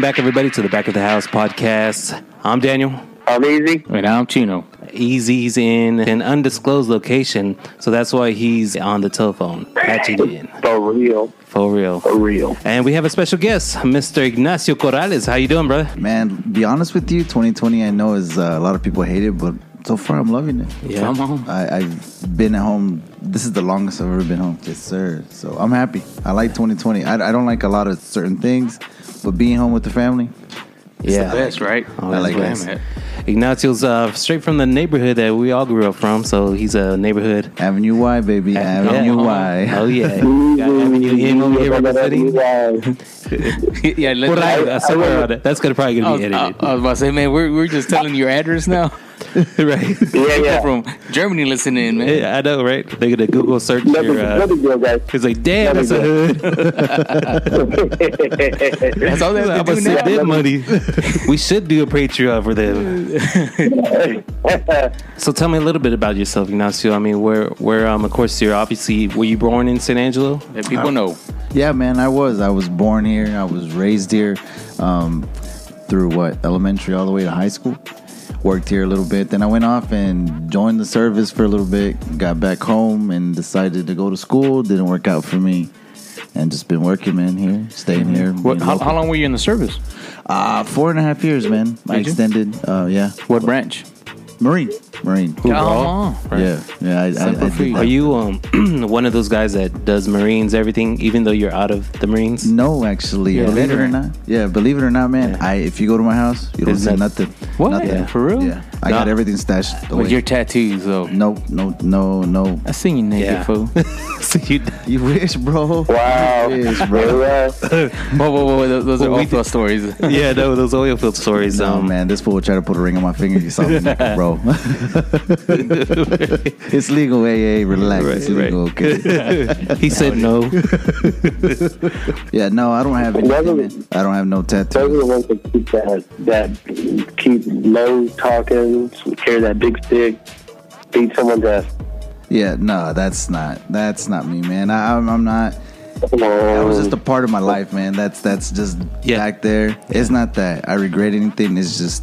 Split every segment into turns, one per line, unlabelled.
back, everybody, to the Back of the House podcast. I'm Daniel.
I'm easy.
And I'm Chino.
Easy's in an undisclosed location, so that's why he's on the telephone, patching in
For real.
for real.
For real.
And we have a special guest, Mr. Ignacio Corrales. How you doing, brother?
Man, be honest with you, 2020 I know is uh, a lot of people hate it, but so far I'm loving it.
Yeah.
Come on.
I, I've been at home. This is the longest I've ever been home. Yes, sir. So I'm happy. I like 2020. I, I don't like a lot of certain things, but being home with the family,
Yeah.
That's right.
Oh,
I
that's
like
what
it.
Damn it.
Ignacio's uh, straight from the neighborhood that we all grew up from, so he's a neighborhood.
Avenue Y, baby. Avenue Y.
Oh yeah, Got Avenue in over here representing.
yeah, let,
Well, I, I swear
I-
on it, that's gonna probably
I
gonna
Oh,
was,
be
I,
edited,
I was about to say, man, we're, we're just telling your address now.
right?
Yeah, yeah.
From Germany listening, man.
Yeah, I know, right? They're gonna Google search
Nothing,
your. Uh,
nothing good, guys.
it's like, damn, that's a hood.
That's all they
I'm
have to
gonna
do
send
now.
them money. we should do a Patreon for them. so tell me a little bit about yourself, Ignacio. I mean, where, where, um, of course, you're obviously. Were you born in San Angelo?
Let people know.
Yeah, man, I was. I was born here. I was raised here um, through what elementary all the way to high school. Worked here a little bit. Then I went off and joined the service for a little bit. Got back home and decided to go to school. Didn't work out for me. And just been working, man, here, staying here.
Mm-hmm. What,
being
how,
local.
how long were you in the service?
Uh, four and a half years, man. I
Did you?
extended. Uh, yeah.
What branch?
Marine. Marine.
Overall,
Come on.
Yeah. Yeah. I, I, I
Simple
did
feat.
that.
Are you um one of those guys that does Marines everything, even though you're out of the Marines?
No, actually,
You're a
believe it or
veteran.
not. Yeah, believe it or not, man.
Yeah.
I if you go to my house, you don't
There's
see
not-
nothing.
What?
Nothing.
For real?
Yeah, I
Nah.
got everything stashed away.
With your tattoos, though.
no, no, no, no.
I seen you naked,
Yeah.
fool.
so you,
You wish, bro.
Wow.
You wish,
Very
bro.
well. uh,
Whoa, whoa, whoa, whoa. Those, those
Well,
are
we
all the stories.
yeah, no, those oil field stories.
No,
um,
man, this fool tried to put a ring on my finger. You saw me, naked, bro. it's legal, AA. Relax.
Right,
it's legal,
right.
okay?
he said no.
Yeah, no, I don't have anything. man. I don't have no
Those are
tattoos.
the ones that keep that, that keep low talking, carry that big stick, beat someone's ass.
Yeah, no, that's not. That's not me, man. I, I'm, I'm not. That was just a part of my life, man. That's that's just
Yeah.
back there. It's not that I regret anything. It's just,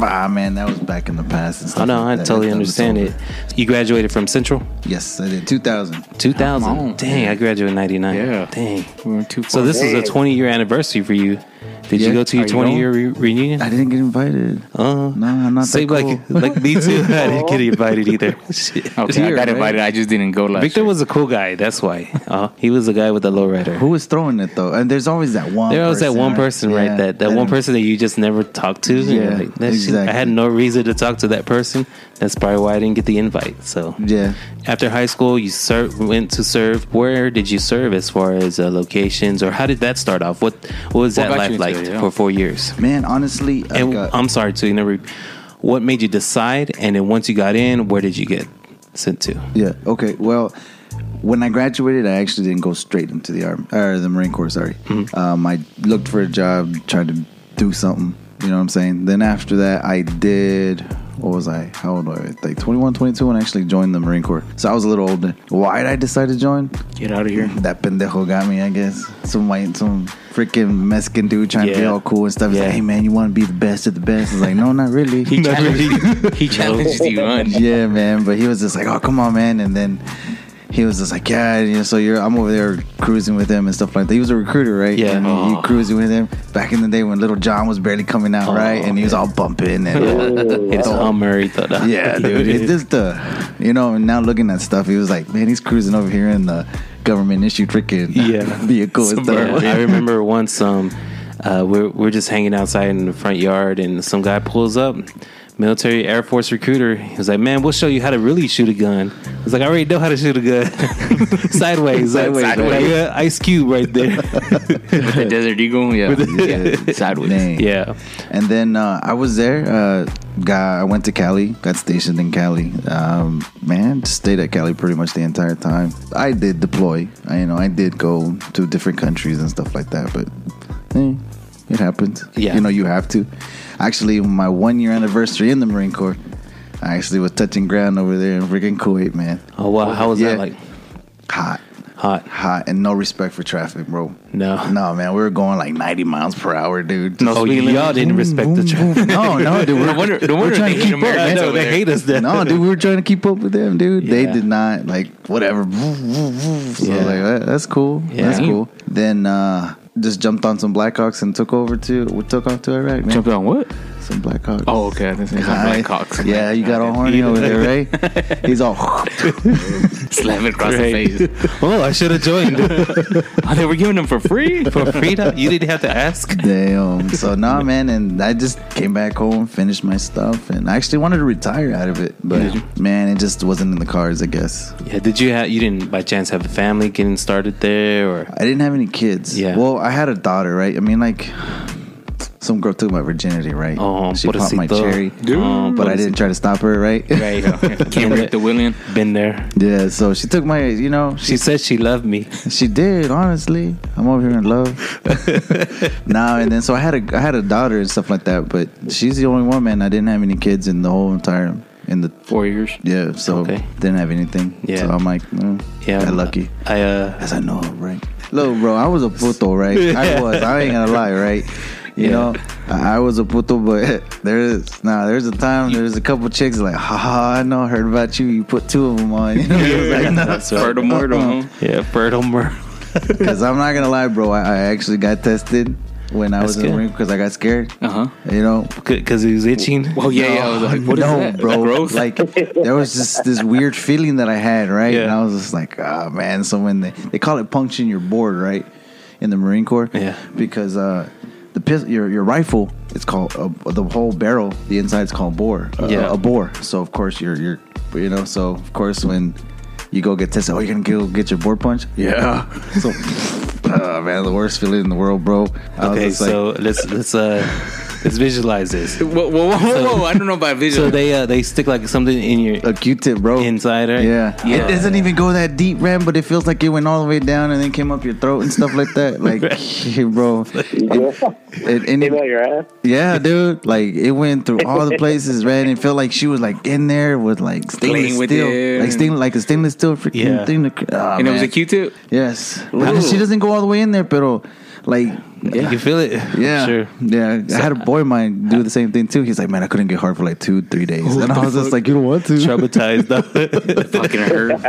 ah, man, that was back in the past. And stuff
I know, I
like that.
totally
That was
understand
over.
it. You graduated from Central,
Yes, I did. 2000.
two
on.
thousand. Dang, I graduated in '99.
Yeah.
dang.
We were too far.
So this is a
Dang.
20 year anniversary for you. Did you
Yeah.
go to
Are
your
you
20 year re- reunion?
I didn't get invited.
Uh,
No, I'm Uh, not
Same
that cool.
like like me too. I didn't get invited either. Shit.
Okay, I
Here,
got
right?
invited. I just didn't go last
Victor
year.
was a cool guy. That's why. Uh, he was the guy with the lowrider.
Who was throwing it though? And there's always that one.
There was that one
right?
person,
Yeah,
right? That that one
didn't-
person that you just never talked to. and you're
Yeah,
like, that shit- I
exactly.
had no reason to talk to that person. That's probably why I didn't get the invite. So
Yeah.
after high school, you ser- went to serve. Where did you serve as far as uh, locations, or how did that start off? What what was
What
that
got
life
you
like
into it, yeah.
for four years?
Man, honestly, I
And
got-
I'm sorry to never. What made you decide? And then once you got in, where did you get sent to?
Yeah. Okay. Well, when I graduated, I actually didn't go straight into the army or the Marine Corps. Sorry.
Mm-hmm.
Um, I looked for a job, tried to do something. You know what I'm saying? Then after that, I did. What was I? How old was I? Like 21, 22, when I actually joined the Marine Corps. So I was a little older. Why did I decide to join?
Get out of here.
That pendejo got me, I guess. Some white, some freaking Mexican dude trying to be
Yeah.
all cool and stuff. He's
Yeah.
like, hey, man, you want to be the best of the best? I was like, no, not really.
He challenged, he challenged you on.
yeah, man. But he was just like, "Oh, come on, man!" And then he was just like, "Yeah." You know, so you're, I'm over there cruising with him and stuff like that. He was a recruiter, right?
Yeah. Oh.
And
Aw.
you cruising with him back in the day when Little John was barely coming
Oh,
out, right? And he was all bumping and.
It's Hummer.
Yeah, dude. It's just the, you know, and now looking at stuff, he was like, man, he's cruising over here in the government issued freaking
Yeah.
vehicle and
Yeah,
stuff.
I remember once um, uh, we're, we're just hanging outside in the front yard, and some guy pulls up, military Air Force recruiter. He was like, "Man, we'll show you how to really shoot a gun." I was like, "I already know how to shoot a gun sideways, sideways,
Sideways.
Like, uh, Ice Cube right there."
With the Desert Eagle. Yeah. yeah. Sideways.
Dang.
yeah,
And then uh, I was there. Uh, got I went to Cali. Got stationed in Cali. Um, man, just stayed at Cali pretty much the entire time. I did deploy. I, you know, I did go to different countries and stuff like that. But eh, it happens.
Yeah.
You know, you have to. Actually, my one year anniversary in the Marine Corps. I actually was touching ground over there in freaking Kuwait, man.
oh wow, how was that like?
Hot.
Hot.
hot and no respect for traffic, bro.
No.
No, man, we were going like 90 miles per hour, dude.
oh,
speed limit.
y'all didn't respect the traffic.
no, no, dude.
No
We're,
wonder, no wonder
trying
they
to
hate
keep up.
I
Americans
know
over
they
there.
hate us. Then.
no, dude, we were trying to keep up with them, dude. They
Yeah.
did not like whatever. So
Yeah.
like that, that's cool.
Yeah.
That's cool. Then uh just jumped on some Blackhawks and took over to we took off to Iraq, man.
Jumped on what?
Some Blackhawks.
Oh, okay. I think it's
Hi.
like Blackhawks.
Yeah, you got all horny over there, right? He's all
Slam it across
Right.
the face.
Oh, I should have joined
Oh, they were giving them for free?
for freedom. You didn't have to ask.
damn. So nah, man, and I just came back home, finished my stuff, and I actually wanted to retire out of it, but
Yeah.
man, it just wasn't in the cards, I guess.
Yeah, did you have? You didn't by chance have a family getting started there, or
I didn't have any kids.
Yeah.
Well, I had a daughter, right? I mean, like, some girl took my virginity, right?
oh,
she popped my
pobrecito.
cherry,
Oh,
but I didn't try to stop her, right?
Right.
Can't rip the William.
Been there.
yeah. So she took my, you know,
She said she loved me.
She did, honestly. I'm over here in love. now and then, so I had a I had a daughter and stuff like that, but she's the only one, man. I didn't have any kids in the whole entire in the
Four years.
yeah, so
Okay.
didn't have anything.
Yeah.
so I'm like, mm,
Yeah,
got lucky.
I uh,
As I know, of, right? Look, bro, I was a puto, right? I was. I ain't gonna lie, right? You
Yeah.
know, I I was a puto, but there's nah, there's a time, there's a couple chicks like, ha ha, I know, heard about you. You put two of them on. You know, Uh-huh. it was like, nah,
that's right.
Murder, murder, huh?
Yeah, fertile mur-
Because I'm not gonna lie, bro. I, I actually got tested when I
That's
was in the
good. Uh.
Marine because I got scared.
Uh-huh.
You know,
because he was itching.
Oh, yeah, yeah. I was like, what is
no,
that?
bro.
Gross.
Like there was just this weird feeling that I had, right?
Yeah.
And I was just like, ah, man. So when they, they call it punching your board, right, in the Marine Corps,
Yeah.
because uh, the pis- your your rifle, it's called uh, the whole barrel, the inside's called bore, uh,
Yeah.
a bore. So of course you're you're you know, so of course when. You go get tested. Oh, you're gonna go get your board punch? Yeah. So, ah, man, the worst feeling in the world, bro. I was
Okay,
just like,
so let's let's uh, let's visualize this.
whoa, whoa, whoa, whoa, whoa. I don't know about visual.
So they uh, they stick like something in your
a Q-tip, bro.
inside, right?
Yeah.
Yeah.
It doesn't even go that deep, man, but it feels like it went all the way down and then came up your throat and stuff like that. Like, bro. It, and
Came out
it-
your ass.
yeah, dude. Like, it went through all the places, man. It felt like she was, like, in there with, like, stainless
Playing with
steel.
it.
Like, stain, like a stainless steel freaking
Yeah.
thing. To, Ah,
and it was
man.
a Q-tip?
Yes.
Ooh.
She doesn't go all the way in there, pero, like...
You feel it?
Yeah,
Sure.
yeah. I had a boy of mine do the same thing too. He's like, "Man, I couldn't get hard for like two, three days," and I was just like, "You don't want to."
Traumatized. though.
Fucking hurt.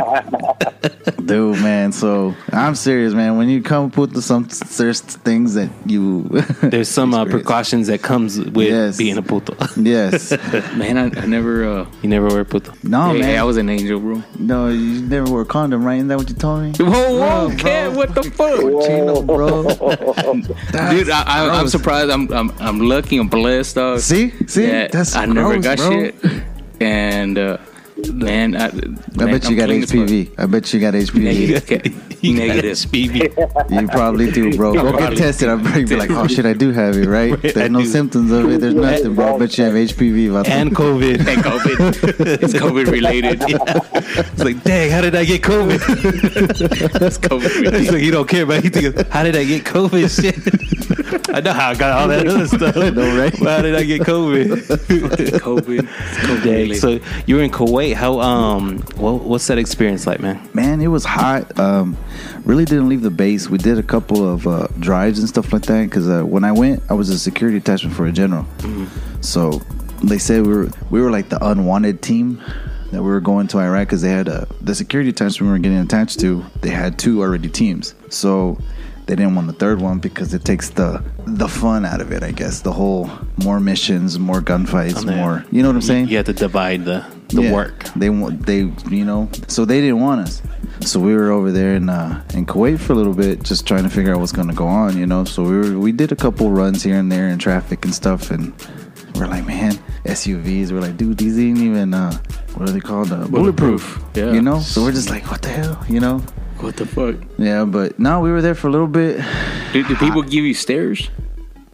Dude, man. So I'm serious, man. When you come put the- some there's things that you
There's some uh,
Experience.
precautions that comes with
Yes.
being a puto.
Yes.
Man, I, I never... Uh,
you never were puto.
No,
hey,
Oh, man.
hey, I was an angel, bro.
no, you never wore a condom, right? Isn't that what you told me?
Whoa, whoa,
Whoa,
cat,
bro.
what the fuck?
Chino, bro. That's
Dude, I, I, I'm
gross.
surprised. I'm, I'm I'm lucky. I'm blessed, dog.
See, see,
Yeah,
that's
I never
gross,
got
bro.
shit. And uh, man, I,
I bet you got HPV. I bet you got HPV.
Negative. Negative.
HPV.
You probably do, bro. Go get
Probably.
tested. I bet you be like, oh shit, I do have it, right?
I
There's no
do.
symptoms of it. There's nothing, bro. I bet you have HPV. Vato.
and COVID.
Hey, COVID. it's COVID related.
It's like, dang, how did I get COVID?
It's COVID
It's
related.
like, you don't care about anything. How did I get COVID? Shit. I know how I got all that other stuff.
know, right?
How did I get COVID?
It's COVID. It's COVID
dang.
related.
So you were in Kuwait. How um, what, what's that experience like, man?
man it was hot um, really didn't leave the base we did a couple of uh, drives and stuff like that because uh, when i went i was a security attachment for a general so they said we were we were like the unwanted team that we were going to iraq because they had uh, the security attachment we were getting attached to they had two already teams so they didn't want the third one because it takes the the fun out of it i guess the whole more missions more gunfights
yeah.
more you know what i'm saying
You have to divide the the
yeah.
work.
They want they you know so they didn't want us. So we were over there in uh, in Kuwait for a little bit, just trying to figure out what's going to go on. You know, so we were, we did a couple runs here and there in traffic and stuff, and we're like, man, SUVs. We're like, dude, these ain't even uh, what are they called? Uh, bulletproof.
Yeah.
You know, so we're just like, what the hell? You know.
what the fuck?
Yeah, but no, we were there for a little bit.
Dude,
Ah.
do people give you stairs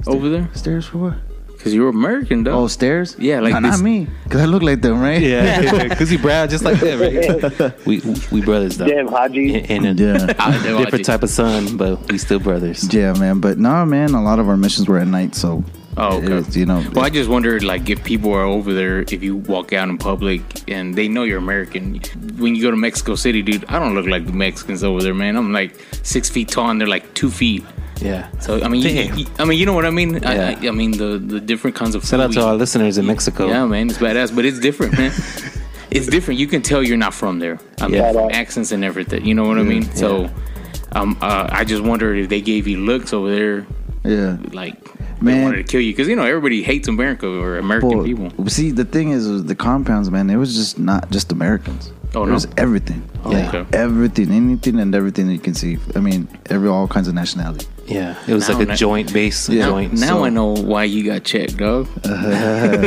over there?
Stairs for what?
Because you're American, dog.
Oh, stairs.
Yeah, like
no,
this-
not me, because I look like them, right?
Yeah, because you brad just like that, right? we we brothers though.
Damn,
In,
Haji.
in a
Yeah.
I don't know,
different
I
type of sun, but we still brothers.
Yeah, man. But nah, man. A lot of our missions were at night, so
Oh,
It
okay.
is, you know,
Well, I just wonder, like, if people are over there, if you walk out in public and they know you're American. When you go to Mexico City, dude, I don't look like the Mexicans over there, man. I'm like six feet tall, and they're like two feet.
Yeah.
So I mean, you,
Damn.
you- I mean, you know what I mean? I,
Yeah.
I, I mean the the different kinds of.
Shout out to
food
our
we-
listeners in Mexico.
Yeah, man, it's badass, but it's different, man. it's different. You can tell you're not from there. I mean,
Yeah.
from accents and everything. You know what I mean? So, um, uh, I just wondered if they gave you looks over there,
yeah.
like they
Man.
wanted to kill you, because you know everybody hates America or American
Well,
people.
see, the thing is, was the compounds, man, it was just not just Americans.
Oh,
it
no.
was everything.
Oh,
like
okay.
everything, anything and everything that you can see. I mean, every all kinds of nationality.
Yeah. It was
Now
like a
I-
joint base. a
Yeah.
joint.
now
so-
I know why you got checked, dog.
Uh,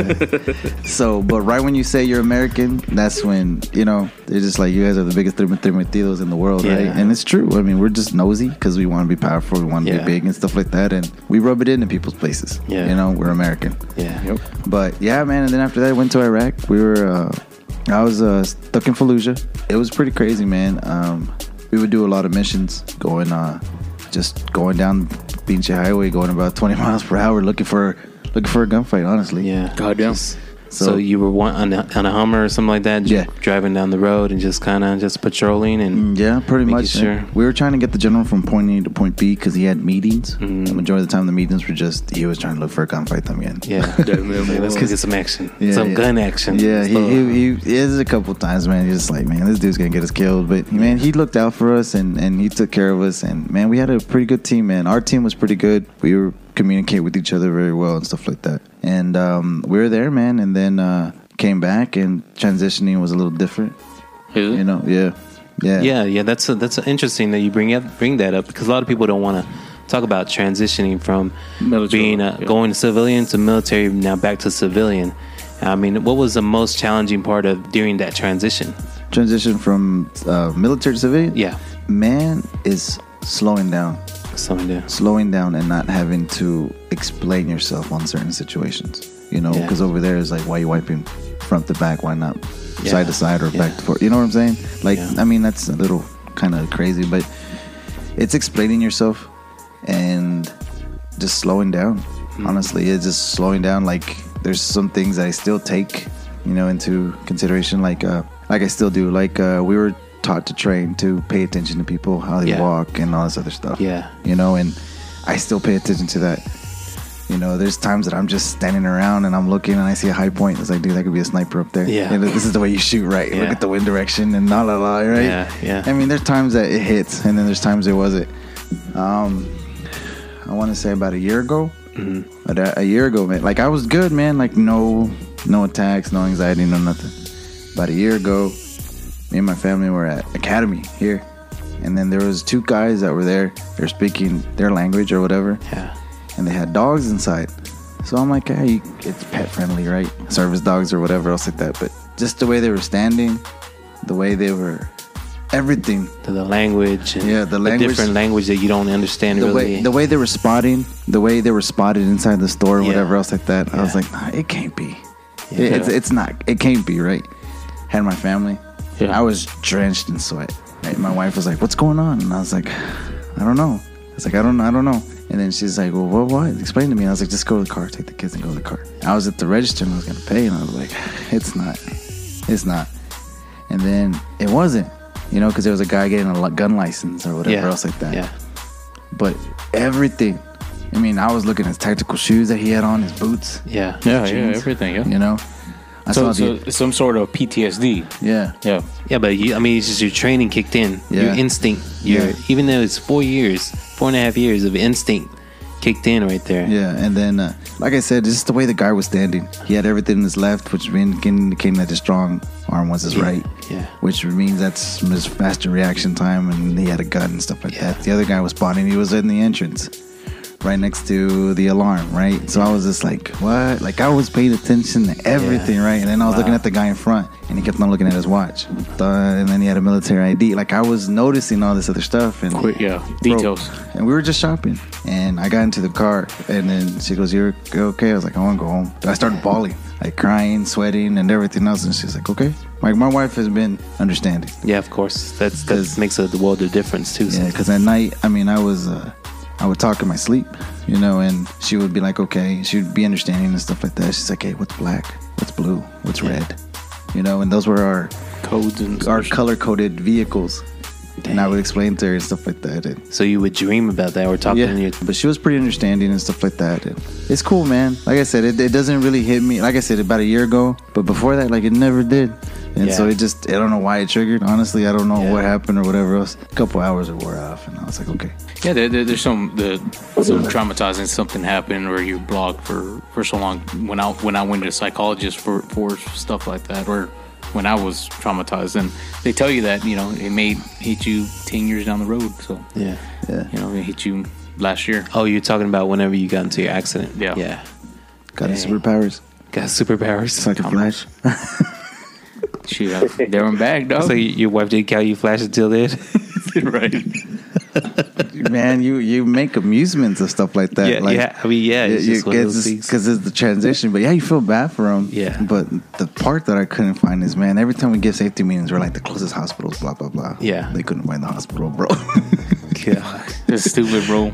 So, but right when you say you're American, that's when you know they're just like you guys are the biggest three metidos in the world, right?
Yeah.
And it's true. I mean, we're just nosy because we want to be powerful, we want to
Yeah.
be big and stuff like that, and we rub it into people's places.
Yeah.
you know, we're American.
Yeah.
But yeah, man. And then after that, I went to Iraq. We were, uh, I was uh, stuck in Fallujah. It was pretty crazy, man. Um, we would do a lot of missions, going, uh, just going down Binche Highway, going about 20 miles per hour, looking for, looking for a gunfight. Honestly,
Yeah.
Goddamn.
So,
So-
you were one, on, a, on a Hummer or something like that, ju-
Yeah.
driving down the road and just kind of just patrolling and
mm, Yeah, pretty
Making
much.
sure.
We were trying to get the general from point A to point B because he had meetings.
Mm-hmm.
The majority of the time, the meetings were just he was trying to look for a gunfight. Them again.
yeah, Like, let's go get some action,
Yeah,
some
yeah.
gun action.
Yeah, he,
So-
he, he, there's a couple times, man. He's just like, man, this dude's gonna get us killed. But man, he looked out for us and and he took care of us. And man, we had a pretty good team, man. Our team was pretty good. We were communicate with each other very well and stuff like that. And um, we were there, man. And then uh, came back and transitioning was a little different.
Is it?
You know, yeah, yeah,
yeah, yeah. That's a, that's a interesting that you bring up bring that up because a lot of people don't want to talk about transitioning from
Military,
being a,
yeah.
going to civilian to military now back to civilian. I mean, what was the most challenging part of during that transition?
Transition from uh, military to civilian.
Yeah,
man is slowing down,
something there.
slowing down, and not having to explain yourself on certain situations. You know,
Yeah.
because over there is like, why you wiping front to back? Why not
Yeah.
side to side or
Yeah.
back to forth? You know what I'm saying? Like,
Yeah.
I mean, that's a little kind of crazy, but it's explaining yourself and just slowing down.
Hmm.
Honestly, it's just slowing down. Like there's some things that I still take, you know, into consideration. Like uh, like I still do. Like uh, we were taught to train to pay attention to people, how they
Yeah.
walk, and all this other stuff.
Yeah.
you know, and I still pay attention to that. You know, there's times that I'm just standing around and I'm looking and I see a high point. It's like, dude, that could be a sniper up there.
Yeah.
You know, this is the way you shoot, right?
Yeah.
Look at the wind direction and la la la, right?
Yeah, yeah.
I mean, there's times that it hits, and then there's times it wasn't. Um, I want to say about a year ago.
Mm-hmm.
But a, a year ago, man, like I was good, man. Like no, no attacks, no anxiety, no nothing. About a year ago, me and my family were at academy here, and then there was two guys that were there. They're speaking their language or whatever,
Yeah,
and they had dogs inside. So I'm like, hey, it's pet friendly, right? Service dogs or whatever else like that. But just the way they were standing, the way they were, everything
the, the language. And
Yeah, the language-
different language that you don't understand
the
really.
way the way they were spotting, the way they were spotted inside the store, or
Yeah.
whatever else like that. I was
Yeah.
like, nah, it can't be. It-
Yeah.
it's, it's not. It can't be right. Had my family.
Yeah.
I was drenched in sweat. Right? My wife was like, "What's going on?" And I was like, "I don't know." I was like, "I don't. I don't know." And then she's like, "Well, what? What?" Explain to me. I was like, "Just go to the car, take the kids, and go to the car." I was at the register and I was gonna pay, and I was like, "It's not. It's not." And then it wasn't, you know, because there was a guy getting a li- gun license or whatever
yeah.
else like that
Yeah,
but everything. I mean, I was looking at his tactical shoes that he had on, his boots,
yeah,
Yeah, yeah,
Jeans.
everything. Yeah.
you know. I
So,
saw the,
so some sort of PTSD.
yeah,
Yeah.
Yeah, but you, I mean, it's just your training kicked in. Your
Yeah.
instinct. Your
Yeah.
even though it's four years, four and a half years of instinct kicked in right there.
yeah. And then, uh, like I said, just the way the guy was standing, he had everything in his left, which mean- indicating that his strong arm was his
Yeah,
right.
yeah.
Which means that's his faster reaction time, and he had a gun and stuff like that. The other guy was spotting; he was in the entrance, right next to the alarm, right. So I was just like, "What?" Like I was paying attention to everything, right? And then I was looking at the guy in front, and he kept on looking at his watch. Uh, and then he had a military ID. Like I was noticing all this other stuff, and
Quick, yeah.
Bro,
Details.
and we were just shopping. And I got into the car, and then she goes, "You're okay?" I was like, "I want to go home." I started bawling, like crying, sweating, and everything else. And she's like, "Okay." Like my wife has been understanding.
Yeah, of course. That's that
'Cause-
makes a world of difference too.
Yeah,
sometimes.
because at night, I mean, I was, uh, I would talk in my sleep, you know, and she would be like, okay, she would be understanding and stuff like that. She's like, hey, what's black? What's blue? What's red? You know, and those were our
codes and
our color coded vehicles. And I would explain to her and stuff like that. And
So you would dream about that or talk
yeah,
in your
but she was pretty understanding and stuff like that. And it's cool, man. Like I said, it, it doesn't really hit me. Like I said, about a year ago, but before that, like it never did. And so
Yeah.
it just, I don't know why it triggered. Honestly, I don't know
Yeah.
what happened or whatever else. A couple hours it wore off, and I was like, okay.
Yeah, there, there, there's some the some traumatizing something happened or you're blocked for for so long. When I when I went to a psychologist for for stuff like that, or when I was traumatized, and they tell you that you know it may hit you ten years down the road. So
yeah.
Yeah.
you know it hit you last year.
Oh, you're talking about whenever you got into your accident.
Yeah.
Yeah.
Got his
Dang.
superpowers.
Got superpowers.
It's like a flash.
Shoot, I- they were back, dog.
So y- your wife did call you flash until then.
right?
Man, you you make amusements of stuff like that.
yeah,
like,
yeah. I mean, yeah. It's
you-
just one of
it's
those
just-
things.
Cause it's the transition, but yeah, you feel bad for him.
Yeah.
But the part that I couldn't find is, man, every time we give safety meetings, we're like the closest hospitals, blah blah blah.
Yeah.
they couldn't find the hospital, bro.
Yeah.
This stupid bro.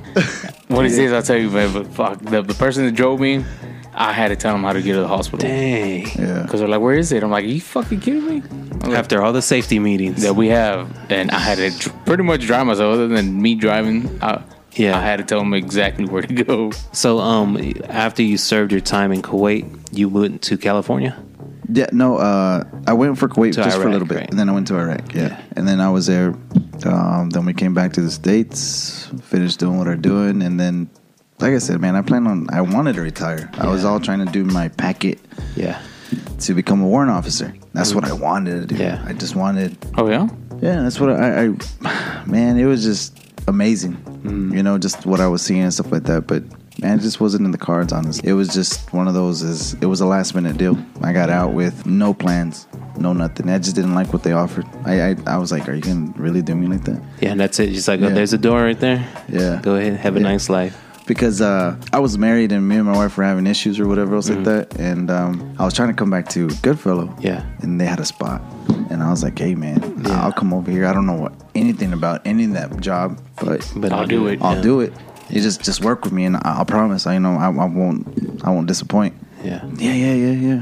What it is, I'll tell you, man, but fuck the, the person that drove me. I had to tell him how to get to the hospital
Dang.
yeah,
because they're like, "Where is it?" I'm like, "Are you fucking kidding me?" I'm like,
After all the safety meetings.
that we have, and I had to tr- pretty much drive myself. Other than me driving, I,
Yeah.
I had to tell them exactly where to go.
So, um, after you served your time in Kuwait, you went to California.
yeah. No, uh, I went for Kuwait
To
just for a
Iraq,
little bit,
right?
and then I went to Iraq. Yeah.
Yeah.
and then I was there. Um, then we came back to the states, finished doing what I'm doing, and then, like I said, man, I plan on. I wanted to retire. I was
Yeah.
all trying to do my packet
Yeah.
to become a warrant officer. That's what I wanted to do.
Yeah.
I just wanted
Oh yeah,
Yeah, that's what I, I man, it was just amazing. You know, just what I was seeing and stuff like that. But man, it just wasn't in the cards, honestly. It was just one of those is it was a last minute deal. I got out with no plans, no nothing. I just didn't like what they offered. I I, I was like, Are you gonna really do me like that?
Yeah, and that's it. She's like, oh,
Yeah.
there's a door right there.
Yeah.
Go ahead. Have a
Yeah.
nice life.
because uh, I was married and me and my wife were having issues or whatever else like that, and um, I was trying to come back to Goodfellow.
Mm-hmm. Yeah.
and they had a spot, and I was like, "Hey, man, I'll come over here. I don't know what, anything about any of that job, but
But
I'll do it.
I'll
Yeah.
do it. You just just work with me, and I, I promise, I you know, I, I won't, I won't disappoint."
Yeah.
Yeah, yeah, yeah, yeah.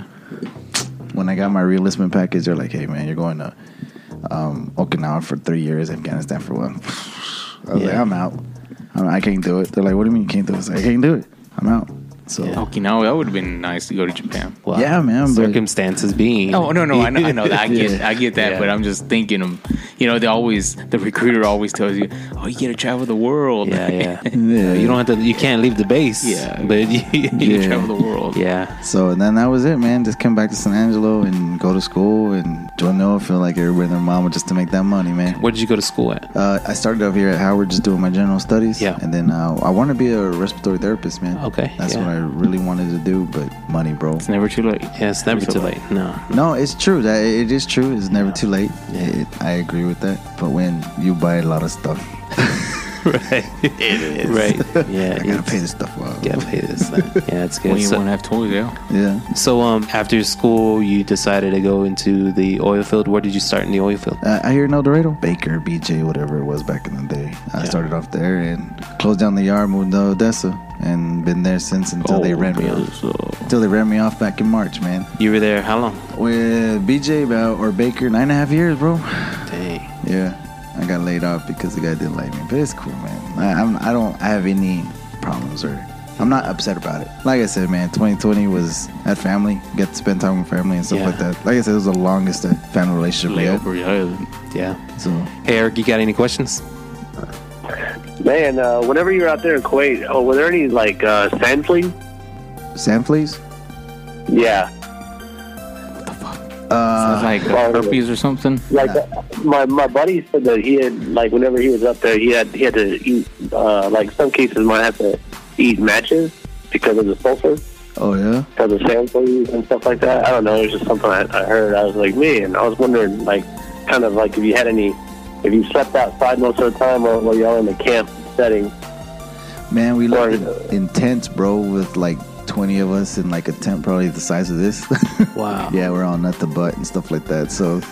When I got my reenlistment package, they're like, "Hey, man, you're going to um, Okinawa for three years, Afghanistan for one." I was like,
Yeah.
"I'm out. I'm, I can't do it." They're like, "What do you mean you can't do it?" I, was like, I can't do it. I'm out. So
Yeah.
yeah,
Okinawa. That would have been nice to go to Japan.
Wow.
man. But
Circumstances being.
Oh no, no, I know, I know that. I get, I get that.
Yeah.
But I'm just thinking, um, you know, they always the recruiter always tells you, "Oh, you get to travel the world."
Yeah, yeah.
Yeah.
You don't have to. You can't leave the base.
Yeah.
But you,
you
yeah.
Yeah.
travel the world.
yeah.
so and then that was it, man. Just come back to San Angelo and go to school and join the oil field like everybody and their mama just to make that money, man.
Where did you go to school at?
Uh, I started over here at Howard just doing my general studies.
Yeah.
And then uh, I want to be a respiratory therapist, man.
Okay,
That's
yeah.
what I really wanted to do, but money, bro.
It's never too late.
Yeah, it's never too late. No.
No, it's true. That it is true. It's never too late. It, I agree with that. But when you buy a lot of stuff,
right. It is. Right. Yeah.
I gotta pay this stuff off.
Yeah, pay this. Thing. Yeah, it's good.
When you
So-
want to have toys, yeah.
Yeah.
So, um, after school, you decided to go into the oil field. Where did you start in the oil field?
Uh, I hear in El Dorado, Baker, BJ, whatever it was back in the day. I
Yeah.
started off there and closed down the yard, moved to Odessa, and been there since until
Oh,
they ran me off. Until they ran me off back in March, man.
You were there how long?
With BJ about or Baker, nine and a half years, bro.
Dang.
Yeah, I got laid off because the guy didn't like me, but it's cool, man. I, I'm, I don't have any problems or I'm not upset about it. Like I said, man, 2020 was at family, get to spend time with family and stuff
Yeah.
like that. Like I said, it was the longest uh, family relationship we had.
Layover, yeah.
Yeah.
So
Hey, Eric, you got any questions?
Man, uh, whenever you were out there in Kuwait, oh, were there any like uh, sand fleas?
sand fleas,
Yeah,
Sounds
uh,
like uh,
well,
herpes or something.
like uh, my my buddy said that he had like whenever he was up there, he had he had to eat uh, like some cases might have to eat matches because of the sulfur,
oh yeah,
because of sand fleas and stuff like that. I don't know. It was just something I, I heard. I was like, man, I was wondering like kind of like if you had any if you slept outside most of the time or were y'all in the camp setting.
man, we
Sorry.
lived in tents, bro, with like 20 of us in like a tent, probably the size of this.
Wow.
yeah, we're on at the butt and stuff like that. So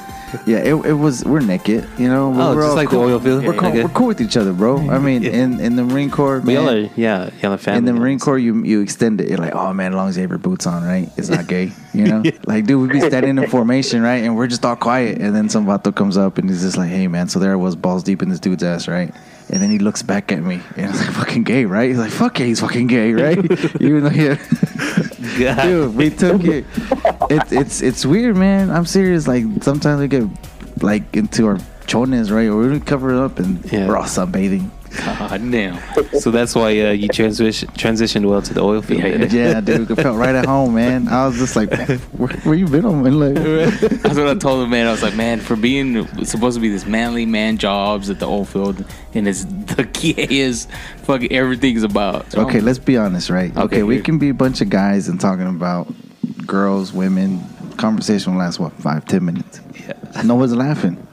yeah, it, it was. We're naked, you know.
Oh,
we're
just
all
like the oil field?
We're,
Yeah,
cool,
okay.
we're cool with each other, bro. I mean, in, in the Marine Corps,
But y'all
man,
are, yeah, y'all are family.
in the
man.
Marine Corps, you you extend it. You're like, oh man, as long as you have your boots on, right? It's not gay, you know. Like, dude, we be standing in formation, right? And we're just all quiet, and then some vato comes up and he's just like, hey man, so there I was, balls deep in this dude's ass, right? And then he looks back at me, and I'm like, fucking gay, right? He's like, fuck yeah, he's fucking gay, right? Even though he.
God.
Dude, we took it. It's it's it's weird, man. I'm serious. Like sometimes we get like into our chones, right? Or we don't cover it up, and
Yeah.
we're all sunbathing.
God damn.
So that's why uh, you transition transitioned well to the oil field.
Yeah,
Yeah, dude, I felt right at home, man. I was just like, man, where, where you been, on, man? Like,
That's what I told the man. I was like, man, for being supposed to be this manly man jobs at the old field, and it's the gayest fucking everything's about. So,
okay, let's be honest, right? Okay,
Okay,
we
here.
can be a bunch of guys and talking about girls, women. Conversation will last what five, ten minutes. Yeah. No one's laughing,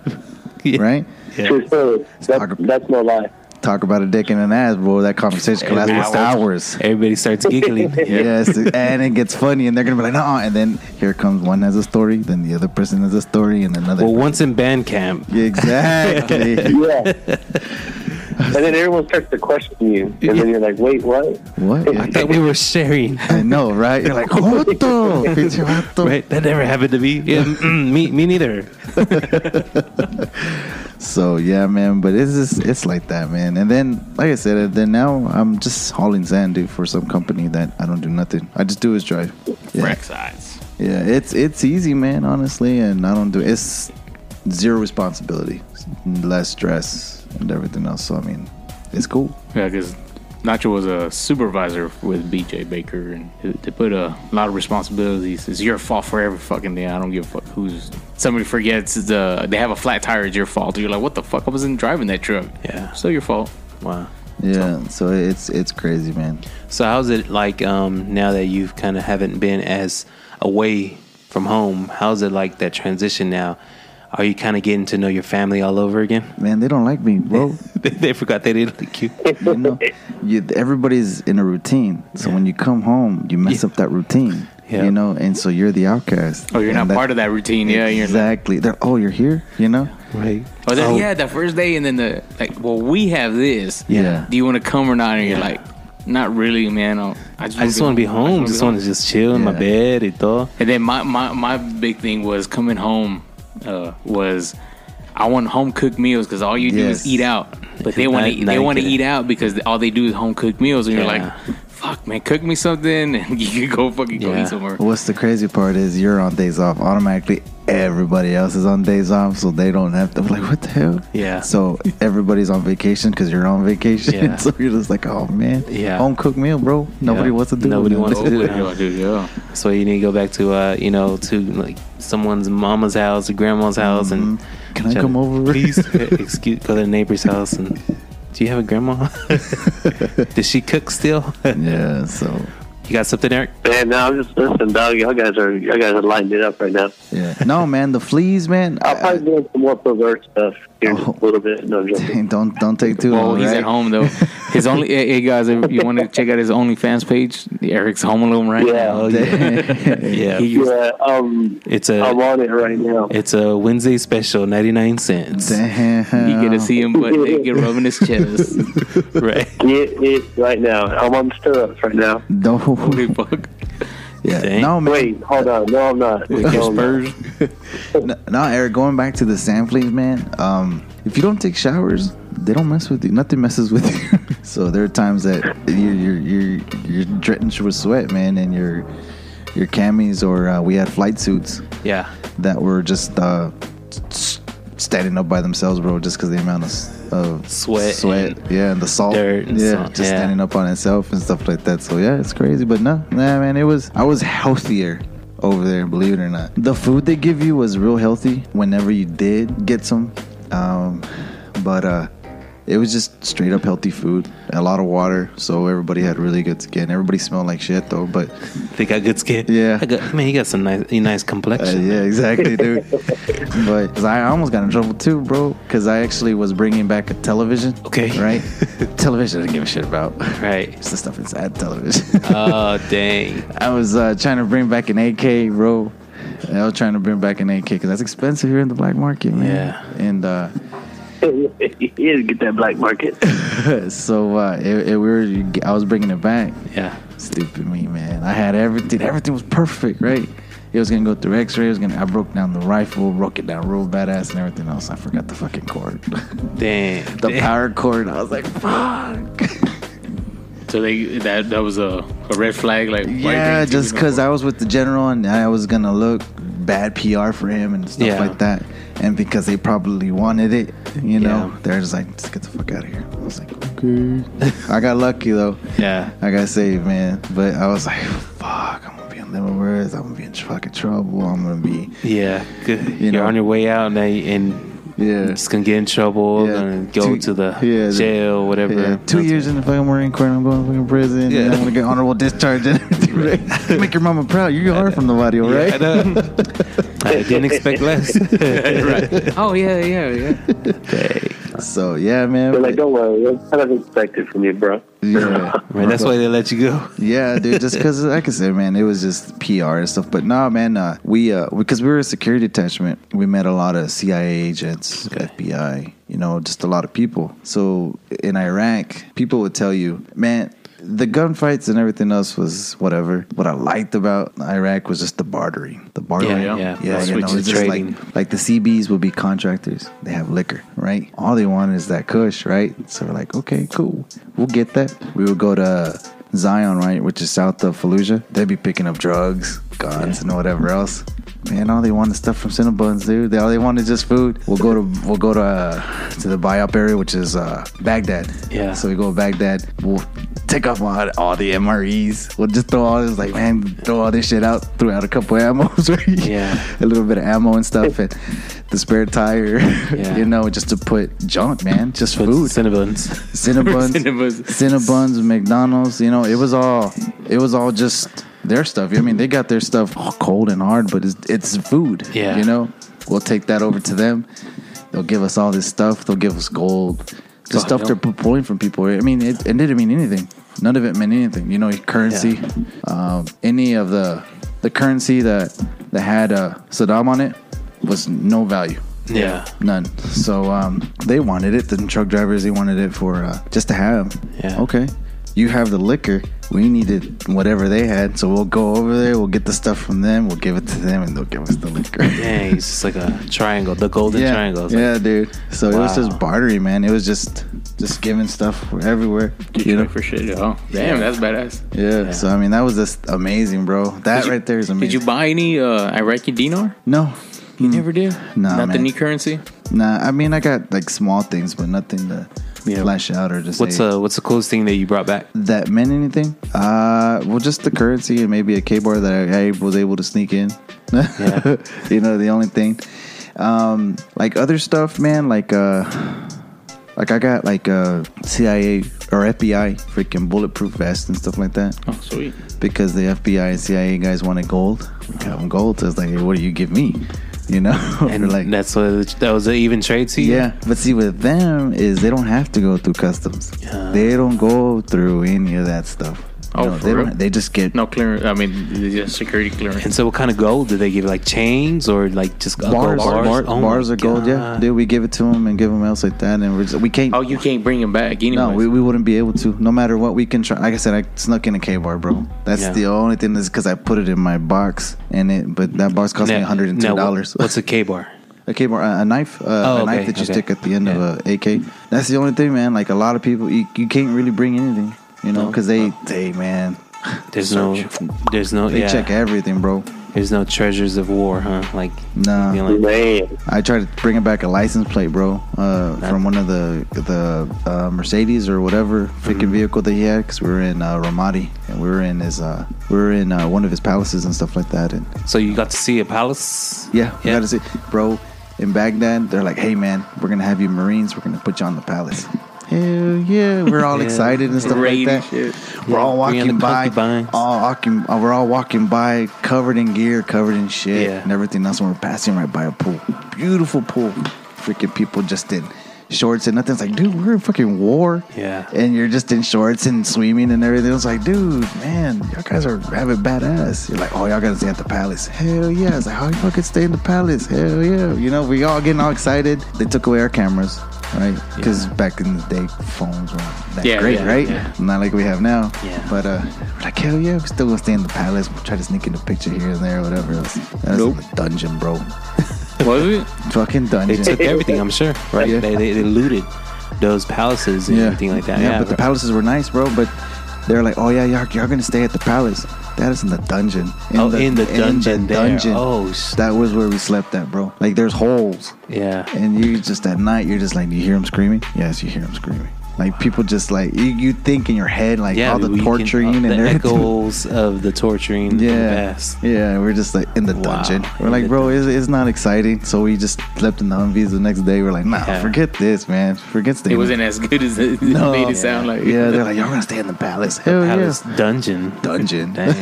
right?
True story. That,
photography.
that's no lie.
Talk about a dick and an ass, bro. That conversation can last what, hours.
Everybody starts giggling.
Yes, and it gets funny, and they're gonna be like, no. And then here comes one has a story, then the other person has a story, and another.
Well, once in band camp,
exactly.
Yeah. and then everyone starts to question you, and then you're like, "Wait, what?"
what?
I thought we were sharing.
I know, right? You're like, what the? Pinche vato."
Right? That never happened to me. Yeah, mm, me, me neither.
So yeah, man. But it's just it's like that, man. And then, like I said, and then now I'm just hauling sand, dude, for some company that I don't do nothing. I just do is drive. Yeah,
frack sides.
yeah. It's it's easy, man. Honestly, and I don't do it's zero responsibility, less stress, and everything else. So I mean, it's cool.
Yeah, because Nacho was a supervisor with BJ Baker, and they put a lot of responsibilities. It's your fault for every fucking thing. I don't give a fuck who's. Somebody forgets the they have a flat tire. It's your fault. You're like, what the fuck? I wasn't driving that truck.
Yeah.
still your fault.
Wow.
Yeah. So it's it's crazy, man.
So how's it like um, now that you've kind of haven't been as away from home? How's it like that transition now? Are you kind of getting to know your family all over again?
Man, they don't like me, bro.
they, they forgot they didn't like you.
you know, you, everybody's in a routine. So when you come home, you mess
Yeah.
up that routine.
Yeah.
You know, and so you're the outcast.
Oh, you're not part of that routine. Yeah, you're not.
exactly. They're oh, you're here. You know,
Right.
Oh, then,
Oh.
yeah, the first day, and then the like. Well, we have this.
Yeah.
Do you want to come or not? And you're like, not really, man. I'll- I just,
I just want to be home. Just want to just chill in my
Yeah.
bed and all.
And then my, my my big thing was coming home. Uh, was I want home cooked meals because all you do
Yes.
is eat out, but they want
Now-
to
now
they
you
want to
get it.
eat out because all they do is home cooked meals, and you're
Yeah.
like, fuck, man, cook me something, and you can go fucking go
Yeah.
eat somewhere.
what's the crazy part is you're on days off automatically. Everybody else is on days off, so they don't have to. I'm like, what the hell?
Yeah.
So everybody's on vacation because you're on vacation.
Yeah.
so you're just like, oh man,
Yeah.
home cooked meal, bro. Nobody
Yeah.
wants to do.
Nobody
it. Mm-hmm.
wants
Oh,
to do it.
yeah, dude, yeah.
So you need to go back to uh, you know, to like someone's mama's house or grandma's house and
Mm-hmm. Can I
try to-
come over?
please? Excuse go to the neighbor's house and do you have a grandma? Does she cook still?
Yeah. So
you got something, Eric?
Man, no, I'm just listening, dog. Y'all guys are y'all guys are lighting it up right now.
yeah. No, man, the fleas, man.
I'll probably be doing some more perverse stuff here in
Oh.
a little bit. No, I'm joking.
don't don't take too
Well,
long.
he's
right?
at home though. His only hey, hey, guys, if you want to check out his OnlyFans page, Eric's home alone right
Yeah.
Oh
Damn.
yeah.
now. He was
Yeah, um,
It's a
I'm on it right now.
it's a Wednesday special, ninety nine cents.
You get to see him butt naked rubbing his chest.
Right.
Get it right now. I'm on stirrups right now.
No,
Holy fuck.
yeah.
Dang.
no, man.
Wait, hold on. No, I'm not.
With your
No, I'm not.
spurs.
No, no, Eric. Going back to the sand fleas, man. Um, if you don't take showers, they don't mess with you. Nothing messes with you. so there are times that you're you're you're, you're drenched with sweat, man, and your your camis or uh, we had flight suits
Yeah.
that were just uh, s- standing up by themselves, bro, just because the amount of, s- of
Sweat
sweat,
and
yeah, and the salt,
dirt and
yeah,
salt,
just
yeah.
standing up on itself and stuff like that. So yeah, it's crazy, but no, nah, man, it was I was healthier over there, believe it or not. The food they give you was real healthy whenever you did get some, um, but uh. It was just straight up healthy food, a lot of water, so everybody had really good skin. Everybody smelled like shit though, but
They got good skin.
Yeah.
I got, man, you got some nice you nice
uh,
complexion.
yeah, exactly, dude. but 'cause I almost got in trouble too, bro, because I actually was bringing back a television.
Okay.
Right? television I didn't give a shit about.
Right.
It's the stuff Uh, inside television. uh,
Oh dang.
I was uh, trying to bring back an AK, bro. I was trying to bring back an AK because that's expensive here in the black market, man.
Yeah.
And uh,
you didn't get that black market.
so uh, it, it, we were, I was bringing it back.
Yeah.
Stupid me, man. I had everything. Everything was perfect, right? It was gonna go through X-ray. It was gonna. I broke down the rifle, broke it down real badass, and everything else. I forgot the fucking cord, the
Damn. Damn.
power cord. I was like, fuck.
So they that that was a, a red flag, like why you
Yeah,
bring two
just because I was
uniforms?
with the general and I was gonna look bad PR for him and stuff
Yeah.
like that, and because they probably wanted it, you know,
Yeah.
they're just like, let's get the fuck out of here. I was like, okay. I got lucky though.
Yeah.
I got saved, man. But I was like, fuck, I'm gonna be in Leavenworth. I'm gonna be in fucking trouble. I'm gonna be,
Yeah. Good.
You
You're
know.
on your way out and, they- and
Yeah.
just gonna get in trouble
Yeah.
and go to
Two-
the
yeah, the-
jail, whatever.
yeah, two years in the fucking Marine Corps. And I'm going to fucking prison.
Yeah.
And I'm gonna get honorable discharge and everything. Right? Make your mama proud. You are from the radio,
Yeah,
right?
I, know. I didn't expect less.
right. Oh yeah, yeah, yeah.
Dang.
So yeah, man.
They're like, don't worry, that's kind of expected from you, bro.
yeah.
Right, that's why they let you go.
Yeah, dude. Just because, like I said, man, it was just PR and stuff. But no, man, uh, we uh, because we were a security detachment, we met a lot of CIA agents, FBI, you know, just a lot of people. So in Iraq, people would tell you, man. The gunfights and everything else was whatever. What I liked about Iraq was just the bartering. The bartering.
Yeah, yeah.
Yeah,
The
you know,
switches
it's just
trading.
like like the CBs will be contractors. They have liquor, right? All they want is that Kush, right? So we're like, okay, cool, we'll get that. We would go to Zion, right, which is south of Fallujah. They'd be picking up drugs, guns, and whatever else. Man, all they want is stuff from Cinnabons, dude. They, all they want is just food. We'll go to we'll go to uh, to the Bayop area, which is uh, Baghdad.
Yeah.
So we go to Baghdad. We'll take off all, all the MREs. We'll just throw all this like man, throw all this shit out. Throw out a couple of ammos, right?
Yeah.
a little bit of ammo and stuff and the spare tire,
Yeah.
you know, just to put junk, man, just
But
food,
Cinnabons.
Cinnabons,
Cinnabons.
Cinnabons, McDonald's, you know, it was all, it was all just their stuff. I mean, they got their stuff cold and hard, but it's, it's food,
Yeah.
you know, we'll take that over to them. They'll give us all this stuff. They'll give us gold, just
Fuck,
stuff they're pu- pulling from people. I mean, it, it didn't mean anything. None of it meant anything. You know, currency, um, any of the the currency that that had uh, Saddam on it was no value.
Yeah.
None. So um, they wanted it. The truck drivers they wanted it for uh, just to have.
Yeah.
Okay. You have the liquor. We needed whatever they had, so we'll go over there. We'll get the stuff from them. We'll give it to them, and they'll give us the liquor.
Dang, it's just like a triangle, the golden
yeah,
triangle. It's like,
yeah, dude. So it
Wow.
was just bartering, man. It was just just giving stuff everywhere. You know?
for shit. Oh, damn, that's badass.
Yeah.
Yeah.
So I mean, that was just amazing, bro. That
Did you-
right there is amazing.
Did you buy any uh, Iraqi dinar?
No.
You never did.
Nah,
not the
man.
new currency.
Nah. I mean, I got like small things, but nothing to
Yeah.
flash out or just.
What's uh what's the coolest thing that you brought back?
that meant anything? Uh, well, just the currency and maybe a K bar that I, I was able to sneak in.
Yeah.
you know, the only thing. Um, like other stuff, man. Like uh, like I got like uh CIA or FBI freaking bulletproof vest and stuff like that
Oh, sweet.
because the FBI and CIA guys wanted gold. We got them gold. So it's like, hey, what do you give me? You know,
And
like.
that's what that was an even trade to you?
Yeah, but see, with them is they don't have to go through customs.
Yeah.
They don't go through any of that stuff.
Oh, for
they
real?
Don't, they just get
No clearance. I mean, the- the security clearance.
And so what kind of gold did they give? Like chains or like just a gold
bars,
bar-
bars, bars,
Oh my
are gold. Yeah,
God.
dude, we give it to them and give them else like that, and we're just, we can't.
Oh, you can't bring him back. Anyways.
no, we, we wouldn't be able to. No matter what we can try. Like I said, I snuck in a K bar, bro. That's
Yeah.
the only thing that's because I put it in my box, and it. But that box cost
Now-
me one hundred and two
now,
dollars.
What's a K bar?
A K bar, a a knife, uh,
Oh,
a
okay,
knife that you
okay.
stick at the end
Yeah.
of a AK. That's the only thing, man. Like a lot of people, you, you can't really bring anything, you know,
No.
because they, they, man,
There's no there's no
they
yeah,
check everything, bro.
there's no treasures of war, huh? Like
Nah.
being like,
Man,
I tried to bring back a license plate, bro, uh, from one of the the uh, Mercedes or whatever freaking
Mm-hmm.
vehicle that he had. Because we were in uh, Ramadi and we were in his, uh, we were in uh, one of his palaces and stuff like that. And
so you got to see a palace?
Yeah, you
Yeah.
gotta see, bro. In Baghdad, they're like, "Hey, man, we're gonna have you Marines. We're gonna put you on the palace." Hell yeah, we're all
Yeah.
excited and stuff
Raid
like that.
and shit.
We're
Yeah, we
all
on
walking
the
by,
concubines.
all walking, uh, we're all walking by, covered in gear, covered in shit,
Yeah.
and everything else. And we're passing right by a pool, beautiful pool. Freaking people just in shorts and nothing. It's like, dude, we're in fucking war.
Yeah.
And you're just in shorts and swimming and everything. It's like, dude, man, y'all guys are having badass. You're like, oh, y'all gotta stay at the palace. Hell yeah. It's like, how you fucking stay in the palace? Hell yeah. You know, we all getting all excited. They took away our cameras, right? Because back in the day, phones weren't that
Yeah,
great,
yeah,
right?
yeah.
Not like we have now.
Yeah.
But uh, we're like, hell yeah, we still gonna stay in the palace. We'll try to sneak in a picture here and there, whatever else. That's
Nope.
a dungeon, bro.
Was it?
Fucking
They
dungeon.
took everything, I'm sure. Right?
Yeah.
They, they, they looted those palaces and everything like that.
Yeah,
Yeah,
but the
bro.
palaces were nice, bro. But they were like, oh yeah, y'all, y'all gonna stay at the palace. That is in the dungeon.
Oh, in the dungeon there. Oh, sh-
that was where we slept at, bro. Like there's holes,
yeah.
and you just at night you're just like, you hear them screaming. Yes, you hear them screaming. Like people just like you, you think in your head like
Yeah,
all the
we can-
torturing
uh,
and
the
everything.
echoes of the torturing. Yeah,
Yeah,
past.
yeah, we're just like in the
Wow.
dungeon. We're
In
like,
the
bro, it's, it's not exciting. So we just slept in the Humvees. The next day, we're like, nah,
Yeah.
forget this, man. Forget staying.
It wasn't as good as it
No.
made it sound like.
Yeah, they're like, y'all gonna stay in the palace. Hell
palace
Oh, yeah.
dungeon.
Dungeon.
Dang.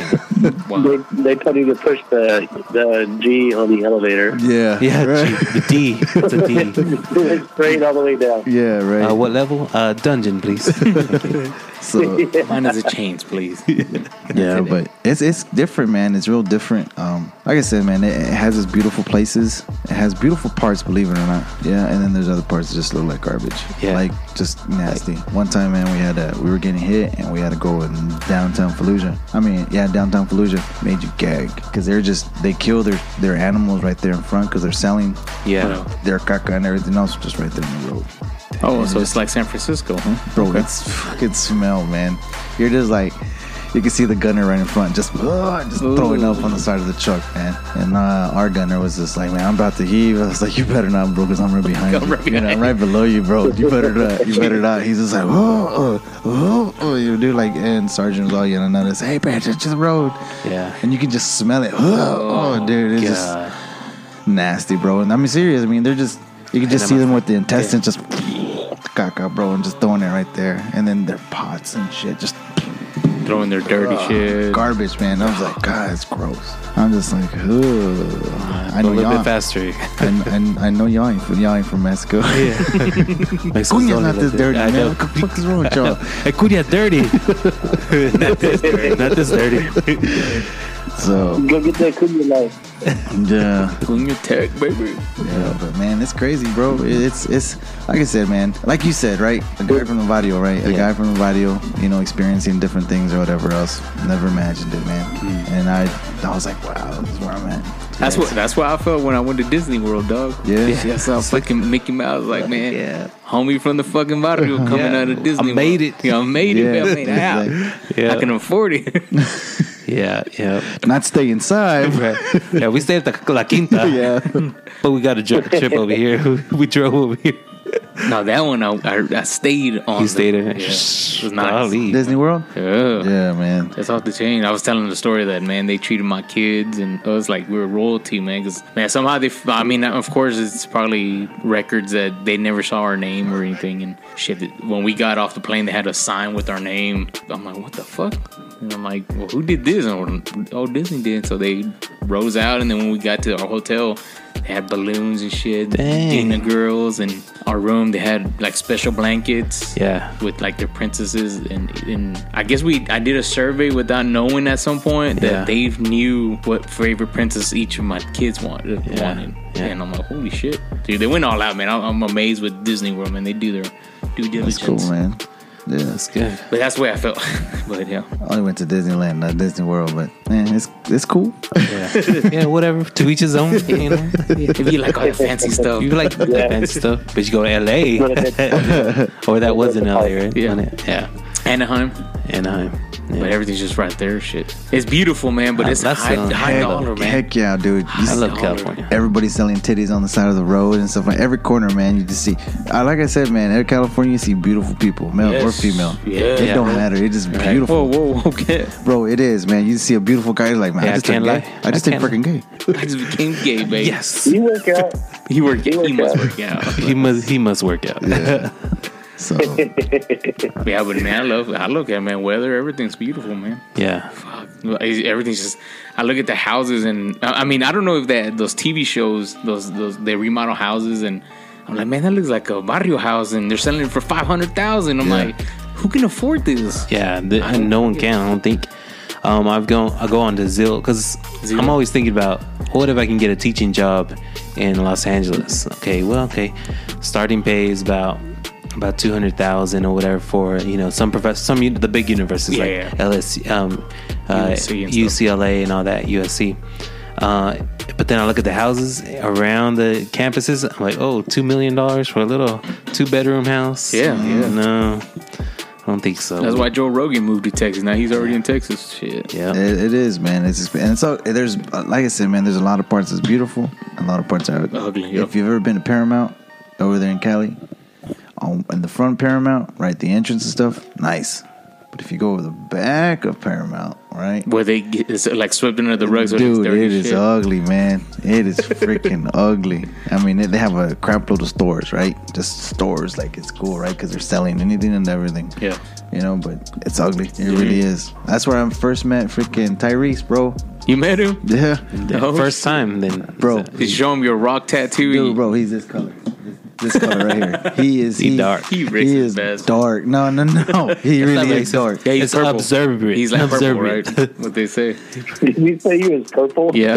Wow.
They, they tell you to push the the G on the elevator.
Yeah.
Yeah,
Right.
gee, the D. It's a D.
it's straight all the way down.
Yeah, right.
Uh, what level? Uh, dungeon, please. Thank you.
so
Mine is a change, please.
yeah, but it's it's different, man. It's real different. Um, like I said, man, it, it has its beautiful places. It has beautiful parts, believe it or not. Yeah, and then there's other parts that just look like garbage.
Yeah.
like just nasty. One time, man, we had a we were getting hit and we had to go in downtown Fallujah. I mean, yeah, downtown Fallujah made you gag because they're just they kill their their animals right there in front because they're selling
Yeah.
their caca and everything else just right there in the road.
Oh, so it's like San Francisco, huh?
Bro, it's fucking smell, man. You're just like, you can see the gunner right in front, just ugh, just throwing up on the side of the truck, man. And uh, our gunner was just like, man, I'm about to heave. I was like, you better not, bro, because I'm right behind
I'm
you.
right
You know,
behind
I'm right below you, bro. You better not. You better not. He's just like, oh, oh, oh, oh. You do like, and sergeant was all yelling at us, hey, man, just the road.
Yeah.
And you can just smell it. Oh, oh dude, it's just
God.
nasty, bro. And I'm serious. I mean, they're just you can just
And
see
I'm
them
a-
with the intestines just caca, bro, and just throwing it right there. And then their pots and shit, just
Throwing their dirty shit.
garbage, man. I was like, God, it's gross. I'm just like, ugh. I
a
know
little
y'all.
bit faster.
And, and I know y'all ain't from y'all ain't from Mexico. Yeah,
Mexico's
Cunha's
only
not this
like
dirty,
I
man.
know.
What the fuck is wrong with y'all?
Hey, Cunha's dirty. not this dirty. Not this dirty.
So
Go get that Kunya life.
yeah.
Clean your tech, baby.
Yeah, but man, it's crazy, bro. It's it's like I said, man. Like you said, right? A guy from the Vadio, right? A
Yeah.
guy from the Vadio, you know, experiencing different things or whatever else. Never imagined it, man. And I, I was like, wow, this is where I'm at.
That's what that's what I felt when I went to Disney World, dog.
Yeah.
I saw fucking Mickey Mouse. Like, man,
Yeah.
homie from the fucking barrio coming
Yeah.
out of Disney.
I made it.
World. Yeah, I made it.
Yeah.
man. I made it out.
Yeah.
I can afford it.
Yeah, yeah.
Not stay inside.
Right. Yeah, we stayed at the La Quinta.
yeah.
But we got a dri- trip over here. we drove over here.
no, that one I, I, I stayed on.
You stayed in
Yeah.
it.
It was nice.
Golly.
Disney World.
Yeah.
Yeah, man.
That's off the chain. I was telling the story that man, they treated my kids and us like we were royalty, man. Because man, somehow they. I mean, of course, it's probably records that they never saw our name or anything and shit. that- When we got off the plane, they had a sign with our name. I'm like, what the fuck? And I'm like, well, who did this? And oh, Disney did. So they rose out, and then when we got to our hotel. They had balloons and shit.
Dang.
Dina girls and our room. They had like special blankets
Yeah.
with like their princesses and, and I guess we I did a survey without knowing at some point
Yeah.
that they knew what favorite princess each of my kids wanted.
Yeah,
wanted.
yeah.
And I'm like, holy shit, dude! They went all out, man. I'm, I'm amazed with Disney World, man. They do their due diligence.
That's cool, man. Yeah, that's good.
Yeah.
But that's the way I felt. but yeah,
I only went to Disneyland, not Disney World, but man, it's it's cool.
Yeah. yeah, whatever. To each his own. You know?
if you like all that fancy stuff,
You like that fancy stuff, but you go to LA, or that was in LA, right?
Yeah.
Wasn't it? yeah,
Anaheim,
Anaheim. Yeah.
but everything's just right there. Shit, it's beautiful, man. But
Ah,
it's
that's
high,
the-
high
heck-
dollar, man.
Heck yeah, dude. You
I
s-
love
dollar.
California.
Everybody's selling titties on the side of the road and stuff like every corner, man. You just see, uh, like I said, man, in California, you see beautiful people, male or
Yes.
female.
Yeah.
It
Yeah.
don't matter. It's just
Right.
beautiful,
Whoa, whoa, okay.
bro. It is, man. You see a beautiful guy, you're like, man,
Yeah,
I
I
just think
can't
gay.
lie.
I just
I
think freaking
can't
gay.
I just became gay, babe.
Yes,
You work out.
you were gay. You
He
must
worked
work out.
he must. He must work out.
Yeah. so
Yeah, but man, I love. I look at man, weather, everything's beautiful, man.
Yeah,
Fuck. Everything's just. I look at the houses, and I I mean, I don't know if that those TV shows, those those they remodel houses, and I'm like, man, that looks like a barrio house, and they're selling it for five hundred thousand. I'm
Yeah.
like, who can afford this?
Yeah, th- and no one can. I don't think. Um, I've gone. I go on to Zill because
Zillow?
I'm always thinking about what if I can get a teaching job in Los Angeles. Okay, well, okay, starting pay is about about two hundred thousand or whatever for you know some professor, some uni- the big universities
Yeah.
like LS, um, uh,
USC and stuff.
UCLA and all that, USC. Uh, but then I look at the houses around the campuses. I'm like, oh, two million dollars for a little two bedroom house.
Yeah, yeah.
No, I don't think so.
That's why Joe Rogan moved to Texas. Now he's already in Texas. Shit.
Yeah.
It, it is, man. It's exp- and so there's like I said, man. There's a lot of parts that's beautiful, a lot of parts are
Ugly,
If
yep.
you've ever been to Paramount over there in Cali, on in the front of Paramount, right, the entrance and stuff, nice. But if you go over the back of Paramount, right,
Where they get it's like swept under the rug. so it's
dude,
dirty
it is
shit.
ugly, man. It is freaking ugly. I mean, they have a crap load of stores, right? Just stores, like it's cool, right? Because they're selling anything and everything.
Yeah.
You know, but it's ugly. It really is. That's where I first met freaking Tyrese, bro.
You met him,
Yeah.
Yeah,
Oh,
First time, then
Bro,
Did you show him your rock tattoo?
dude, bro, he's this color. This color right here. He is
He dark.
He racist
He is
bastard.
dark. No, no, no. He really is dark.
Yeah, he's
It's
purple.
observant.
He's like purple, right?
Observant.
what they say.
Did you say he was purple?
Yeah.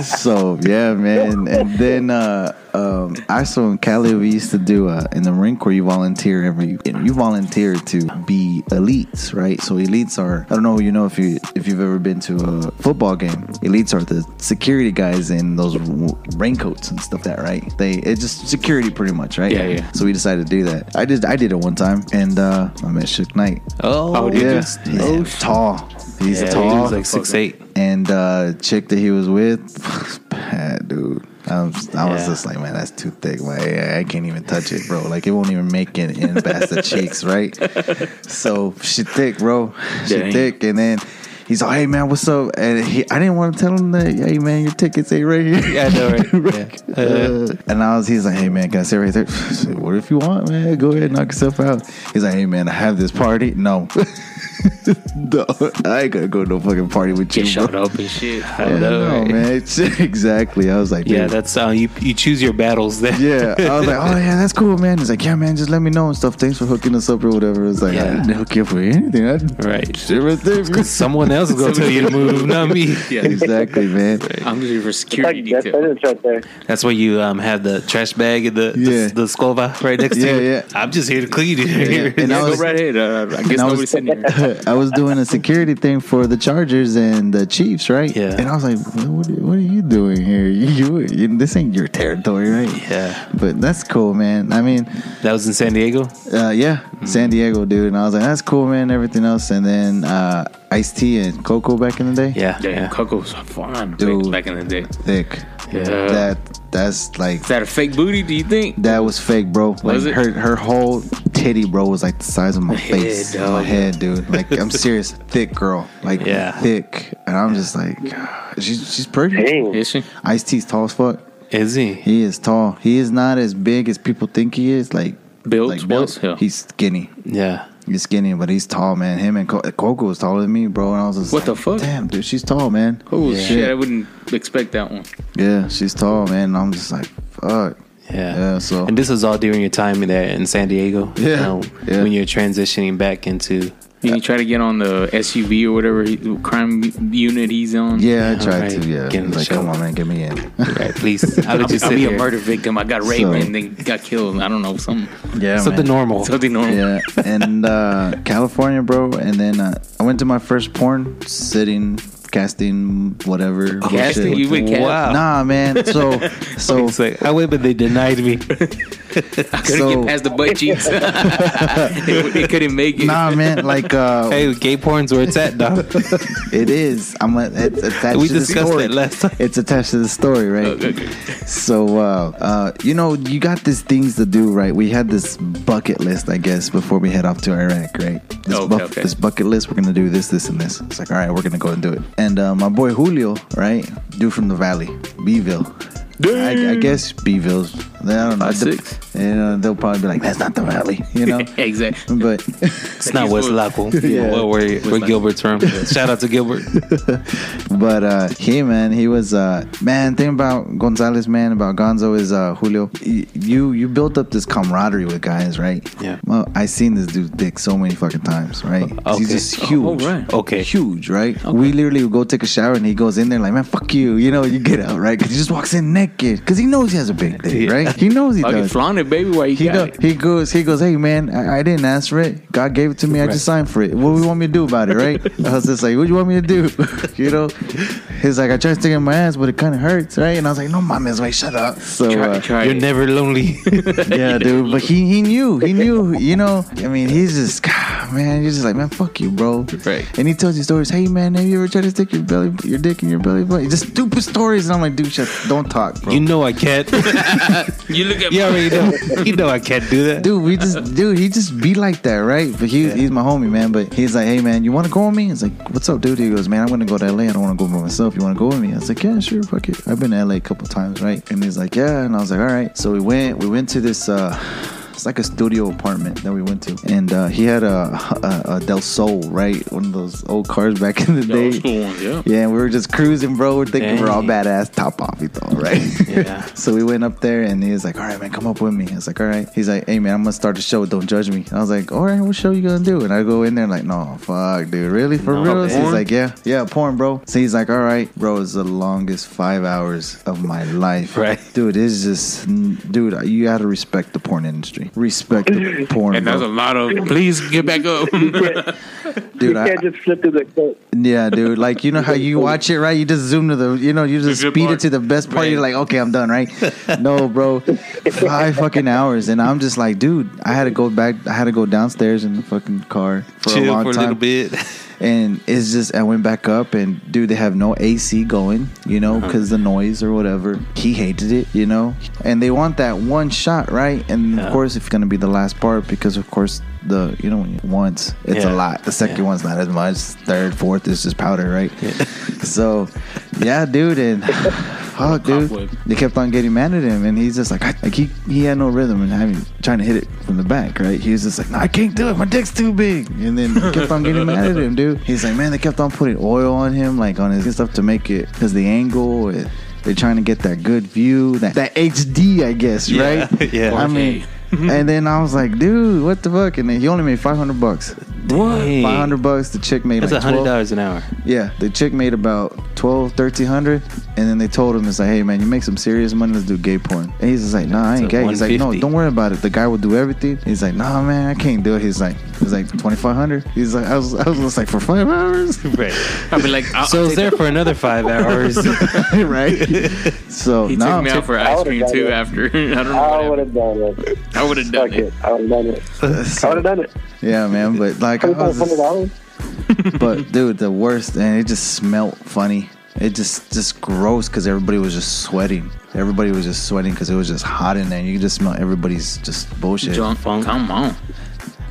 So yeah, man. And then uh, um, I saw in Cali we used to do uh, in the Marine Corps. You volunteer every. You volunteer to be elites, right? So elites are. I don't know. You know if you if you've ever been to a football game. Elites are the security guys in those w- raincoats and stuff. That right? They it's just security pretty much, right?
Yeah, yeah.
So we decided to do that. I did. I did it one time, and uh, I met Shook Knight.
Oh,
Oh,
oh
did
yeah.
you?
Yeah,
Just,
he's
yeah.
tall. He's
yeah,
tall
he was like six eight.
and uh chick that he was with was bad dude I was, I was
Yeah.
just like, man, that's too thick. Like, I I can't even touch it, bro. Like, it won't even make it in past the cheeks, right? So she thick, bro. She
Dang.
thick, and then he's like, hey, man, what's up? And he, I didn't want to tell him that. Hey, man, your tickets ain't right here.
Yeah, I know, right? Yeah.
Uh, and I was, he's like, hey man, can I sit right there? I said, what if you want, man? Go ahead, knock yourself out. He's like, hey man, I have this party. No, no, I ain't gonna go to no fucking party with
Get
you, bro.
shut up and shit.
I
Yeah,
know,
no,
right?
man. It's- exactly. I was like,
Yeah,
yeah,
that's uh, you. You choose your battles there.
yeah. I was like, oh yeah, that's cool, man. He's like, yeah, man, just let me know and stuff. Thanks for hooking us up or whatever. It's like, I
Yeah.
didn't hook you up for anything. I didn't
Right.
shit right there. bro.
Someone else is gonna tell you to move, not me.
Yeah.
exactly, man.
I'm just here for
It's
security
like Jeff
detail.
Bezos right there.
That's why you um have the trash bag and the the,
Yeah.
the Scova right next
Yeah,
to you.
yeah.
I'm just here to clean it.
And I
Yeah,
was-
go right ahead. Uh, I
I
guess
was-
nobody's sitting here.
I was doing a security thing for the Chargers and the Chiefs, right?
Yeah.
And I was like, what, what, are- what are you doing here? You, you this ain't your territory, right?
Yeah,
But that's cool, man. I mean,
that was in San Diego.
uh, yeah,
Hmm.
San Diego, dude. And I was like, that's cool, man. Everything else, and then uh, Ice T and Coco back in the day.
Yeah,
Damn,
yeah.
Coco's fun
Dude.
back in the day. Is
thick.
Yeah.
That that's like
that a fake booty? Do you think?
that was fake, bro. Like
Was it?
her her whole titty, bro, was like the size of my
Head,
face,
dog.
my head, dude. Like I'm serious, thick girl, like
Yeah.
thick, and I'm just like, "Ah, she's she's pretty.
Dang.
Is she?
Ice T's tall as fuck.
Is he?
He is tall. He is not as big as people think he is. Like
Built
like
was, yeah.
He's skinny.
Yeah.
He's skinny, but he's tall, man. Him and Co- Coco was taller than me, bro. And I was just
What the
like,
fuck?
Damn, dude, she's tall, man.
Oh
Yeah.
shit! I wouldn't expect that one.
Yeah, she's tall, man. And I'm just like, fuck.
Yeah.
Yeah, so-
and this was all during your time there in San Diego.
Yeah. Yeah.
When you're transitioning back into
And you try to get on the SUV or whatever he, the crime unit he's on.
Yeah, I tried
right.
to. Yeah,
Get in
He's
the
like,
show.
come on, man, get me in.
right, please. I would
I'll, be-
just
I'll
sit
be a
here.
murder victim. I got raped
So-
and then got killed. I don't know something
yeah,
Something
man.
normal.
something normal.
Yeah, and uh, California, bro. And then uh, I went to my first porn sitting, casting, whatever. bullshit.
Casting? You went cast?
Wow.
Nah, man. So, so,
It's like, I went, but they denied me.
I couldn't
So-
get past the butt cheeks. they, they couldn't make it.
nah, man. Like, uh,
hey, gay porn's where it's at, dog.
it is. I'm. A, it's attached
we
to the
discussed
story.
that last time.
It's attached to the story, right? So, uh, uh, you know, you got these things to do, right? We had this bucket list, I guess, before we head off to Iraq, right? This,
Oh, Okay,
buff-
okay.
this bucket list, we're gonna do this, this, and this. It's like, all right, we're gonna go and do it. And uh, my boy Julio, right, dude from the Valley, Beeville. I, I guess Beeville's They- I don't know.
Five,
Dep-
six?
You know, they'll probably be like, "That's not the valley," you know.
exactly.
but
It's not
he's
West
going-
Lockwell.
Yeah.
Well, where, where
Lockwell.
Gilbert's from. Shout out to Gilbert.
but uh, he man, he was uh, man. Thing about Gonzalez, man, about Gonzo is uh, Julio. y- You you built up this camaraderie with guys, right?
Yeah. Uh,
Well, I seen this dude's dick so many fucking times, right? 'Cause He's
Okay.
just huge.
Oh, right.
Okay.
Huge, right? We literally would go take a shower and he goes in there like, man, fuck you, you know, you get out, right? 'Cause he just walks in naked because he knows he has a big dick,
Yeah.
right? He knows he
Fucking
does.
flaunt it, baby. Why you
He,
got
go,
it?
he goes, he goes, hey man, I, I didn't ask for it. God gave it to me. I just signed for it. What do you want me to do about it, right? I was just like, what do you want me to do? you know, he's like, I tried sticking my ass, but it kind of hurts, right? And I was like, no, mames, wait, shut up. So,
Try,
uh,
try
You're
it.
never lonely.
yeah, dude. But he, he knew, he knew, you know, I mean, he's just, God, man, you're just like, man, fuck you, bro.
Right.
And he tells you stories, hey man, have you ever tried to stick your belly, your dick in your belly button? Just stupid stories. And I'm like, dude, shut, don't talk, bro.
you know I can't.
You look at
you already know. You know I can't do that.
dude, we just, dude, he just be like that, right? But he, he's my homie, man. But he's like, hey, man, you want to go with me? It's like, what's up, dude? He goes, man, I'm gonna go to LA. I don't want to go by myself. You want to go with me? I was like, yeah, sure, fuck it. I've been to LA a couple times, right? And he's like, yeah. And I was like, all right. So we went, we went to this. uh it's like a studio apartment that we went to, and uh, he had a, a, a Del Sol, right? One of those old cars back in the,
The
day.
old school ones, yeah.
Yeah, and we were just cruising, bro. We're thinking we're all
Dang.
badass, top off, you know, right?
Yeah.
so we went up there, and he was like, "All right, man, come up with me." I was like, "All right." He's like, "Hey, man, I'm gonna start the show. Don't judge me." I was like, "All right, what show you gonna do?" And I go in there, like, "No, fuck, dude, really for
No,
real?" So
porn?
he's like, "Yeah, yeah, porn, bro." So he's like, "All right, bro, it's the longest five hours of my life,
Right.
dude? It's just, dude, you gotta respect the porn industry. Respect the porn,
And
bro.
there's a lot of please get back up.
dude.
you
I,
can't just flip through the clip.
Yeah, dude. Like you know how you watch it, right? You just zoom to the, you know, you just
good
speed
part.
it to the best part. You're
Right.
like, okay, I'm done, right? no, bro, five fucking hours, and I'm just like, dude, I had to go back. I had to go downstairs in the fucking car for a
Chill
long
for a
time,
little bit.
and it's just I went back up, and dude, they have no AC going, you know,
Uh-huh.
because the noise or whatever. He hated it, you know, and they want that one shot, right? And
Yeah.
of course, it's gonna be the last part because, of course. The you know when you- once it's
Yeah.
a lot. The second
Yeah.
one's not as much. Third, fourth is just powder, right? So, yeah, dude, and oh, fuck, dude,
Cobweb.
they kept on getting mad at him, and he's just like, I, like he, he had no rhythm and having trying to hit it from the back, right? He was just like, no, I can't do it, my dick's too big, and then they kept on getting mad at him, dude. He's like, man, they kept on putting oil on him, like on his stuff to make it because the angle. And, they're trying to get that good view, that, that HD, I guess,
Yeah,
right?
yeah.
I mean, and then I was like, dude, what the fuck? And then he only made five hundred bucks.
Dang.
Five hundred bucks. The chick made
That's a
like
hundred
12.
dollars an hour.
Yeah, the chick made about 12, 1300 and then they told him it's like, "Hey man, you make some serious money, let's do gay porn." And he's just like, "Nah, I ain't
It's a
gay." He's like, "No,
150.
don't worry about it. The guy will do everything." He's like, "Nah, man, I can't do it." He's like, "He's like 2500." He's like, "I was I was just like for 5 hours."
Right.
I'd be like, I'll,
So I
I'll
was
take
there
that.
for another five hours.
right? So,
He
nah,
took me out for
I
ice
would've
cream
done
too.
it.
After I don't know.
I would
what happened.
have done it.
I would have done
Fuck
it.
it. I would have done it. I would have done it.
yeah, man, but like I
Twenty-five
was
hundred dollars.
just- but dude, the worst, and it just smelled funny. It just just gross because everybody was just sweating. Everybody was just sweating because it was just hot in there. You could just smell everybody's just bullshit.
Junk.
Funk.
Come on.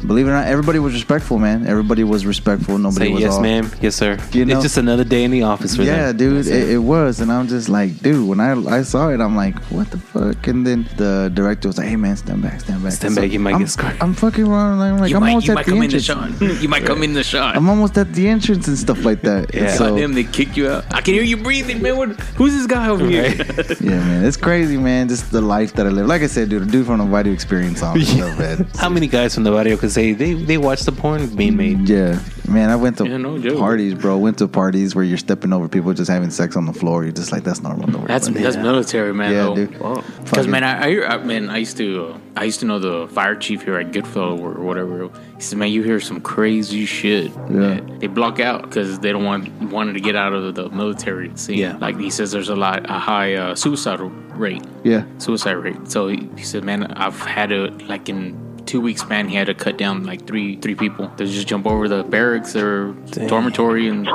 Believe it or not, everybody was respectful, man. Everybody was respectful. Nobody
Say
was
yes,
all,
ma'am. Yes, sir.
You know-
it's just another day in the office for
Yeah,
them.
dude, it, it was, and I'm just like, dude. When I I saw it, I'm like, what the fuck? And then the director was like, hey man, stand back, stand back,
Stand back, you might
I'm,
get scarred.
I'm fucking wrong. I'm like,
You
I'm
might,
almost
you
at
might
the
come in the
entrance.
shot. You might come in the shot.
I'm almost at the entrance and stuff like that.
Yeah.
And
God
so,
damn, they kick you out. I can hear you breathing, man. What, who's this guy over here?
Yeah, man, it's crazy, man. Just the life that I live. Like I said, dude, the dude from the Vadu Experience song is so bad.
How many guys from the barrio could say they they watch the porn
Mm-hmm.
being made?
Yeah, man, I went to
Yeah, no joke.
parties, bro. Went to parties where you're stepping over people just having sex on the floor. You're just like, that's normal. Don't worry
That's
about it.
that's
Yeah.
military, man.
Yeah,
though.
dude.
Because
Fucking-
man, I, I, I man, I used to uh, I used to know the fire chief here at Goodfellow or whatever. He said, "Man, you hear some crazy shit. that they block out because they don't want wanted to get out of the military scene.
Yeah.
Like he says, there's a lot a high uh, suicide rate,
Yeah,
suicide rate. So he, he said, man, I've had a like in two weeks, man, he had to cut down like three three people. They just jump over the barracks or dormitory and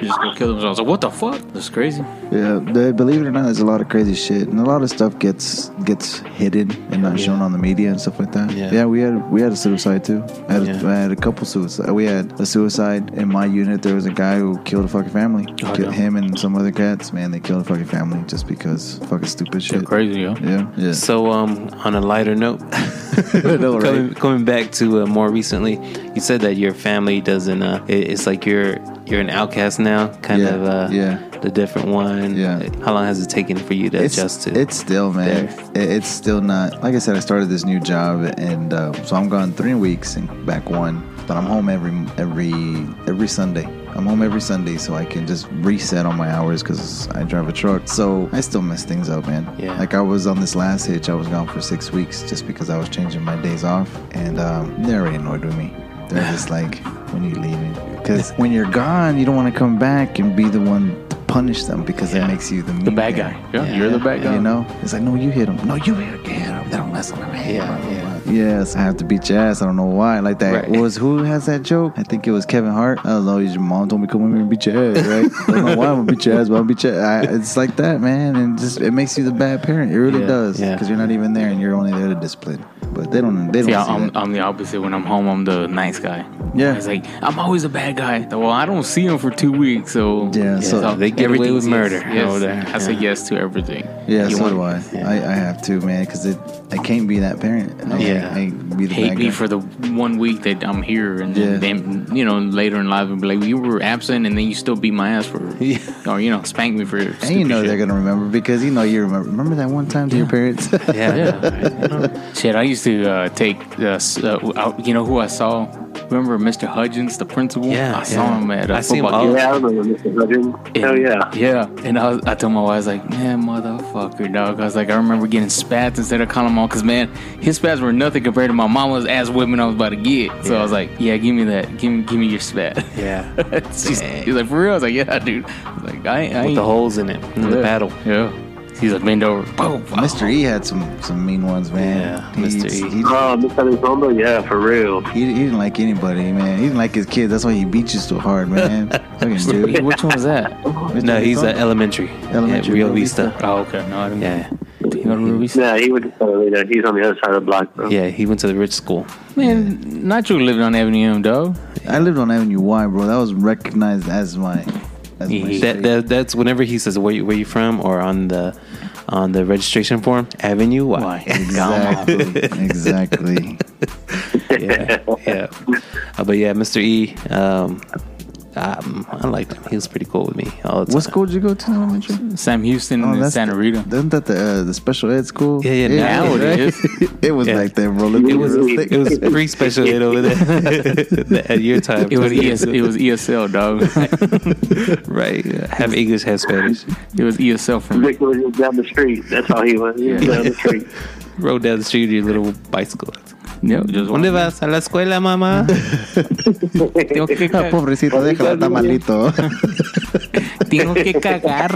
just go kill themselves. I was like, what the fuck? That's crazy.
Yeah, they, believe it or not, there's a lot of crazy shit, and a lot of stuff gets gets hidden and not shown on the media and stuff like that.
Yeah.
we had we had a suicide too. I had,
Yeah.
a, I had a couple suicide. We had a suicide in my unit. There was a guy who killed a fucking family.
Oh,
Killed
damn.
him and some other cats. Man, they killed a fucking family just because fucking stupid shit.
Crazy, yo.
Yeah, yeah.
So, um, on a lighter note,
know, right?
coming, coming back to uh, more recently, you said that your family doesn't. Uh, it, it's like you're you're an outcast now, kind
Yeah,
of. Uh,
yeah.
The different one.
Yeah.
How long has it taken for you to adjust to?
It's still, man. It, it's still not. Like I said, I started this new job, and uh, so I'm gone three weeks and back one. But I'm home every every every Sunday. I'm home every Sunday, so I can just reset on my hours because I drive a truck. So I still mess things up, man.
Yeah.
Like I was on this last hitch, I was gone for six weeks just because I was changing my days off, and um, they're already annoyed with me. They're just like, when are you leaving? Because when you're gone, you don't want to come back and be the one to punish them because
Yeah.
it makes you the
The bad guy. Yeah, you're the bad guy.
you know, it's like, no, you hit him. No, you hit him. They don't mess with him.
Yeah,
Blah, blah,
yeah.
blah. Yes, I have to beat your ass. I don't know why. Like that.
Right.
Was who has that joke? I think it was Kevin Hart. I don't know. Your mom told me come with me and beat your ass, right? I don't know why I'm gonna beat your ass, but I'll beat your. I, it's like that, man, and just it makes you the bad parent. It really
Yeah,
does,
yeah.
because you're not even there, and you're only there to discipline. But they don't. They don't.
Yeah,
see
I'm,
that.
I'm the opposite. When I'm home, I'm the nice guy.
Yeah.
It's like, I'm always a bad guy. Well, I don't see him for two weeks, so.
Yeah, so-
They get away
everything
with
is
murder
yes.
over there.
I say
Yeah.
yes to everything.
yeah,
You
so
want-
do I. I. I have to, man, because it. I can't be that parent. I,
Yeah.
I, can't be the
hate
bad
me
guy.
for the one week that I'm here, and then,
Yeah.
then, you know later in life, and be like, you were absent, and then you still beat my ass for,
Yeah.
or you know, spank me for.
And you know they're gonna remember because you know you remember. Remember that one time to your parents?
yeah.
gonna. Shit, I used to uh, take uh, s- uh, out, you know who I saw. Remember Mr. Hudgens, the principal?
Yeah,
I saw
yeah.
him at a
I see him
football
all-
game.
Yeah, I remember Mr. Hudgens. Hell yeah.
Yeah, and I, was, I told my wife, I was like, man, motherfucker, dog. I was like, I remember getting spats instead of calling him on, because, man, his spats were nothing compared to my mama's ass whipping I was about to get. So I was like, yeah, give me that. Give me, give me your spat.
yeah.
She's, he's like, for real? I was like, yeah, dude. I was like, I, I
With
ain't-
the holes in it, in the
Yeah.
battle.
Yeah. He's like, bend over. Boom.
Mr. E had some some mean ones, man.
Yeah,
He-
Mr. E.
He,
Oh, Mr. Elizondo, yeah, for real.
he, he didn't like anybody, man. He didn't like his kids. That's why he beat you so hard, man. Fucking
Wait,
dude.
E, which one was that?
E.
Mr.
No,
E
he's
told
at
him.
elementary.
Elementary,
Yeah, Rio
Rio
Vista.
Oh, okay. No, I didn't.
Yeah.
You know what Ruby said?
Yeah, he was just kind of later. He's on the other side of the block, bro.
Yeah, he went to the rich school.
Man, Nacho living on Avenue M, dog.
I lived on Avenue Y, bro. That was recognized as my. As my
That,
street.
that that's whenever he says where you, where you from or on the on the registration form Avenue Y.
exactly. exactly.
yeah, yeah. Uh, but yeah, Mr. E, um, um, I liked him. He was pretty cool with me. All the
What
time.
school did you go to in elementary?
Sam Houston
Oh,
and
that's
Santa
the-
Rita.
Isn't that the uh, the special ed school?
Yeah, yeah, now
it is.
it was
Yeah.
back then, bro. Let me
It
be
was
realistic.
it was pre special ed over there at your time.
It was, ES, it was E ESL, dog.
right. Have English, have Spanish.
it was ESL for me.
Vic was just down the street. That's how he was. He was down the street.
Rode down the street with your little bicycle.
Yep, just
¿Dónde vas? A la escuela, mamá.
Tengo que,
Ah,
ca-
Pobrecito, déjala, está malito.
tengo que cagar.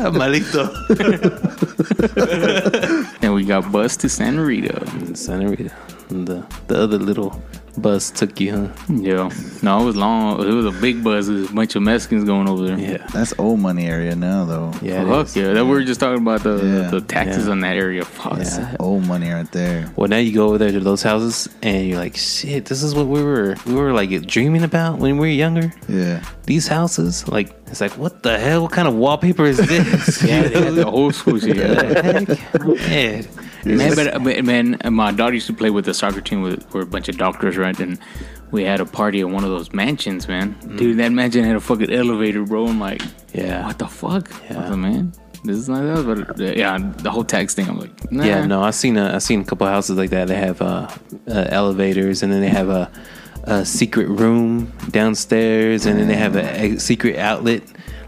Malito.
And we got bused to Santa Rita.
Santa Rita. And the the other little bus took you, huh?
Yeah. No, it was long. It was a big bus. It was a bunch of Mexicans going over there.
Yeah.
That's old money area now, though.
Yeah. it
Fuck
is.
yeah. That we were just talking about the,
Yeah.
the taxes
Yeah.
on that area. Fuck.
Yeah.
Old money right there.
Well, now you go over there to those houses, and you're like, "Shit, this is what we were we were like dreaming about when we were younger.
Yeah.
These houses, like, it's like, what the hell? What kind of wallpaper is this?
Yeah, they had the old school shit.
the heck? Yeah.
Man, but, but man, my daughter used to play with the soccer team with were a bunch of doctors, right? And we had a party at one of those mansions, man. Dude, that mansion had a fucking elevator, bro. I'm like,
Yeah.
what the fuck, I was
Yeah.
like, man? This is not that, but uh, yeah, the whole tax thing. I'm like, nah.
Uh-huh.
Yeah, no, I've seen a, I've seen a couple houses like that. They have uh, uh, elevators, and then they have a, a secret room downstairs, and then they have a, a secret outlet,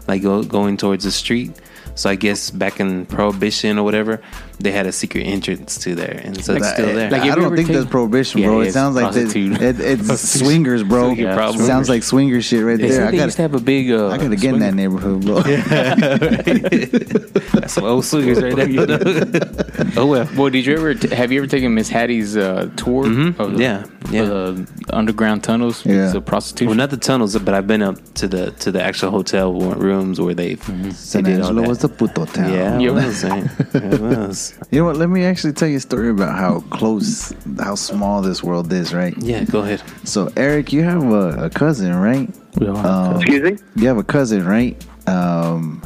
like go, going towards the street. So I guess back in Prohibition or whatever, they had a secret entrance to there, and so it's
That-
still there.
Like,
I
have you
don't
ever
think
take-
that's prohibition,
Yeah,
bro.
it
It
is.
sounds like this,
Prostitute.
it, it's
Prostitution.
swingers, bro.
Swinging Yeah, problem.
sounds like swinger shit right
They said
there. I
they used to
gotta,
have a big. Uh,
I gotta get in that neighborhood, bro.
That's some old swingers right there. oh well.
Well, did you ever t- have you ever taken Miss Hattie's uh, tour? Of the,
Yeah, yeah.
Of the underground tunnels.
Mm-hmm. Yeah.
It's a prostitution.
Well, not the tunnels, but I've been up to the to the actual hotel wa- rooms where they've they
Mm-hmm. San
did all
Angelo
that.
was the puto town.
yeah,
Yeah.
it was, man. It was.
You know what? Let me actually tell you a story about how close, how small this world is, right?
Yeah, go ahead.
So, Eric, you have a, a cousin, right?
We all have
Um,
Excuse me?
You have a cousin, right? Um,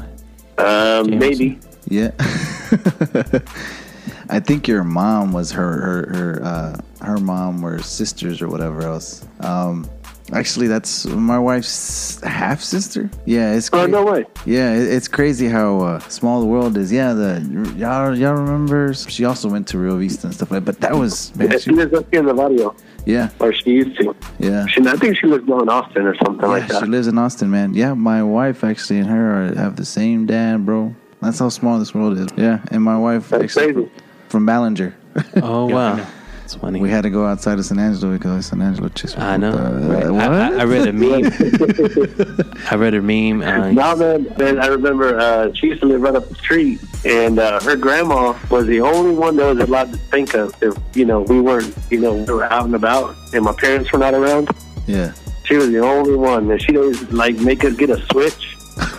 Um, maybe.
yeah. I think your mom was her her her uh, her mom or sisters or whatever else. Um, actually, that's my wife's half sister. Yeah, it's
Oh,
cra-
no way.
Yeah, it, it's crazy how uh, small the world is. Yeah, the y'all y'all remember? She also went to Rio Vista and stuff like. But that was man,
Yeah,
she-
She lives up here in the barrio,
yeah,
or she used to.
yeah.
She, I think she lives down in Austin or something like
yeah,
that.
she lives in Austin, man. Yeah, my wife actually and her are, have the same dad, bro. That's how small this world is. Yeah, and my wife
That's
actually
crazy.
from Ballinger.
Oh wow, it's funny.
we had to go outside of San Angelo because San Angelo chicks. were
I know.
the-
Right.
what?
I, I- I read a meme. I read a meme. Uh,
Now then, then I remember uh, she used to live right up the street, and uh, her grandma was the only one that was allowed to think of if you know we weren't you know we were out and about, and my parents were not around.
yeah.
She was the only one, and she'd always like make us get a switch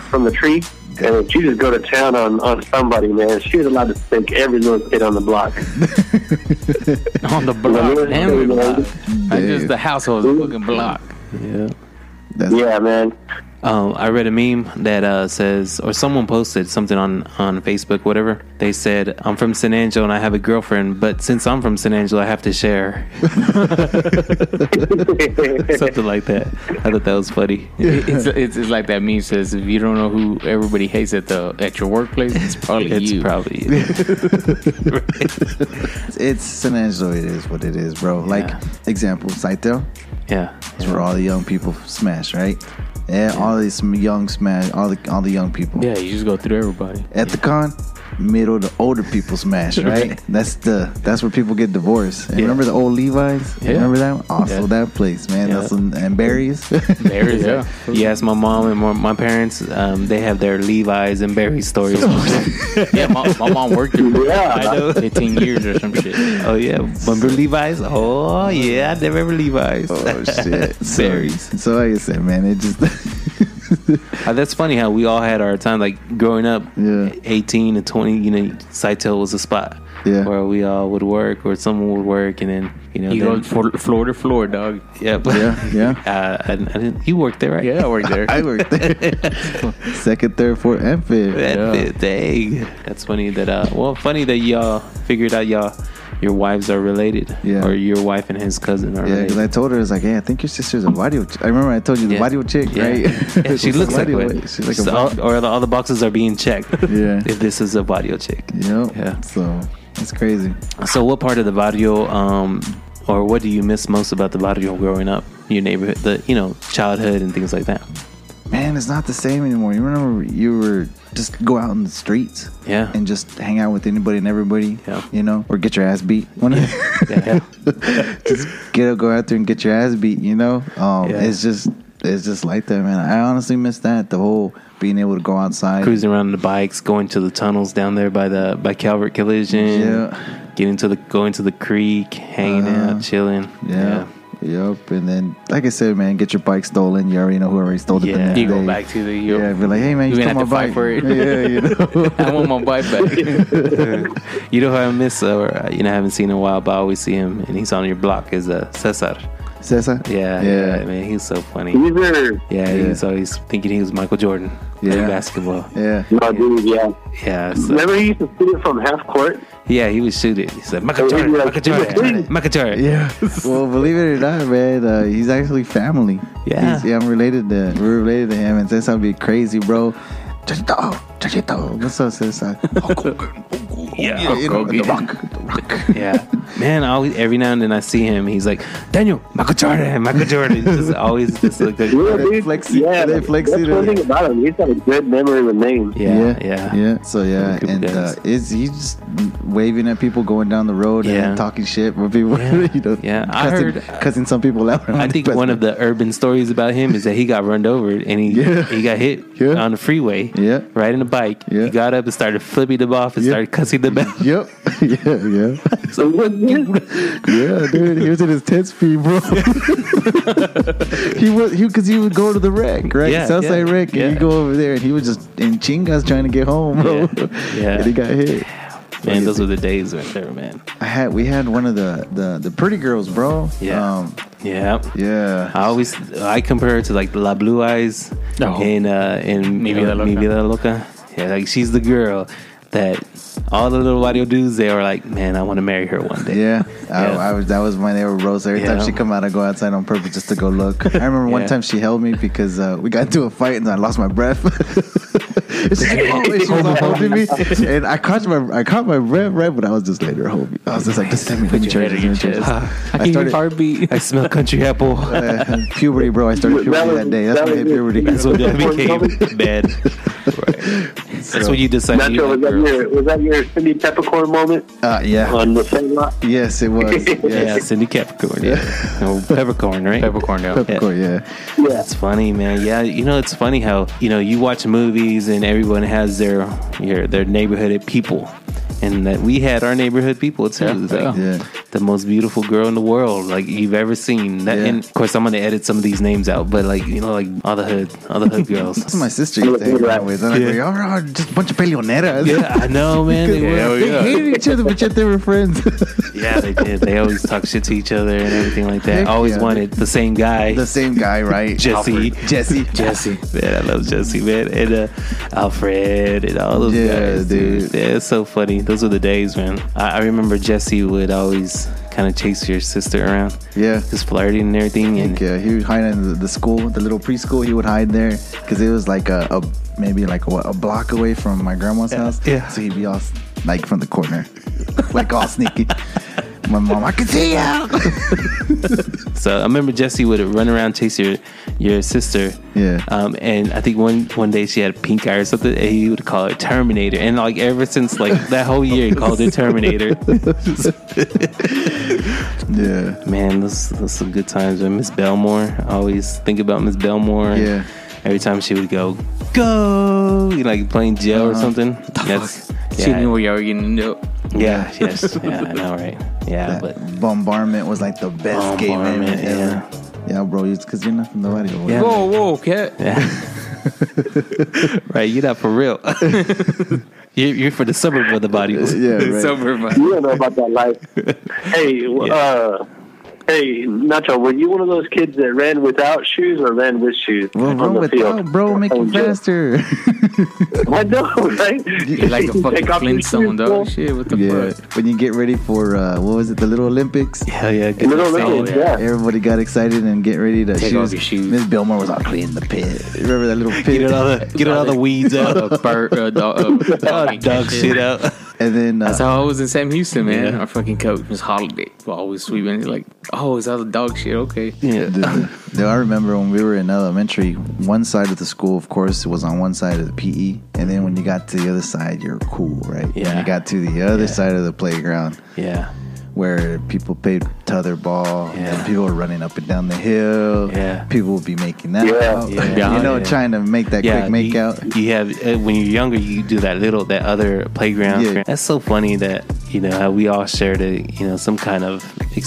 from the tree, and she just go to town on on somebody, man. She was allowed to think every little kid on the block.
on the block. Damn, we block. Not
Dude.
just the household, the fucking block.
yeah.
That's,
Yeah, man.
Um, I read a meme that uh, says, or someone posted something on on Facebook, whatever. They said, "I'm from San Angelo and I have a girlfriend, but since I'm from San Angelo, I have to share." something like that. I thought that was funny.
It's, it's, it's like that meme says: if you don't know who everybody hates at the at your workplace, it's probably
It's
you.
probably
It's San Angelo. It is what it is, bro.
Yeah.
Like example, Saitel.
yeah.
It's where all the young people smash, right? Yeah, all these young smash, all the all the young people.
yeah, you just go through everybody.
at the con middle to older people smash right that's the that's where people get divorced And
Yeah.
remember the old levi's
Yeah.
remember that one? also
Yeah.
that place man
Yeah.
that's an, and barry's
There is yeah.
Yes, my mom and my, my parents, um, they have their Levi's and Barry stories.
yeah, my, my mom worked there for
Yeah.
like 15 years or some shit.
oh yeah, remember Levi's? Oh yeah, I remember Levi's.
oh shit so,
Barry's.
so like i said man it just
Uh, that's funny how we all had our time, like growing up,
Yeah.
18 to 20, you know, Cytel was a spot
Yeah.
where we all would work or someone would work and then, you know,
You
then,
go for floor to floor, dog.
yeah, but,
yeah yeah
Uh, I, I didn't, you worked there, right?
Yeah, I worked there.
i worked there second third fourth and fifth
That,
Yeah.
that- dang. That's funny that, uh, well, funny that y'all figured out y'all, your wives are related
Yeah.
or your wife and his cousin are
yeah, because
related.
I told her, I was like, hey, I think your sister's a video chick. I remember I told you the
Yeah.
video chick,
Yeah.
right?
Yeah, she
She's a
looks like
Vadio-
one.
She's like a
So all, or the, all the boxes are being checked.
Yeah.
If this is a body chick.
Yep.
Yeah.
So it's crazy.
So, what part of the barrio, um, or what do you miss most about the barrio growing up? Your neighborhood, the you know, childhood and things like that.
man, it's not the same anymore. You remember you were just go out in the streets,
Yeah.
and just hang out with anybody and everybody,
Yeah.
you know, or get your ass beat.
Yeah,
just get go out there and get your ass beat, you know. Um,
Yeah.
It's just it's just like that, man. I honestly miss that the whole being able to go outside.
cruising around on the bikes, going to the tunnels down there by the by Calvert Collision.
Yeah.
getting to the going to the creek, hanging
Uh-huh.
out, chilling.
Yeah. Yep, and then like I said, man, get your bike stolen. You already know who already stole it.
Yeah.
The next
You
You
day.
go back to the. You,
Yeah, be like, hey man, you
You're
stole
gonna
my bike.
have to fight for it.
Yeah, you know.
I want my bike back.
Yeah. you know who I miss, or uh, you know, I haven't seen in a while, but I always see him, and he's on your block. Is uh, Cesar?
Cesar?
Yeah,
yeah,
yeah, man, he's so funny.
These are
Yeah,
Yeah.
he's always thinking he was Michael Jordan
Yeah.
playing basketball.
yeah.
no, dude, yeah.
Yeah, so-
Remember he used to shoot it from half court.
Yeah, he would shoot it. He said,
Oh, he'd
Makatar,
be like,
Makatar,
"Shoot it."
Makatar.
Yeah. Well, believe it or not, man, uh, he's actually family.
Yeah.
He's- yeah, I'm related to. We're related to him, and that's would be crazy, bro. Chachito, Chachito. What's up, Cesar?
Yeah.
you know,
Kobe.
the rock, the rock.
Yeah. man, I always, every now and then I see him. He's like, Daniel, Michael Jordan, Michael Jordan. Just always just like, that.
Yeah, dude.
flexi-
yeah,
they
that's
flexi-
one thing about him. He's got a good memory with names.
yeah, yeah,
yeah. So yeah,
Cooper
and uh,
does.
is he just waving at people going down the road
Yeah.
and talking shit with people?
Yeah.
you know,
Yeah,
cussing,
I heard- uh,
cussing some people out.
I think one of the urban stories about him is that he got run over and he
Yeah.
he got hit
Yeah.
on the freeway,
Yeah.
riding a bike.
Yeah.
He got up and started flipping them off and
Yeah.
started cussing them out.
Yep. yeah. Yeah.
So what's this?
Yeah, dude, he was in his tent speed, bro. he was he because he would go to the wreck, right?
Yeah,
Southside
yeah,
wreck,
yeah.
and you go over there, and he was just in chingas trying to get home, bro.
Yeah, yeah.
and he got hit.
Man, those were the days right there, man.
I had we had one of the the, the pretty girls, bro.
Yeah.
um,
Yeah.
yeah.
I always I compare her to like La Blue Eyes
No.
and uh and
Mi Vida
uh,
Loca.
Mi Vida Loca. Yeah, like she's the girl that all the little radio dudes they are like, Man, I want to marry her one day.
Yeah, Oh,
Yeah.
I, I was. That was my neighbor Rose. Every
Yeah.
time she come out, I go outside on purpose just to go look. I remember one
Yeah.
time she held me because uh, we got into a fight and I lost my breath. She's like, "Oh," and she was all holding me, and I caught my I caught my breath right, but I was just later homie. I was just like, "Just let me put
your head on your chest.
I can hear your
started-
heartbeat.
I smell country apple.
Uh, puberty, bro. I started
That
puberty
was-
that day. That's
that
when I hit
was it.
puberty.
That's what that
Porn
became
comic?
bad. Right. That's when you decide you
Nacho, was
like
that
girls.
your was that your Cindy Peppercorn moment
Uh, yeah.
on the same lot?
Yes, it was.
Yeah,
Yes.
Cindy Capricorn. Yeah. No, peppercorn, right?
Peppercorn, yeah.
Peppercorn, yeah.
Yeah.
That's funny, man. Yeah, you know it's funny how you know you watch movies and everyone has their your, their neighborhood people, and that we had our neighborhood people too.
Yeah,
It's like
yeah. Yeah.
the most beautiful girl in the world, like you've ever seen. That,
Yeah.
And of course, I'm gonna edit some of these names out, but like you know, like all the hood, all the hood girls.
That's what my sister used to hang around with. And I go, y'all are just a bunch of peleoneras.
yeah, I know, man. They
Yeah,
were.
They
yeah.
hated each other, but yet they were friends.
Yeah, they did. They always talk shit to each other and everything like that.
Heck
Always
yeah.
wanted the same guy.
the same guy, right?
Jesse.
Alfred. Jesse.
Jesse. Man, I love Jesse, man. And uh, Alfred and all those
Yeah,
guys.
dude.
Yeah, it's so funny. Those were the days, man. I, I remember Jesse would always kind of chase your sister around.
Yeah.
Just flirting and everything. And
Yeah, he would hide in the, the school, the little preschool. He would hide there because it was like a, a maybe like what, a block away from my grandma's house.
yeah.
So he'd be all s- like from the corner, like all sneaky. My mom, I can see you.
so I remember Jesse would run around chase your your sister.
Yeah.
Um, and I think one one day she had pink eye or something, and he would call her Terminator. And like ever since like that whole year, he called her Terminator.
yeah.
Man, those those some good times. And Miss Belmore, I always think about Miss Belmore. and
Yeah.
Every time she would go, go, you know, like playing jail or something. That's
She knew
yeah,
where you were getting no.
yeah, yes, yeah, I know, right? Yeah, but
That bombardment was like the best game
Bombardment,
ever. Yeah, bro, because you're not from the radio.
Yeah.
Whoa, whoa, cat.
right, you're not for real. you're, you're for the suburb of the body.
yeah right.
It's over, but
You don't know about that life. hey, uh, hey, Nacho, were you one of those kids that ran without shoes or ran with shoes?
Well,
on
run
the
with
field?
that, bro. Make
Oh,
it
yeah.
faster.
I know, right?
you like a fucking
Take off your
Flintstone,
shoes,
dog.
bro.
Shit, what the
yeah.
fuck?
When you get ready for uh, what was it, the Little Olympics?
Hell yeah, good
Little
saying.
Olympics,
yeah.
yeah.
Everybody got excited and get ready to
Take
she
off
was-
your shoes.
Miss Billmore was all clean the pit. Remember that little
Get
pit?
it all the get it all the weeds out,
A bird, a dog, a
all the dog shit out.
and then uh,
That's how I was in Sam Houston, man.
Yeah.
Our fucking coach, Miss Holiday, was always sweeping. He's like, oh, is that the dog shit? Okay.
Yeah,
the, the- I remember when we were in elementary, one side of the school, of course, was on one side of the PE, and then when you got to the other side, you're cool, right? When
Yeah.
you got to the other side of the playground.
yeah,
where people played tether ball
Yeah.
and people were running up and down the hill.
Yeah.
People would be making that
Yeah.
out.
Yeah.
You know,
Yeah.
trying to make that
yeah.
quick make
you,
out.
You have uh, when you're younger, you do that little that other playground.
Yeah.
That's so funny that you know how we all shared a you know some kind of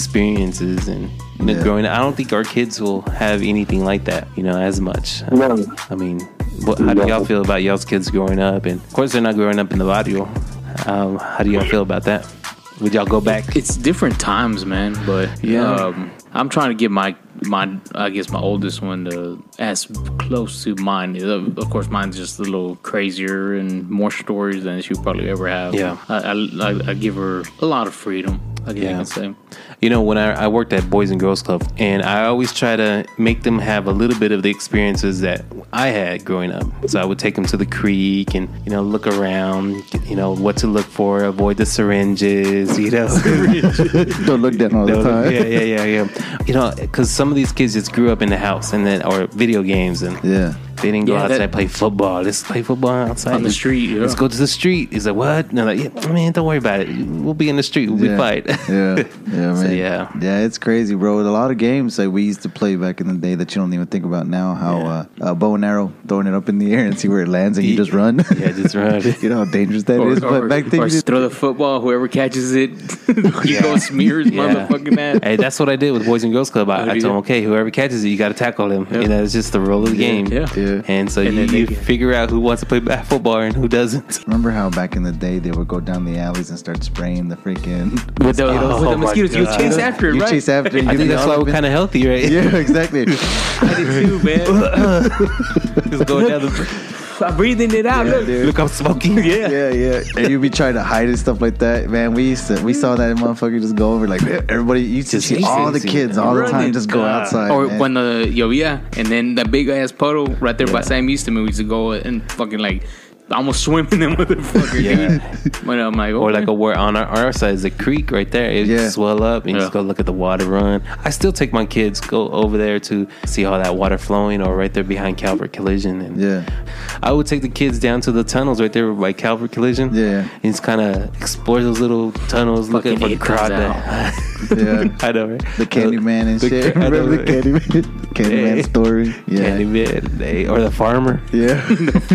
experiences and you know,
Yeah.
growing. up. I don't think our kids will have anything like that. You know, as much.
No.
I mean, what, how do y'all feel about y'all's kids growing up? And of course, they're not growing up in the barrio. Um, how do y'all feel about that? Would y'all go back?
It's different times, man. But
Yeah.
um, I'm trying to get my my I guess my oldest one to as close to mine. Of of course, mine's just a little crazier and more stories than she'll probably ever have.
Yeah.
I, I, I, I give her a lot of freedom. I guess
Yeah.
you can say.
You know, when I, I worked at Boys and Girls Club, and I always try to make them have a little bit of the experiences that I had growing up. So I would take them to the creek and, you know, look around, you know, what to look for, avoid the syringes, you know.
Don't look down all the
No,
time.
Yeah, yeah, yeah, yeah. You know, because some of these kids just grew up in the house and then, or video games, and
Yeah.
they didn't go
Yeah, that-
outside play football. Let's play football outside
On the street, yeah.
Let's go to the street. He's like, what? No, like, yeah, I mean, don't worry about it. We'll be in the street. We'll
yeah.
be fine.
yeah, yeah, man.
So, yeah.
yeah, it's crazy, bro. A lot of games that we used to play back in the day that you don't even think about now. How uh, uh, bow and arrow, throwing it up in the air and see where it lands, and you just run.
yeah, just run.
you know how dangerous that is.
Oh,
But back then,
or
you just
throw the football. Whoever catches it, you go smear his
Yeah.
motherfucking ass.
Hey, that's what I did with Boys and Girls Club. I, I
you
told them,
did.
okay, whoever catches it, you got to tackle them. You know, it's just the rule of the game.
Yeah.
Yeah.
And so
And
you,
then they
you
can-
figure out who wants to play ba- football and who doesn't.
remember how back in the day they would go down the alleys and start spraying the freaking.
With the, with
Oh
the
my
mosquitoes, you
God.
chase after it,
you
right?
chase after. it,
I
you
think
get
that's
all
why
up
we're
in-
kind of healthy, right?
Yeah, exactly.
I did too, man.
Just going down the,
I'm breathing it out. look.
look, I'm smoking. Yeah.
yeah, yeah. And you'd be trying to hide and stuff like that, man. We used to, we saw that motherfucker just go over like e-, everybody. You used to
Just
see all the
chasing,
kids all the time just go outside.
Or
man.
when the llovía, and then that big ass puddle right there by Sam Houston, we used to go and fucking like almost swim in that motherfucker, dude. But I'm like,
Or
okay.
like a word on our, our side is a creek right there. It
Yeah.
swell up and you just go
Yeah.
look at the water run. I still take my kids go over there to see all that water flowing or right there behind Calvert Collision. And
yeah,
I would take the kids down to the tunnels right there by Calvert Collision.
Yeah.
And just kind of explore those little tunnels, looking for
Fucking
the
hate those
crowd.
out.
That,
yeah.
I know, right?
The Candyman and
The-
shit.
I know,
Remember the
right?
Candyman, Candyman
Yeah.
story? Yeah,
Candyman, they, or the farmer.
yeah,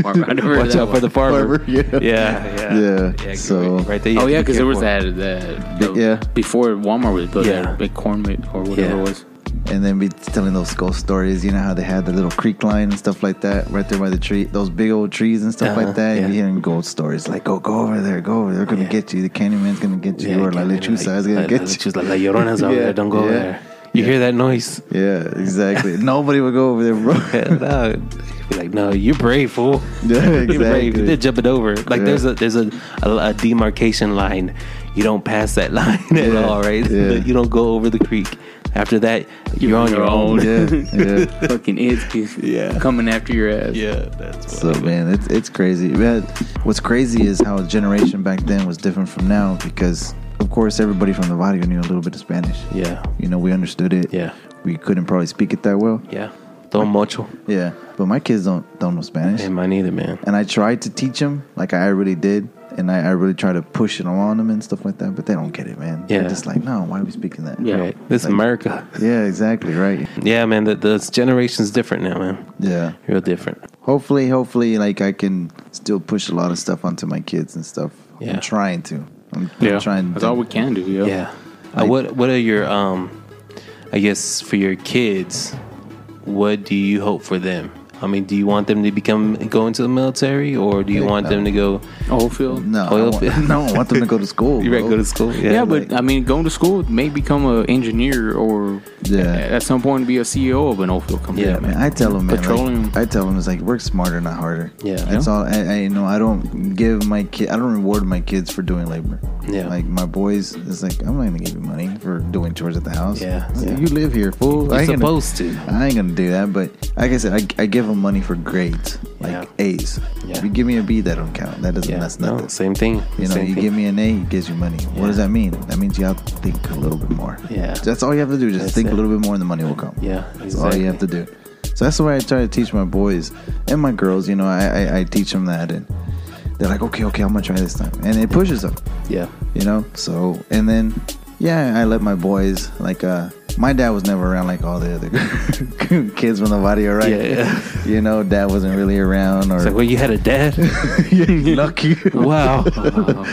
Farmer, I never heard
Watch
that
out for the
one.
farmer.
Farmer, yeah.
yeah, yeah,
Yeah, so-
right there. you have
Oh
to
yeah,
be
because there was
careful.
that that the,
Yeah.
before Walmart was built,
Yeah.
yeah. big corn ma- or whatever
Yeah.
it was.
and then be telling those ghost stories. You know how they had the little creek line and stuff like that, right there by the tree, those big old trees and stuff
Uh-huh,
like that. And
yeah.
you're hearing ghost stories like, "Oh, go over there, go over there. They're gonna
Yeah.
get you. The Candyman's gonna get you,
Yeah,
or La
Candyman,
Lechuza
like-
is gonna
like,
get
La
you."
Lechuza, La Llorona's over
Yeah,
there. Don't go over
yeah.
there. You hear that noise?
Yeah, exactly. Nobody would go over there, bro.
Hell no. Be like, no, you're brave, fool.
Yeah,
You're brave.
exactly.
They're jumping over. Like
Yeah.
there's a there's a, a, a demarcation line. You don't pass that line at
Yeah,
all, right?
yeah.
You don't go over the creek. After that, you're, on your own.
yeah, yeah.
Fucking it is
Yeah.
coming after your ass.
Yeah, that's
So man, it's it's crazy. Man, what's crazy is how generation back then was different from now because of course everybody from the barrio knew a little bit of Spanish.
yeah,
You know, we understood it.
Yeah.
We couldn't probably speak it that well.
yeah. Don't mocho.
Yeah. But my kids don't don't know Spanish.
Hey, mine either, man.
And I tried to teach them, like I really did, and I, I really tried to push it on them and stuff like that, but they don't get it, man.
Yeah.
They're just like, no, why are we speaking that?
Yeah.
Right. This is
Like-
America.
Yeah, exactly, right.
Yeah, man. The, the generation's different now, man.
Yeah.
Real different.
Hopefully, hopefully, like I can still push a lot of stuff onto my kids and stuff.
Yeah.
I'm trying to. I'm, I'm
Yeah,
trying.
that's
to-
all we can do. Yeah,
Yeah. Uh, what What are your um? I guess for your kids, what do you hope for them? I mean, do you want them to become go into the military, or do you
Heck
want
no.
them to go?
Oldfield.
No, I
Oil
want,
field.
no, I want them to go to school.
You better
bro.
go to school. Yeah,
Yeah,
like-
but I mean, going to school may become an engineer or
Yeah.
at some point be a CEO of an oilfield company.
Yeah,
Man, I tell them, man, like,
Petroleum.
I tell them it's like work smarter, not harder.
Yeah.
that's all. I, I you know I don't give my kid. I don't reward my kids for doing labor.
Yeah.
like my boys, it's like I'm not gonna give you money for doing chores at the house.
Yeah.
It's like,
Yeah.
you live here, fool.
You're
I ain't gonna-
supposed to.
I ain't gonna do that, but like I said, I, I give them money for grades, like
Yeah.
A's.
Yeah.
If you give me a B, that don't count. That doesn't.
Yeah,
That's
no,
nothing.
same thing.
You know,
same
you
thing.
give me an A, it gives you money.
Yeah.
What does that mean? That means you have to think a little bit more.
Yeah.
That's all you have to do. Just
That's
think
it.
a little bit more and the money will come.
Yeah,
That's all you have to
exactly.
do. So that's the way I try to teach my boys and my girls. You know, I, I, I teach them that. And they're like, okay, okay, I'm going to try this time. And it pushes them,
yeah,
you know? So, and then, yeah, I let my boys, like, uh, my dad was never around like all the other kids from the barrio, right?
Yeah, yeah.
You know, dad wasn't really around or
It's like, well, you had a dad.
lucky.
wow,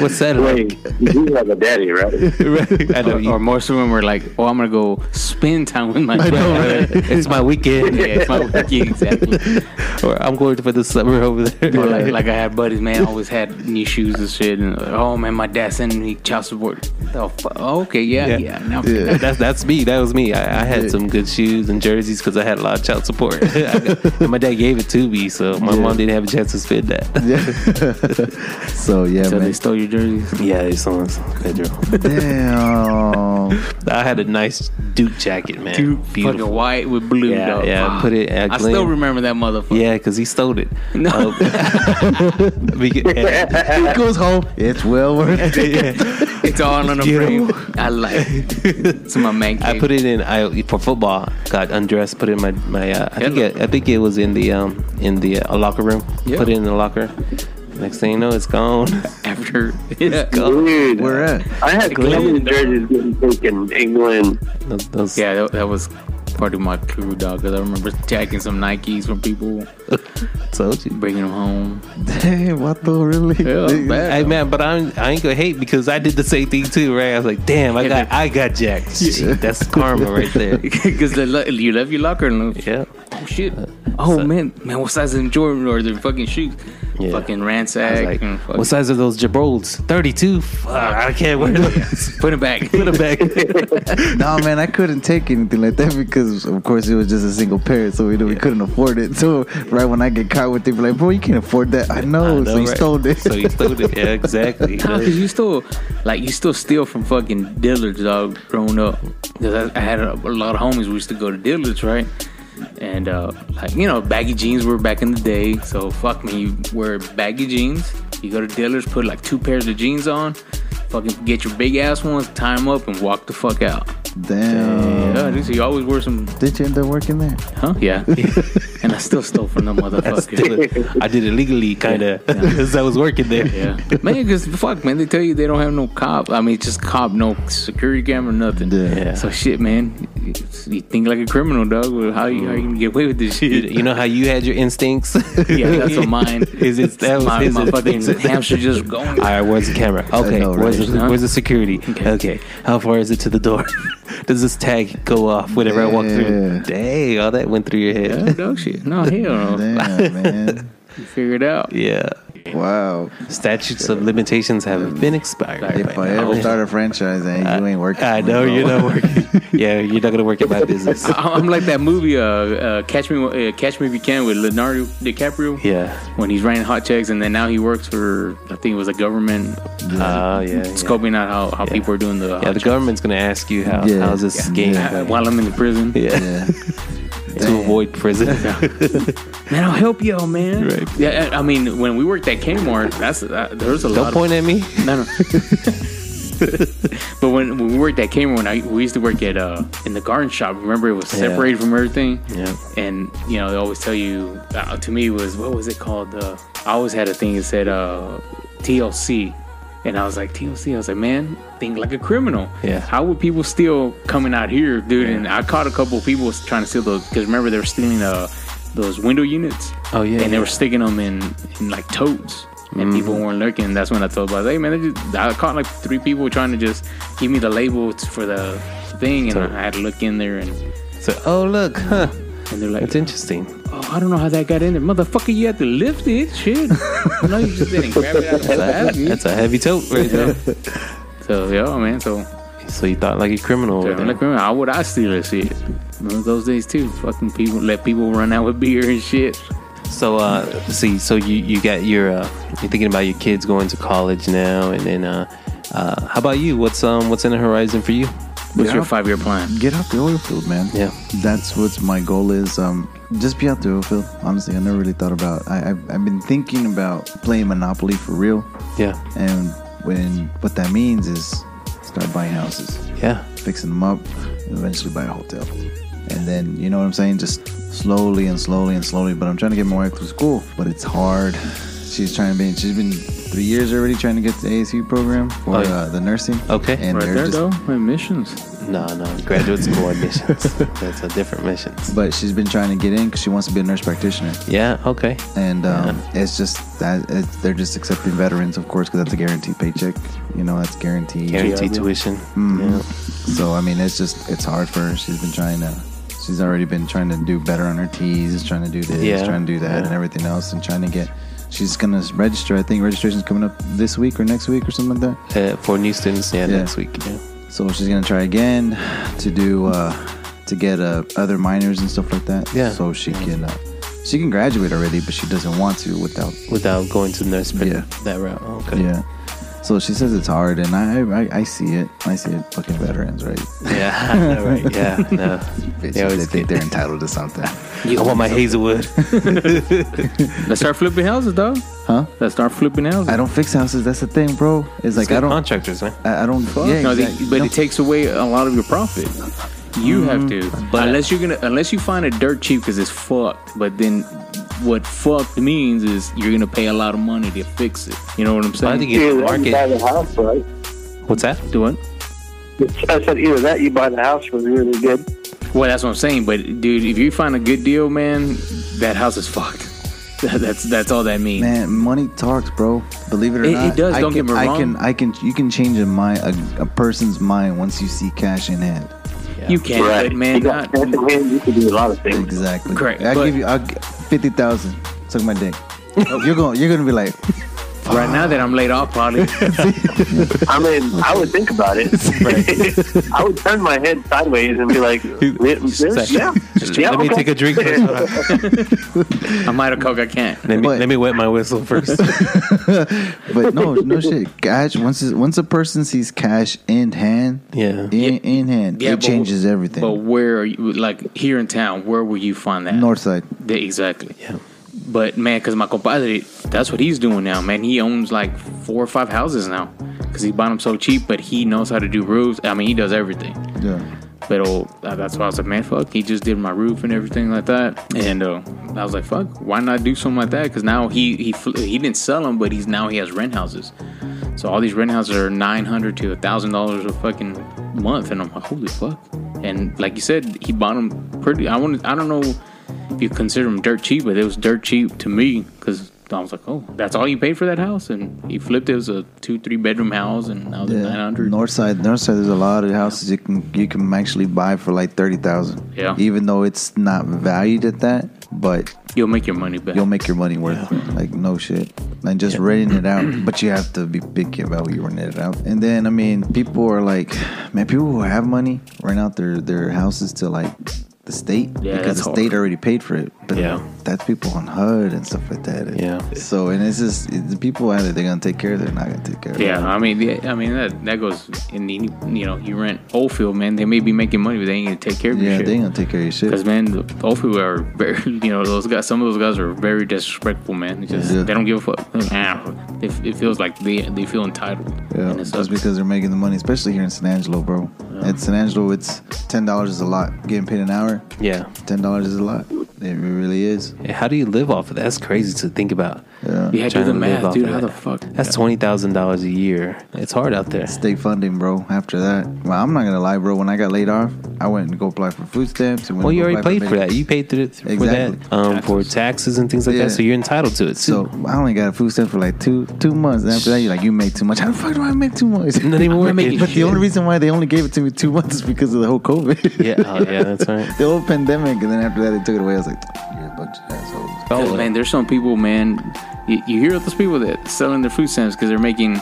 what's that like?
Wait, you do have a daddy, right?
Right. I know.
Or,
you-
or most of them were like, "Oh, I'm gonna go spend time with my."
Right. it's my weekend,
yeah, it's my yeah, exactly.
or I'm going for the summer over there.
Or like, like I had buddies, man, always had new shoes and shit. And oh man, my dad sending me child support. Oh, fu- okay, yeah,
Yeah.
yeah. now,
Yeah.
that's that's me. That was was me. I, I had some good shoes and jerseys because I had a lot of child support. I got- and my dad gave it to me, so my
Yeah.
mom didn't have a chance to spend that.
Yeah. so yeah,
So they
man.
stole your jerseys.
yeah, it's someone's bedroom.
Damn.
I had a nice Duke jacket, man.
Fucking white with blue.
Yeah,
dog.
yeah,
Ah,
put it at
I
Glen.
still remember that motherfucker.
Yeah, because he stole it.
No.
Uh, we get- yeah.
he goes home. It's well worth it.
It's all on a
Beautiful.
frame. I like it. It's my man
I
cave.
put it in I for football. Got undressed, put it in my my. Uh, I think it, I think it was in the um in the uh, locker room.
Yeah.
Put it in the locker. Next thing you know, it's gone.
after it's gone.
Dude,
We're at.
I had
Glenn.
Glenn jerseys getting taken. England.
Those- those-
Yeah, that, that was part of my crew, dog. Because I remember tagging some Nikes from people,
told you.
bringing them home.
Damn, what the really?
Yeah, it was bad.
Hey man, but I'm, I ain't gonna hate because I did the same thing too, right? I was like, damn, I got I got jacked. Shit, that's karma right there.
Because you left your locker room.
Yeah, Uh,
Oh shit! Oh
so-
man, man, what size is them Jordan or their fucking shoes?
Yeah.
Fucking
I was
ransack.
like,
and fuck-
what size are those Jabrolds? Thirty-two. Fuck, I can't wear those.
Put it back.
Put them back.
no, man, I couldn't take anything like that because, of course, it was just a single pair, so we, we couldn't afford it. So, right when I get caught with it, be like, bro, you can't afford that. I know,
Oh,
I know,
so you
right?
stole it.
So you stole it. Yeah, exactly.
Nah, 'cause you still, like, you still steal from fucking Dillard's, dog, growing up. Because I, I had a, a lot of homies we used to go to Dillard's, right? And, uh, like, you know, baggy jeans were back in the day. So, fuck me, you wear baggy jeans. You go to Dillard's, put like two pairs of jeans on, fucking get your big ass ones, tie them up, and walk the fuck out.
Damn.
Yeah, dude, so you always wear some,
Did you end up working there?
huh? Yeah. and I still stole from them motherfuckers.
I did it legally, kind of, because I was working there.
Yeah, man, because fuck, man, they tell you they don't have no cop. I mean, just cop, no security camera, nothing.
Yeah.
Yeah.
So shit, man, you think like a criminal, dog. Well, How you, how you gonna get away with this
You,
shit?
you know how you had your instincts?
yeah, that's what mine.
Is it that was
my,
his
my fucking
instincts.
hamster just going?
All right, where's the camera? Okay,
know,
where's,
right?
the,
Huh?
where's the security? Okay. how far is it to the door? Does this tag go off whenever I walk
Yeah.
through? Dang, all that went through your
Yeah,
head.
dog shit. No,
Oh.
hell no.
Damn, man.
You figure it out.
Yeah.
Wow.
Statutes of limitations have been expired.
If I ever start a franchise and you ain't working,
I
for me,
know
bro.
you're not working. yeah, you're not gonna work in my business.
I- I'm like that movie, uh, uh, Catch Me, uh, Catch Me If You Can, with Leonardo DiCaprio.
Yeah.
When he's writing hot checks, and then now he works for, I think it was a government,
Oh yeah. yeah.
scoping out how, how people are doing the.
Yeah, the government's gonna ask you how
Yeah.
how's this
Yeah.
game
Uh,
going?
while I'm in the prison.
Yeah,
Yeah.
to avoid prison.
Man, I'll help you, all man.
Right.
Yeah, I I mean, when we worked at Kmart, that's uh, there's a lot.
Don't point at me.
Of, no, no. but when, when we worked at Kmart, I, we used to work at uh, in the garden shop. Remember, it was separated from everything.
Yeah.
And you know, they always tell you. Uh, to me, was what was it called? Uh, I always had a thing that said uh, TLC. And I was like, TLC, I was like, man, think like a criminal.
Yeah.
How would people steal coming out here, dude? And I caught a couple of people trying to steal those, because remember, they were stealing uh, those window units.
Oh, yeah,
And they
yeah. Mm.
were sticking them in, in like totes. And people weren't looking. That's when I told about, hey, man, they just, I caught like three people trying to just give me the labels for the thing. And
Tote.
I had to look in there and,
So, oh look, huh?
and they're like,
That's interesting.
oh, I don't know how that got in there. Motherfucker, you had to lift it. Shit. no, you just didn't grab it out of the basket.
That's a heavy tote right there.
So, yeah, man. So,
Oh,
So you thought like a criminal over
Yeah,
there.
like, remember, how would I steal that shit? Remember those days too. Fucking people let people run out with beer and shit.
So uh, see, so you you got your uh, you're thinking about your kids going to college now, and then uh, uh, how about you? What's um what's in the horizon for you?
What's your five year plan?
Get off the oil field, man.
Yeah.
That's what's my goal is. Um, just be out the oil field. Honestly, I never really thought about. I, I've, I've been thinking about playing Monopoly for real,
Yeah,
and when what that means is start buying houses,
yeah,
fixing them up, and eventually buy a hotel, and then you know what I'm saying. Just slowly and slowly and slowly. But I'm trying to get my wife through school, but it's hard. She's trying to be. She's been three years already trying to get the ASU program for
Oh, yeah.
uh, the nursing.
Okay.
and
Right
they're
there,
just
though. My missions.
no, no, graduate school admissions. That's a different missions.
but she's been trying to get in because she wants to be a nurse practitioner
Yeah, okay,
and um, it's just that it's, they're just accepting veterans of course because that's a guaranteed paycheck you know that's guaranteed
guaranteed
yeah.
tuition.
Mm-hmm.
Yeah.
so i mean it's just it's hard for her she's been trying to she's already been trying to do better on her t's trying to do this
Yeah.
trying to do that
Yeah.
and everything else and trying to get she's gonna register i think registration's coming up this week or next week or something like that
uh, for new students. Yeah,
Yeah.
next week. Yeah.
So she's gonna try again to do uh, to get uh, other minors and stuff like that.
Yeah.
So she can uh, she can graduate already, but she doesn't want to without.
without going to nurse pra-
Yeah.
that route.
oh,
Okay.
Yeah. So she says it's hard, and I I, I see it. I see it. Fucking veterans, right?
Yeah, I know, right. Yeah, no.
Bitches,
They always
think
get
they're entitled to something.
I want my Hazelwood.
Let's start flipping houses, dog.
Huh?
Let's start flipping houses.
I don't fix houses. That's the thing, bro. It's like I don't.
contractors, man.
I I don't. Yeah,
no, they-
exactly.
but
No. Mm-hmm.
it takes away a lot of your profit. You have to, but unless you're gonna, unless you find it dirt cheap because it's fucked. But then, what fucked means is you're gonna pay a lot of money to fix it. You know what I'm saying?
I think you
Either that, you buy
market.
the house, right?
What's that?
Do what?
I said either that you buy the house was really good.
Well, that's what I'm saying. But dude, if you find a good deal, man, that house is fucked. That- that's that's all that means.
Man, money talks, bro. Believe it or
It- it
not,
does,
I
don't
can,
get me
I
wrong.
can, I can, you can change a mind, a, a person's mind once you see cash in hand.
You can't,
right.
but man,
you got
not-
cash in hand, you can do a lot of things.
Exactly.
Correct,
I
but-
give you, I fifty thousand. Suck my dick. you're going, to you're gonna be like,
right now that I'm laid off, probably.
I mean, I would think about it. I would turn my head sideways and be like, "This?
like,
yeah, yeah,
Let me
okay."
take a drink first. Hold on.
I'm out of coke. I can't.
Let me,
But-
let me wet my whistle first.
but no, no shit. Cash. Once, it's- once a person sees cash in hand,
Yeah.
in, in hand,
Yeah,
it
but-
changes everything.
But where are you? Like here in town, where will you find that?
North side.
The- exactly.
Yeah.
But man, because my compadre, that's what he's doing now. Man, he owns like four or five houses now because he bought them so cheap. But he knows how to do roofs. I mean, he does everything.
Yeah.
But oh, uh, that's why I was like, man, fuck. He just did my roof and everything like that. And uh, I was like, fuck, why not do something like that? Because now he he fl- he didn't sell them, but he's now he has rent houses. So all these rent houses are nine hundred to thousand dollars a fucking month, and I'm like, holy fuck. And like you said, he bought them pretty. I want. I don't know if you consider them dirt cheap, but it was dirt cheap to me because. I was like, "Oh, that's all you paid for that house?" And he flipped. It was a two, three bedroom house, and now the nine
Yeah.
hundred.
North side, north side. There's a lot of houses you can you can actually buy for like thirty thousand.
Yeah.
Even though it's not valued at that, but
You'll make your money back.
you'll make your money worth it. Like no shit. And just renting it out, but you have to be picky about what you rent it out. And then I mean, people are like, man, people who have money rent out their their houses to like the state
Yeah,
because
that's
the state
hard.
already paid for it. But
Yeah.
that's people on HUD and stuff like that.
Yeah.
So and it's just it, the people either they're gonna take care of it, they're not gonna take care of it.
Yeah, I mean, yeah, I mean that that goes in the you know you rent Oldfield, man. They may be making money, but they ain't gonna take care of
Yeah,
your
they ain't gonna
shit.
take care of your shit.
Because man, the Oldfield are very you know those guys. Some of those guys are very disrespectful, man. They just
Yeah.
they don't give a fuck. Nah, They, it feels like they they feel entitled.
Yeah,
and it
just
sucks.
because they're making the money, especially here in San Angelo, bro. At San Angelo, it's ten dollars is a lot. Getting paid an hour,
Yeah.
ten dollars is a lot. It really is.
Hey, How do you live off of that? That's crazy to think about.
Yeah.
yeah, do
Trying
the
to live
math,
off
dude.
of
How
that.
the fuck?
That's twenty thousand dollars a year. It's hard out there.
State funding, bro. After that, well, I'm not gonna lie, bro. When I got laid off, I went and go apply for food stamps. And went
Well,
to
you
go
already
apply
paid for that. You paid through, through for
Exactly.
that um, for taxes and things like
Yeah.
that. So you're entitled to it. Too.
So I only got a food stamp for like two two months. And after that, you're like, you make too much. How the fuck do I make too much?
not even
I'm not
working.
making
but the
shit.
only reason why they only gave it to me two months is because of the whole COVID.
yeah, oh, yeah, that's right.
the whole pandemic, and then after that, they took it away. I was like, you're a bunch of assholes.
Because, man, there's some people, man. You, you hear of those people that selling their food stamps because they're making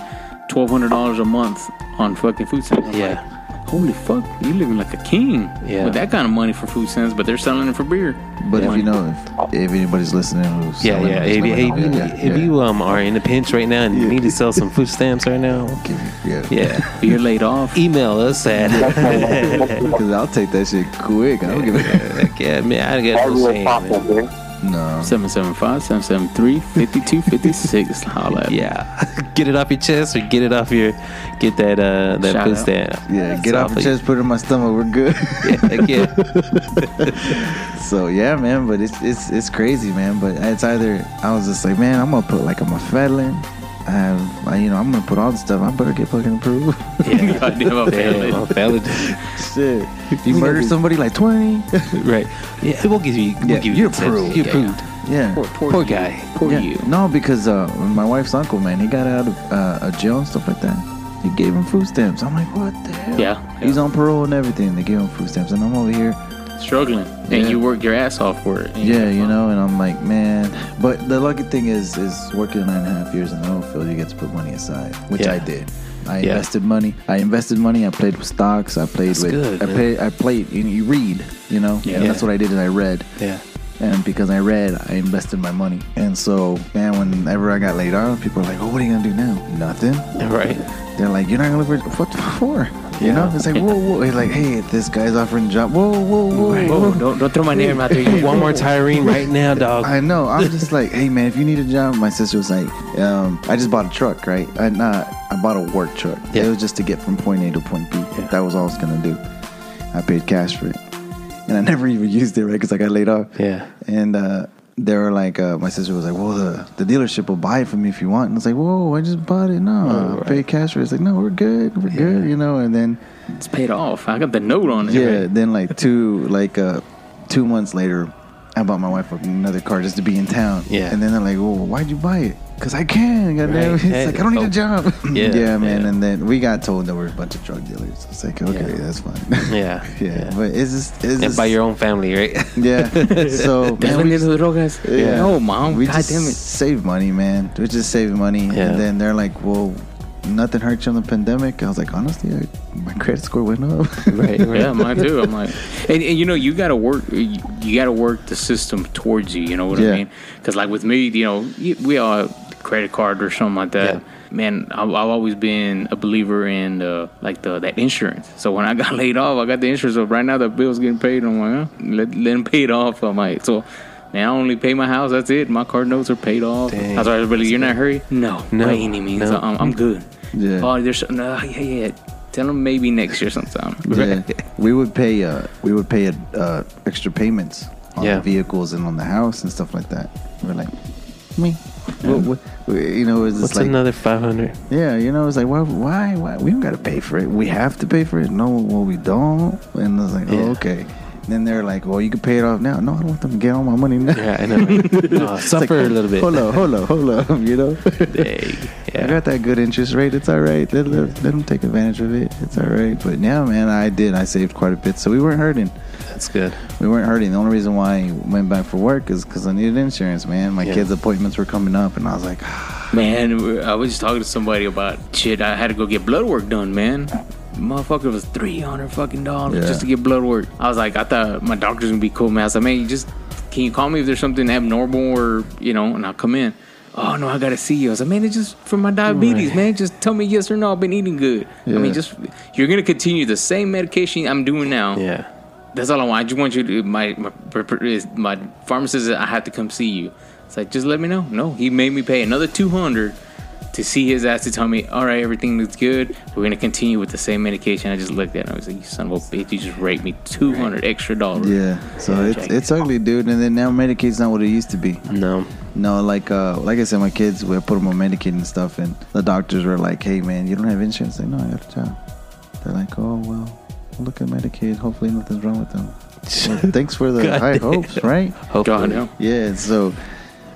twelve hundred dollars a month on fucking food stamps. I'm
Yeah.
like, Holy fuck, you living like a king
Yeah.
with that kind of money for food stamps, but they're selling it for beer.
But if
Money.
you know, if, if anybody's listening who's
Yeah,
selling
yeah.
or
If, you-
something
hey,
like
if you,
that,
if you um, are in a pinch right now and you need to sell some food stamps right now,
yeah, yeah,
yeah,
If you're laid off,
email us at
because I'll take that shit quick. I don't give a
Heck yeah, man. I got
All
no
real
shame. man.
pop there.
no.
775-773-5256. Holla. at me.
Yeah, get it off your chest or get it off your get that uh that
Shout
food
out.
stamp.
Yeah, get
So
off your
I'll-
chest, put it in my stomach. We're good.
Heck yeah.
so yeah, man. But it's it's it's crazy, man. But it's either I was just like, man, I'm gonna put like I'm a fettling. I have, I, you know, I'm gonna put all the stuff. I better get fucking approved.
Goddamn, I failed it.
Damn, I failed it.
Shit, you murder somebody like twenty.
Right. Yeah, we'll give you. We'll
Yeah,
give you
you're
the tips.
approved.
You're
Yeah,
approved.
Yeah,
Poor, poor,
Poor
you.
guy.
Poor
Yeah.
you.
No, because uh, my wife's uncle, man, he got out of uh, a jail and stuff like that. He gave him food stamps. I'm like, what the hell?
Yeah,
He's
yeah.
on parole and everything. They gave him food stamps, and I'm over here.
struggling, and
Yeah.
you work your ass off for it. and
Yeah, you
fuck.
know, and I'm like, man. But the lucky thing is, is working nine and a half years in the oil field, you get to put money aside, which
Yeah.
I did. I
Yeah.
invested money. I invested money. I played with stocks. I played with.
good,
I
man.
played. I played. You, you read, you know.
Yeah.
And that's what I did. Is I read,
Yeah.
and because I read, I invested my money. And so, man, whenever I got laid off, people were like, "Oh, what are you gonna do now? Nothing."
Right.
They're like, "You're not gonna look for what for?" You
Yeah.
know, it's like, whoa, whoa. It's like, hey, this guy's offering job. Whoa, whoa, whoa,
Whoa, don't, don't throw my name out there. You
One more Tyrene right now, dog.
I know. I'm just like, hey man, if you need a job, my sister was like, um, I just bought a truck, right? I not, I bought a work truck.
Yeah.
It was just to get from point A to point B. That was all I was gonna do. I paid cash for it, and I never even used it, right? Because I got laid off.
Yeah.
And uh, they were like, uh, my sister was like, well, the, the dealership will buy it from me if you want. And I was like, whoa, I just bought it.
Oh,
No, I paid cash for it. It's like, no, we're good, we're good, you know. And then
it's paid off. I got the note on it.
yeah, then like two like uh two months later, I bought my wife another car just to be in town.
Yeah.
and then they're like, "Well, why'd you buy it?" Because I can. Goddamn,
Right.
it's
Hey,
like I don't need
oh.
a job.
Yeah,
man.
yeah.
And then we got told that we're a bunch of drug dealers. It's like okay,
Yeah.
that's fine.
Yeah,
yeah,
yeah.
but it's just it's
And
just,
by your own family, right?
yeah. So
That's
man,
when
we
you do the drogas.
yeah.
No, mom.
We
God
just
damn it.
save money, man. We just save money,
Yeah.
and then they're like, "Well, nothing hurts you on the pandemic." I was like, honestly, I, my credit score went up.
Right.
Yeah, mine too. I'm like, and, and you know, you gotta work. You, you gotta work the system towards you. You know what
Yeah.
I mean? Because like with me, you know, y- we all have credit card or something like that.
Yeah.
Man, I've, I've always been a believer in uh, like the that insurance. So when I got laid off, I got the insurance. So right now, the bill's getting paid. I'm like, huh? let let them pay it off. I'm like, so. Man, I only pay my house. That's it. My car notes are paid off.
Dang.
I was like, "Really, you're not in a hurry? No,
No,
by any means.
no.
I'm, I'm good.
Yeah.
Oh, there's no, yeah, yeah. Tell them maybe next year sometime.
Yeah. we would pay uh we would pay uh extra payments on
Yeah.
the vehicles and on the house and stuff like that. We're like, me, what, what, you know, it's
What's
just like,
another 500?
yeah, you know, it's like, why, why, why? We don't got to pay for it. We have to pay for it. No, well, we don't. And I was like,
Yeah.
oh, okay. Then they're like, well, you can pay it off now. No, I don't want them to get all my money now.
Yeah, I know. right? Oh,
It's like,
suffer a little bit.
Hold up, hold up, hold up. You know,
Dang.
I
Yeah.
got that good interest rate. It's all right. Let, let, let them take advantage of it. It's all right. But yeah, man, I did. I saved quite a bit, so we weren't hurting.
That's good.
We weren't hurting. The only reason why I went back for work is because I needed insurance, man. My
Yeah.
kids' appointments were coming up, and I was like,
Man, I was just talking to somebody about shit. I had to go get blood work done, man. Motherfucker was three hundred fucking dollars
Yeah.
just to get blood work. I was like, I thought my doctor's gonna be cool, man. I was like, man, you just can you call me if there's something abnormal or you know, and I'll come in. Oh no, I gotta see you. I was like, man, it's just for my diabetes,
Right.
man. Just tell me yes or no. I've been eating good. I
Yeah.
mean, just you're gonna continue the same medication I'm doing now.
Yeah.
That's all I want. I just want you to my my per- per- is- my pharmacist. said I had to come see you. It's like just let me know. No, he made me pay another two hundred to see his ass to tell me, all right, everything looks good. We're gonna continue with the same medication. I just looked at him. I was like, you son of a bitch, you just raped me two hundred extra dollars.
yeah. So it's
check.
it's ugly, dude. And then now Medicaid's not what it used to be.
No.
No, like uh, like I said, my kids, we put them on Medicaid and stuff, and the doctors were like, "Hey, man, you don't have insurance." Like, no, I got a job. They're like, "Oh well, look at Medicaid. Hopefully, nothing's wrong with them." Well, thanks for the
God
high
damn.
hopes, right?
God,
Hopefully.
no.
Yeah, so,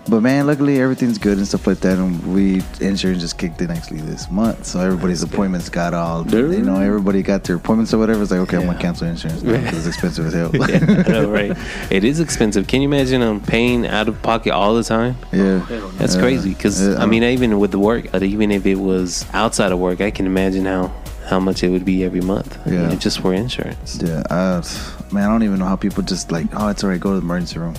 but man, luckily everything's good and stuff like that. And we insurance just kicked in actually this month, so everybody's appointments got all. You know, everybody got their appointments or whatever. It's like, okay, I'm gonna
Yeah.
cancel insurance now 'cause it's expensive as hell.
Yeah, I know, right? It is expensive. Can you imagine um, paying out of pocket all the time?
yeah,
That's crazy. 'Cause
Yeah.
crazy. Because
Yeah.
I mean, even with the work, uh, even if it was outside of work, I can imagine how how much it would be every month.
Yeah.
If just for insurance.
yeah. Uh, man, I don't even know how people just like, oh, it's alright, go to the emergency room.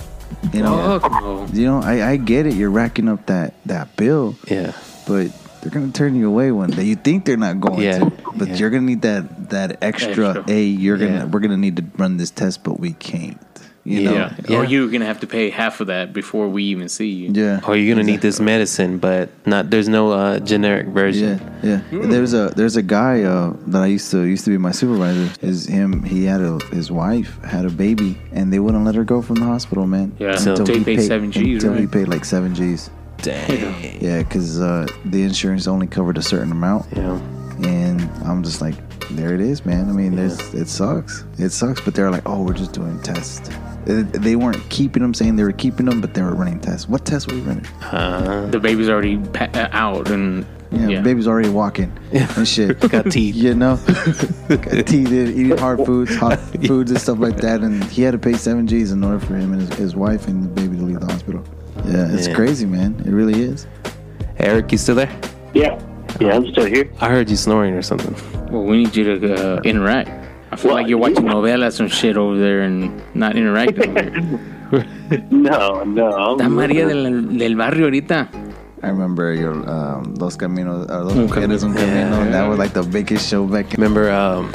You know,
Fuck no.
you know, I, I get it. You're racking up that that bill,
Yeah.
but they're gonna turn you away one day. You think they're not going
Yeah.
to, but
Yeah.
you're gonna need that that extra.
Extra.
Hey, you're gonna
Yeah.
we're gonna need to run this test, but we can't. You know,
Yeah.
Yeah.
Or you're gonna have to pay half of that before we even see you.
yeah.
Or you're gonna need this medicine, but not. There's no uh, generic version.
Yeah, yeah. There's a there's a guy uh, that I used to used to be my supervisor. Is him? He had a his wife had a baby, and they wouldn't let her go from the hospital, man.
Yeah. Until he paid seven Gs,
Until he
right?
paid like seven G's.
Dang.
Yeah, because uh, the insurance only covered a certain amount,
Yeah.
and I'm just like, there it is, man. I mean, there's it sucks. It sucks, but they're like, oh, we're just doing tests. Uh, They weren't keeping them, saying they were keeping them, but they were running tests. What tests were you running?
Uh,
The baby's already pa- out, and
You know,
Yeah.
Baby's already walking and shit.
Got teeth.
You know, got teeth, eating hard foods, hot foods and stuff like that. And he had to pay seven G's in order for him and his, his wife and the baby to leave the hospital. Yeah, it's
Yeah.
crazy, man. It really is.
Eric, you still there?
Yeah. Yeah, I'm still here.
I heard you snoring or something.
Well, we need you to uh, interact. I feel
Well,
like you're watching novelas and shit over there and not interacting.
No, no. I'm-
Está María del, del barrio ahorita.
I remember your um, Los Caminos, or Los
Un
Mujeres Un
Camino.
Camino. That was like the biggest show back in.
Remember, um,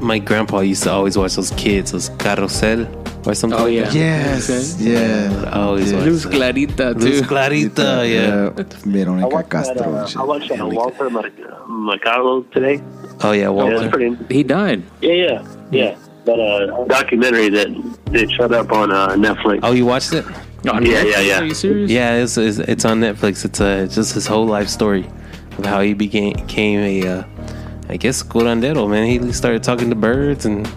my grandpa used to always watch those kids, those carrusel or something.
Oh,
like
yeah.
Yes, yeah.
that. I always watched
Luz
that.
Clarita,
Luz
too.
Clarita, yeah.
I
Veronica
watched that, uh,
Castro. and shit.
I watched that Walter Mac- Macalo today.
Oh yeah,
Yeah, it's
Walter.
pretty.
he died.
Yeah, yeah, yeah. That uh, documentary that they showed up on uh, Netflix.
Oh, you watched it?
On
Yeah,
Netflix?
yeah, yeah.
Are you serious?
Yeah, it's, it's, it's on Netflix. It's uh, just his whole life story of how he became, became a, uh, I guess, curandero, man. He started talking to birds and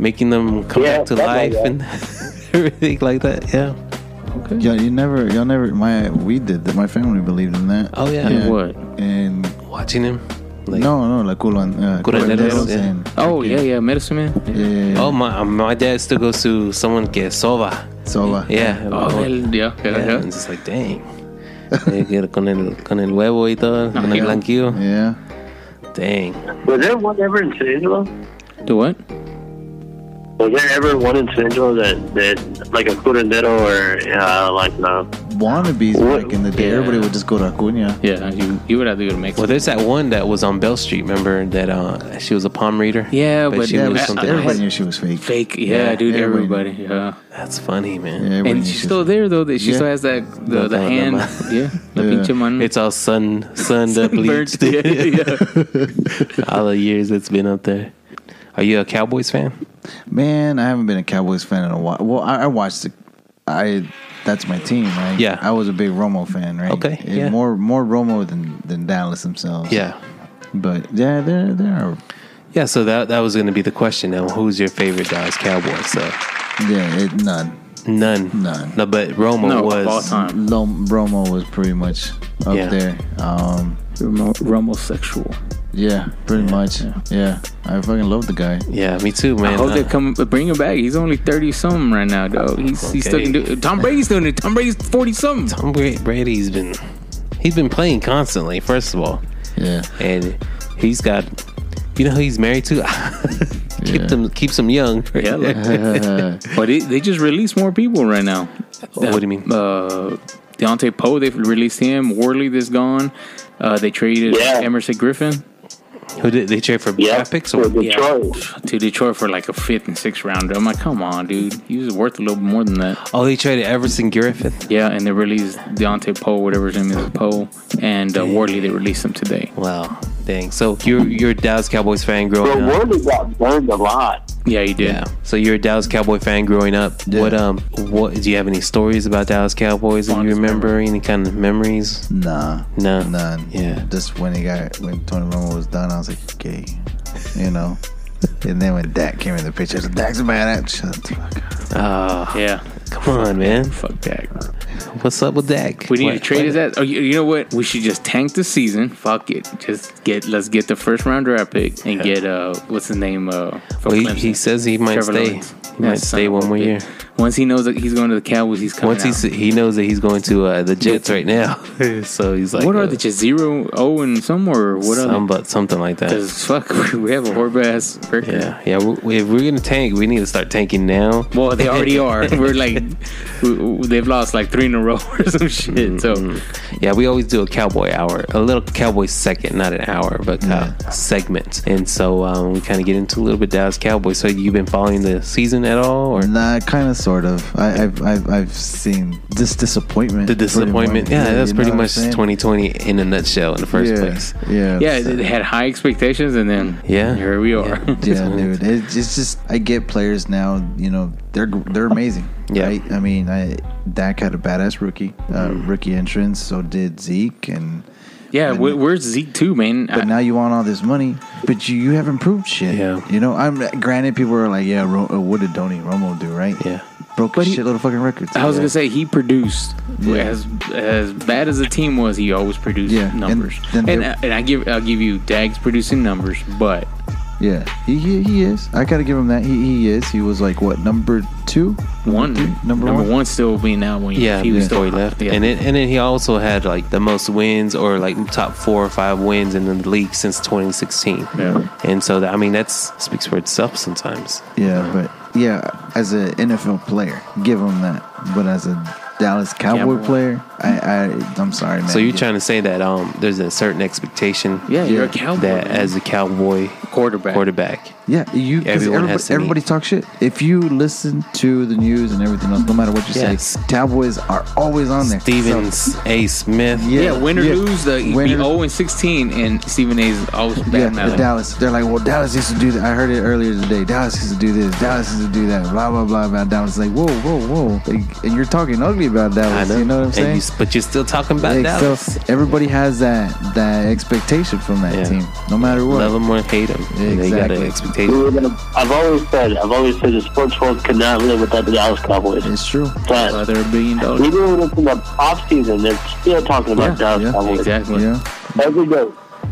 making them come
Yeah,
back to
something
life
like that.
and everything like that. Yeah.
Yeah, you never, y'all never. My we did that. My family believed in that.
Oh, yeah.
And what?
And
Watching him. Like,
no, no, la culan, uh,
Curanderos,
curanderos
yeah.
and
Oh, yeah, yeah. Medicine Man.
yeah, yeah, yeah.
Oh, my, my dad still goes to someone que soba.
So, uh,
Yeah.
Oh, el- yeah, yeah,
yeah.
yeah.
And it's just like, dang. They get con el, con el huevo y todo, con el
yeah.
blanquillo.
yeah.
Dang.
Was there one ever in San Angelo?
Do what?
Was there ever one in San Angelo that, that like a curandero or uh, like no?
Wannabes
What-
back in the day,
Yeah.
everybody would just go to Acuna.
Yeah, you, you would have to go to Mexico.
Well, there's that one that was on Bell Street. Remember that uh, she was a palm reader.
Yeah, but
she
yeah,
was
but-
something.
Everybody
else.
knew she was fake.
Fake. Yeah,
Yeah,
dude.
everybody.
Everybody. Yeah.
That's funny,
Yeah,
man.
everybody knew
And
she
she's
was
still
fake.
there though. That she
Yeah.
still has that the,
No,
the
no,
hand.
no.
Yeah, la
Yeah.
pinche mano.
It's all sun, sun
Sunburnt.
bleached.
Yeah, yeah.
all the years it's been up there. Are you a Cowboys fan?
Man, I haven't been a Cowboys fan in a while. Well, I, I watched it. I that's my team, right?
Yeah.
I was a big Romo fan, right?
Okay,
And
yeah.
More more Romo than than Dallas themselves.
Yeah,
But yeah, they're they're
yeah. So that that was going to be the question. Now, who's your favorite Dallas Cowboy? So
yeah it, none.
none,
None.
No, but Romo
no,
was.
all time.
Lom, Romo was pretty much up
Yeah.
there. Um,
Romosexual.
yeah, pretty much. Yeah. I fucking love the guy.
Yeah, me too,
I
man.
hope they
Uh,
come but bring him back. He's only thirty something right now, dog. He's he's still
Okay.
can do. Tom Brady's doing it. Tom Brady's forty something.
Tom Bra- Brady's been he's been playing constantly. First of all,
Yeah,
and he's got you know who he's married to. Keep
Yeah.
them keeps them young.
Yeah, look.
yeah,
but it, they just released more people right now.
Oh, What do you mean?
Uh, Deontay Poe, they released him. Worley is gone. Uh, they traded
Yeah.
Emerson Griffin
Who did they trade for?
Yeah,
draft picks
for
or
Detroit.
to Detroit for like a fifth and sixth rounder. I'm like, come on, dude. He was worth a little bit more than that.
oh they traded Everson Griffith.
Yeah, and they released Deontay Poe, whatever his name is, Poe, and uh, Wardley. They released him today.
Wow, dang. So you're you're a Dallas Cowboys fan growing
The
up.
world got burned a lot.
Yeah, he did.
Yeah. So you're a Dallas Cowboy fan growing up.
Yeah.
What um what do you have any stories about Dallas Cowboys that you
Fondest
remember? Any kind of memories?
nah,
No.
none.
Yeah.
just when he got when Tony Romo was done, I was like, okay, you know. And then when Dak came in the picture, I said, Dak's a bad app. Shut the fuck up.
Ah,
Yeah.
come on, man.
Fuck Dak.
What's up with Dak?
We need
What-
to trade his ass. Oh, you, you know what? We should just tank the season. Fuck it. Just get let's get the first round draft pick and get uh what's his name uh from
Well, he,
Clemson.
he says he might
Trevor
stay.
Lawrence.
He might
That son
stay
of a
one more
bitch.
year.
Once he knows that he's going to the Cowboys, he's coming.
Once he he knows that he's going to uh, the Jets right now, so he's
out.
like,
what
uh,
are they just zero oh and some or what
some,
are
but something like that.
because fuck we have a horrible ass record.
Yeah, yeah. We, if we're gonna tank, we need to start tanking now.
Well, they already are. We're like, we, we- they've lost like three in a row or some shit.
Mm-hmm.
So,
Yeah, we always do a cowboy hour, a little cowboy second, not an hour, but uh, segment. And so um, we kind of get into a little bit Dallas Cowboys. So you've been following the season at all, or
Nah, kind of, sort of. I, I've, I've, I've seen this disappointment.
the disappointment?
pretty much.
Yeah, that's
you know
pretty
what I'm
much
saying?
2020 in a nutshell in the first
yeah,
place.
Yeah,
yeah,
so-
they had high expectations, and then
Yeah.
here we are.
Yeah.
yeah, dude. It, it's just I get players now. You know, they're they're amazing.
Yeah. Mm-hmm.
right? I mean, I Dak had a badass rookie uh, rookie entrance. So did Zeke, and
Yeah, wh- where's Zeke too, man?
but
I-
now you want all this money, but you, you haven't proved shit.
Yeah.
you know. I'm granted people are like, yeah, Ro- uh, what did Donny Romo do? Right?
Yeah.
broke
But
his
he-
shit little fucking records.
I was gonna say he produced as as bad as the team was, he always produced
Yeah, and
numbers.
then
And and,
there-
I, and I give I'll give you Dag's producing numbers, but
Yeah, he, he he is. I gotta give him that. He he is. He was like what number two? Number
one
three?
number, one? still being out when
Yeah,
he was
before
still
he left,
Yeah.
and it, and then he also had like the most wins or like top four or five wins in the league since 2016.
Yeah.
and so that, I mean that speaks for itself sometimes.
Yeah, but yeah, as an NFL player, give him that. But as a Dallas Cowboy
Cowboy.
player, I, I I'm sorry, man.
So you're
Yeah.
trying to say that um, there's a certain expectation.
yeah, you're a cowboy
That
man.
as a cowboy
quarterback.
quarterback,
Yeah, you. 'cause
Everyone
everybody,
has to
everybody
meet.
talks shit. If you listen to the news and everything else, no matter what you
Yes.
say, Cowboys are always on there.
Stevens, A. Smith.
Yeah.
Yeah, win or
yeah.
lose, the
Win
be
or-
0 and 16, and Stephen A. is always
Yeah,
bad
the Dallas. They're like, well, Dallas used to do that. I heard it earlier today. Dallas used to do this. Dallas used to do that. Blah blah blah blah. Dallas is like, whoa whoa whoa. Like, and you're talking ugly about
I
Dallas.
know.
You know what I'm saying?
And you, but you're still talking about
Like, so
Dallas.
everybody has that that expectation from that
Yeah.
team, no matter what.
Love him or hate him, you know, you got an
Exactly.
expectation.
I've always said, I've always said the sports world could not live without the Dallas Cowboys.
It's true.
But
Other billion dollars.
Even when it's in the off season, they're still talking about
Yeah,
Dallas
yeah,
Cowboys
Exactly.
Yeah.
every day,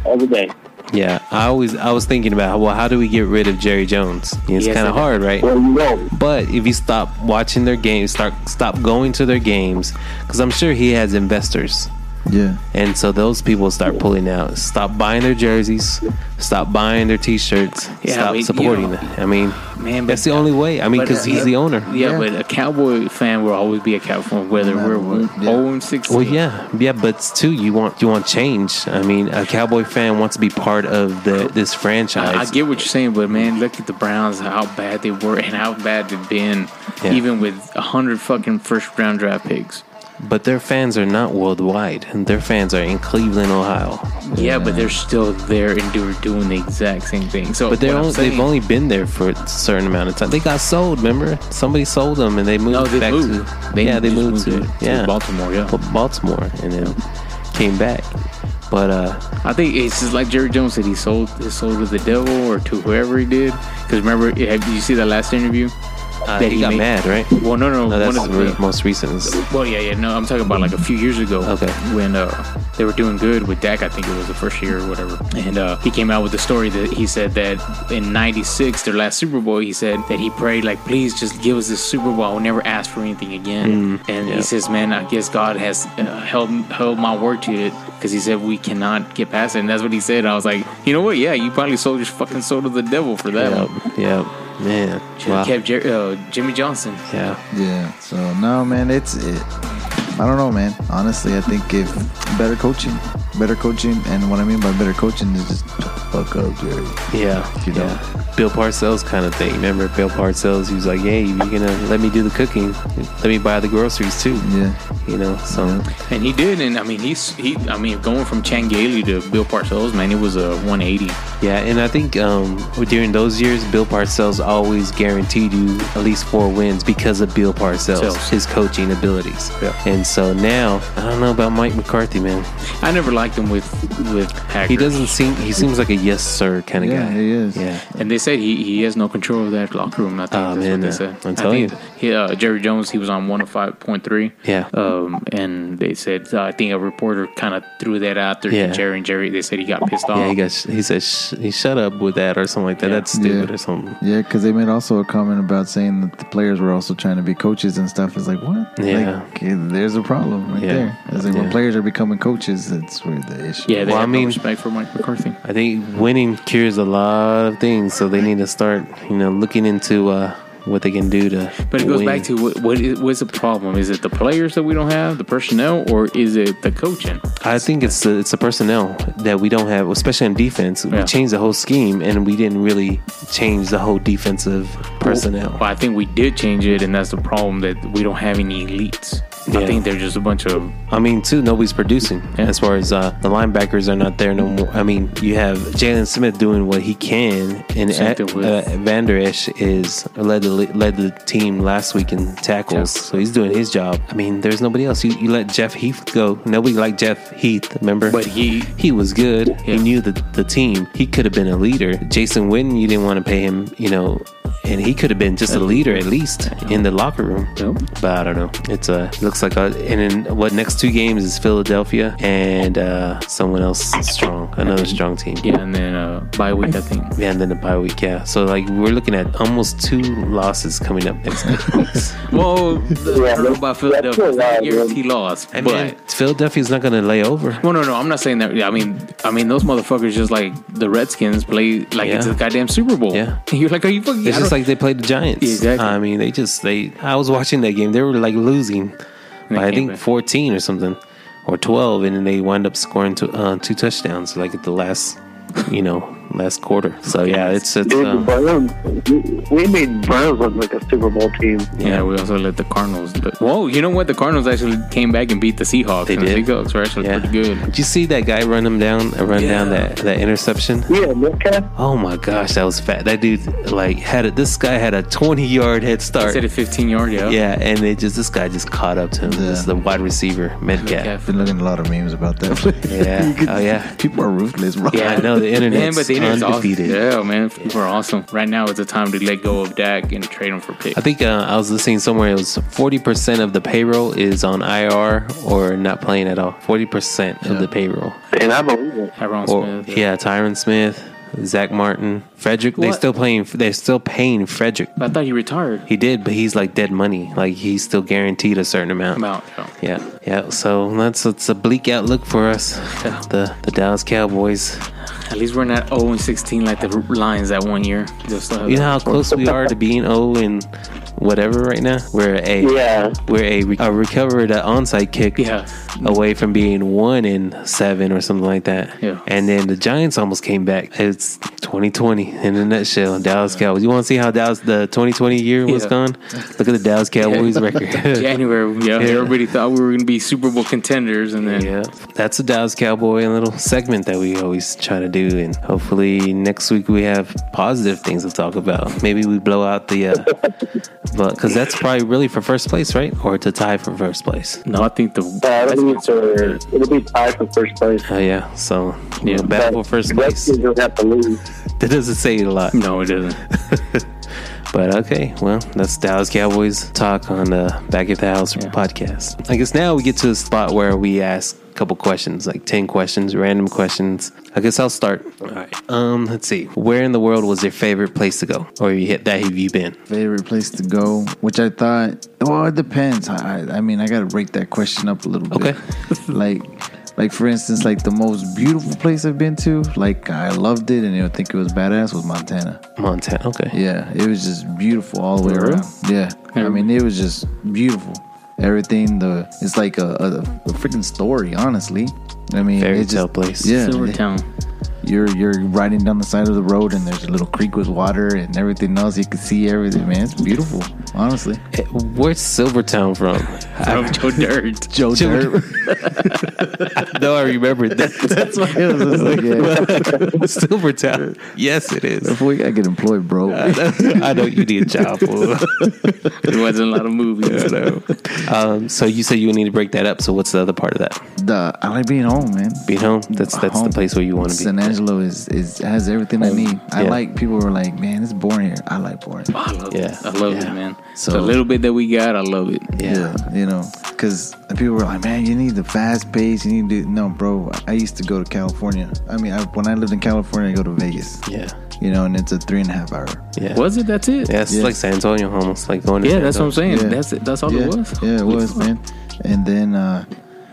every day.
Yeah, I always I was thinking about well, how do we get rid of Jerry Jones? It's
Yes,
kind
it
of
is.
hard, right?
Well, you know,
But if you stop watching their games, start stop going to their games, because I'm sure he has investors,
Yeah.
and so those people start pulling out. Stop buying their jerseys, stop buying their T-shirts,
Yeah,
stop
but, you
supporting
know,
them. I mean,
man, but-
that's the only way. I mean,
but,
because
uh,
he's the owner.
Yeah,
Yeah.
but a cowboy fan will always be a cowboy, whether
No matter
we're one-
what, yeah.
0 and 16.
Well, yeah, yeah, but too, you want you want change. I mean, a cowboy fan wants to be part of the this franchise.
I, I get what you're saying, but man, look at the Browns, how bad they were and how bad they've been,
Yeah.
even with 100 fucking first round draft picks.
But their fans are not worldwide. and Their fans are in Cleveland, Ohio.
Yeah, but they're still there and they're doing the exact same thing. So,
But they're
what I'm
only, they've
saying-
only been there for a certain amount of time. They got sold. Remember, somebody sold them, and they moved
No, they
back
moved.
to
They
yeah, they
just
moved, to,
moved to
yeah
Baltimore, yeah.
Ba- Baltimore, and then came back. But uh,
I think it's just like Jerry Jones said. He sold his soul to the devil or to whoever he did. Because remember, have you see that last interview?
uh
That
he,
he
got
made-
mad, right?
Well, no,
No,
no, one
that's
of
the
the,
re- most recent.
well, yeah, yeah. No, I'm talking about like a few years ago.
Okay.
When uh, they were doing good with Dak, I think it was the first year or whatever. And uh, he came out with the story that he said that in '96, their last Super Bowl, he said that he prayed like, "Please, just give us this Super Bowl. I'll never ask for anything again." and he says, "Man, I guess God has uh, held held my word to it." Because he said we cannot get past it, and that's what he said. I was like, you know what? Yeah, you probably sold your fucking soul to the devil for that.
Yep,
one.
yep, man.
Should
Wow.
have kept Jer- uh, Jimmy Johnson.
Yeah,
Yeah. So no, man, it's it. I don't know, man. Honestly, I think if better coaching, better coaching, and what I mean by better coaching is just shut the fuck up, Jerry.
yeah,
You know.
yeah. Bill Parcells kind of thing. Remember Bill Parcells? He was like, "Hey, you're gonna let me do the cooking. Let me buy the groceries too."
Yeah.
You know, so.
And he did, and I mean, he's he. I mean, going from Changeli to Bill Parcells, man, it was a 180.
Yeah, and I think um, during those years, Bill Parcells always guaranteed you at least four wins because of Bill Parcells,
Parcells.
his coaching abilities.
Yeah.
And so now, I don't know about Mike McCarthy, man.
I never liked him with with Packers.
He doesn't seem he seems like a yes sir kind of
Yeah,
guy.
he is.
Yeah,
And they said he, he has no control of that locker room. I think
Ah,
that's
man,
what they
uh,
said.
I'm
I
telling
think he, uh, Jerry Jones, he was on 105.3.
Yeah.
Um, and they said uh, I think a reporter kind of threw that out there
Yeah.
to Jerry, and Jerry they said he got pissed off.
yeah. He got he said sh- he shut up with that or something like that.
Yeah.
That's stupid
Uh, Yeah.
or something.
Yeah, because they made also a comment about saying that the players were also trying to be coaches and stuff. It's like what?
Yeah.
Like, eh, there's a problem right
Yeah.
there. It's like
Yeah.
when players are becoming coaches, that's where the issue.
yeah, they
Well, I
have
mean-
no respect for Mike McCarthy.
I think winning cures a lot of things, so they need to start you know looking into uh, what they can do to.
But it goes
win.
back to what, what is what's the problem? Is it the players that we don't have, the personnel, or is it the coaching?
I think it's the, it's the personnel that we don't have, especially in defense. We
Yeah.
changed the whole scheme, and we didn't really change the whole defensive personnel.
Well, I think we did change it, and that's the problem that we don't have any elites.
Yeah.
I think they're just a bunch of
I mean, too, nobody's producing
Yeah.
as far as uh, the linebackers are not there no more. I mean, you have Jalen Smith doing what he can, and
Same
at,
thing with-
uh, Vander Esch is led the led the team last week in tackles,
Yeah.
so he's doing his job. I mean, there's nobody else. You, you let Jeff Heath go. Nobody liked Jeff Heath, remember?
But he-
he was good. He
Yeah.
knew the the team. He could have been a leader. Jason Witten, you didn't want to pay him, you know. and he could have been just a leader at least in the locker room.
Yep.
But I don't know. It's uh, looks like a, and then what next two games is Philadelphia and uh, someone else strong, another strong team.
Yeah, and then uh, bye week I think.
Yeah, and then the bye week. Yeah, so like we're looking at almost two losses coming up next couple weeks.
Well, the, I don't know about Philadelphia. It's not a guarantee loss,
I mean,
but
Philadelphia's not going to lay over.
well, no, no, I'm not saying that. I mean, I mean those motherfuckers just like the Redskins play like it's
Yeah.
a goddamn Super Bowl.
Yeah.
and you're like, are you fucking?
It's
I
just
don't-
like they played the Giants.
Exactly.
I mean, they just they. I was watching that game. They were like losing, by, I
came
think
back.
fourteen or something, or twelve, and then they wind up scoring two, uh, two touchdowns like at the last, you know, last quarter. So yeah, it's it's.
Dude, the
Um,
Browns, we- we made Browns look like a Super Bowl team.
yeah. we also let the Cardinals. But, whoa, you know what? The Cardinals actually came back and beat the Seahawks.
They
and
did.
The Seahawks were actually
yeah.
pretty good.
Did you see that guy run him down? uh, Run down that that interception.
Yeah, Metcalf.
Oh my gosh, that was fat. That dude like had a, this guy had a twenty yard head start.
Instead of 15 yard, yeah.
Yeah, and it just this guy just caught up to him. This is the wide receiver Metcalf.
Metcalf.
Been looking at a lot of memes about that. play.
Yeah.
You could-
Oh, yeah.
People are ruthless, bro.
Yeah, I know the
Man,
internet's
but the internet's
undefeated.
awesome. Yeah, man, we're awesome. Right now is the time to let go of Dak and trade him for picks.
I think uh, I was listening somewhere. It was forty percent of the payroll is on IR or not playing at all. Forty percent of the payroll.
And I believe it.
Tyron
Or
Smith.
yeah, Tyron Smith, Zach Martin, Frederick. They
What?
still playing. They're still paying Frederick.
I thought he retired.
He did, but he's like dead money. Like he's still guaranteed a certain amount.
About yeah.
Yeah, yeah. So that's it's a bleak outlook for us, the the Dallas Cowboys.
At least we're not 0 and 16 like the Lions that one year. uh, They'll still have
You know
that.
how close we are to being O and whatever right now. We're a
Yeah. Uh,
we're a, a recover that onside kick
Yeah.
away from being one in seven or something like that.
Yeah.
And then the Giants almost came back. It's 2020 in a nutshell. Dallas Cowboys. You want to see how Dallas the 2020 year was
Yeah.
gone? Look at the Dallas Cowboys record.
January, yeah, everybody thought we were going to be Super Bowl contenders, and then
Yeah, that's a Dallas Cowboy little segment that we always try to do, and hopefully next week we have positive things to talk about. Maybe we blow out the, uh, but because that's probably really for first place, right? Or to tie for first place.
no, I think the
Uh, I think it's a, it'll be tied for first place.
Oh yeah, so yeah,
Yeah.
battle for first
The
place.
Redskins would have to lose.
That doesn't say a lot,
no, it doesn't.
but okay. Well, that's Dallas Cowboys talk on the Back at the House podcast. I guess now we get to a spot where we ask a couple questions, like ten questions, random questions. I guess I'll start. All right. Um, let's see. Where in the world was your favorite place to go, or you hit that have you been?
Favorite place to go, which I thought, well, it depends. I, I I mean, I got to break that question up a little bit.
Okay.
like, like for instance, like the most beautiful place I've been to, like I loved it and I think it was badass, was Montana.
Montana. Okay.
Yeah, it was just beautiful all the way around. Yeah, I mean, it was just beautiful. Everything, the it's like a, a, a freaking story, honestly. I mean,
Fairy
it just-
tale place.
Yeah,
Silvertown.
you're you're riding down the side of the road and there's a little creek with water and everything else. You can see everything, man. It's beautiful, honestly.
Eh, Where's Silvertown from?
From Joe Dirt.
Joe
Dirt. no, I remember that.
That's what it was. It's like, yeah,
Silvertown. Yes, it is.
before you gotta get employed, bro.
I know you need a job. fool.
There wasn't a lot of movies.
Um, so you said you need to break that up. So what's the other part of that?
Duh, I like being home, man.
Being home. That's that's
Home.
the place where you want to
San
be. Oh,
Angelo is, is has everything I need. I
Yeah.
like people were like, man, it's boring here. I like boring.
Oh, I love
Yeah.
it. I love
Yeah.
it, man. So
So-
the little bit that we got, I love it.
Yeah.
Yeah, you know, because people were like, "Man, you need the fast pace. You need to." do-" No, bro. I used to go to California. I mean, I, when I lived in California, I go to Vegas.
Yeah.
You know, and it's a three and a half hour.
Yeah.
Was it? That's it.
Yeah, it's
Yeah.
like San Antonio almost like going. To
Yeah,
San
that's what I'm
Antonio.
saying.
Yeah.
That's it. That's all
yeah,
it was.
yeah, it was, man. And then uh,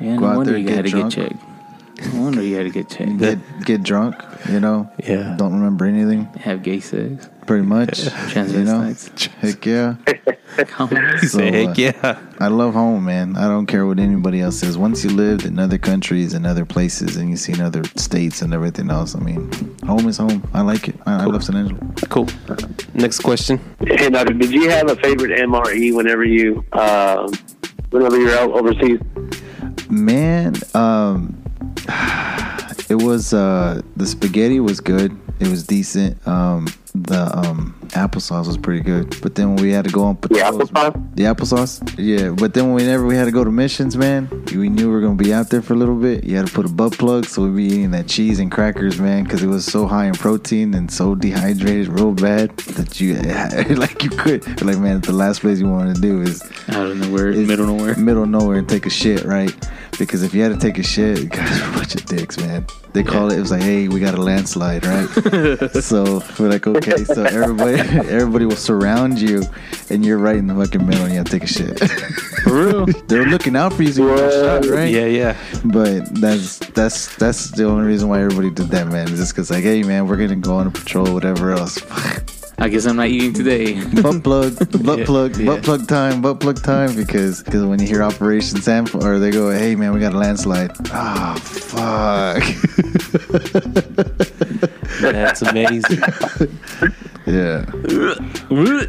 Yeah, no
Go out
wonder
there,
you
get
had to get
drunk.
checked. No wonder you had to get checked.
get get drunk. You know.
Yeah.
Don't remember anything,
Have gay sex.
pretty much. you know.
Transvestites.
Heck yeah.
Come on.
He said,
So, uh,
Heck yeah.
I love home, man. I don't care what anybody else says. Once you lived in other countries and other places, and you seen other states and everything else, I mean, home is home. I like it. I, I love San Angelo.
Cool. Next question.
Hey, now, uh, did you have a favorite MRE whenever you, um, whenever you're out overseas?
Man, um, it was uh, the spaghetti was good. It was decent. Um, the um, applesauce was pretty good. But then when we had to go on
The
patrols,
applesauce?
the applesauce, yeah. But then whenever we had to go to missions, man, we knew we were gonna be out there for a little bit. You had to put a butt plug, so we'd be eating that cheese and crackers, man, because it was so high in protein and so dehydrated, real bad that you like you could like man, the last place you want to do is
Out of nowhere,
is
middle of nowhere.
middle of nowhere and take a shit, right? Because if you had to take a shit, you guys were a bunch of dicks, man. They call it. It was like, hey, we got a landslide, right? so we're like, okay, so everybody, everybody will surround you, and you're right in the fucking middle, and you have to take a shit.
For real?
They're looking out for you, so you get shot, right?
Yeah, yeah.
But that's that's that's the only reason why everybody did that, man. Is just because like, hey, man, we're gonna go on a patrol, whatever else.
I guess I'm not eating today.
butt plug, butt
Yeah,
plug,
yeah.
butt plug time, butt plug time. Because because when you hear Operation Sam, or they go, hey man, we got a landslide. Ah, fuck.
That's amazing.
yeah. They're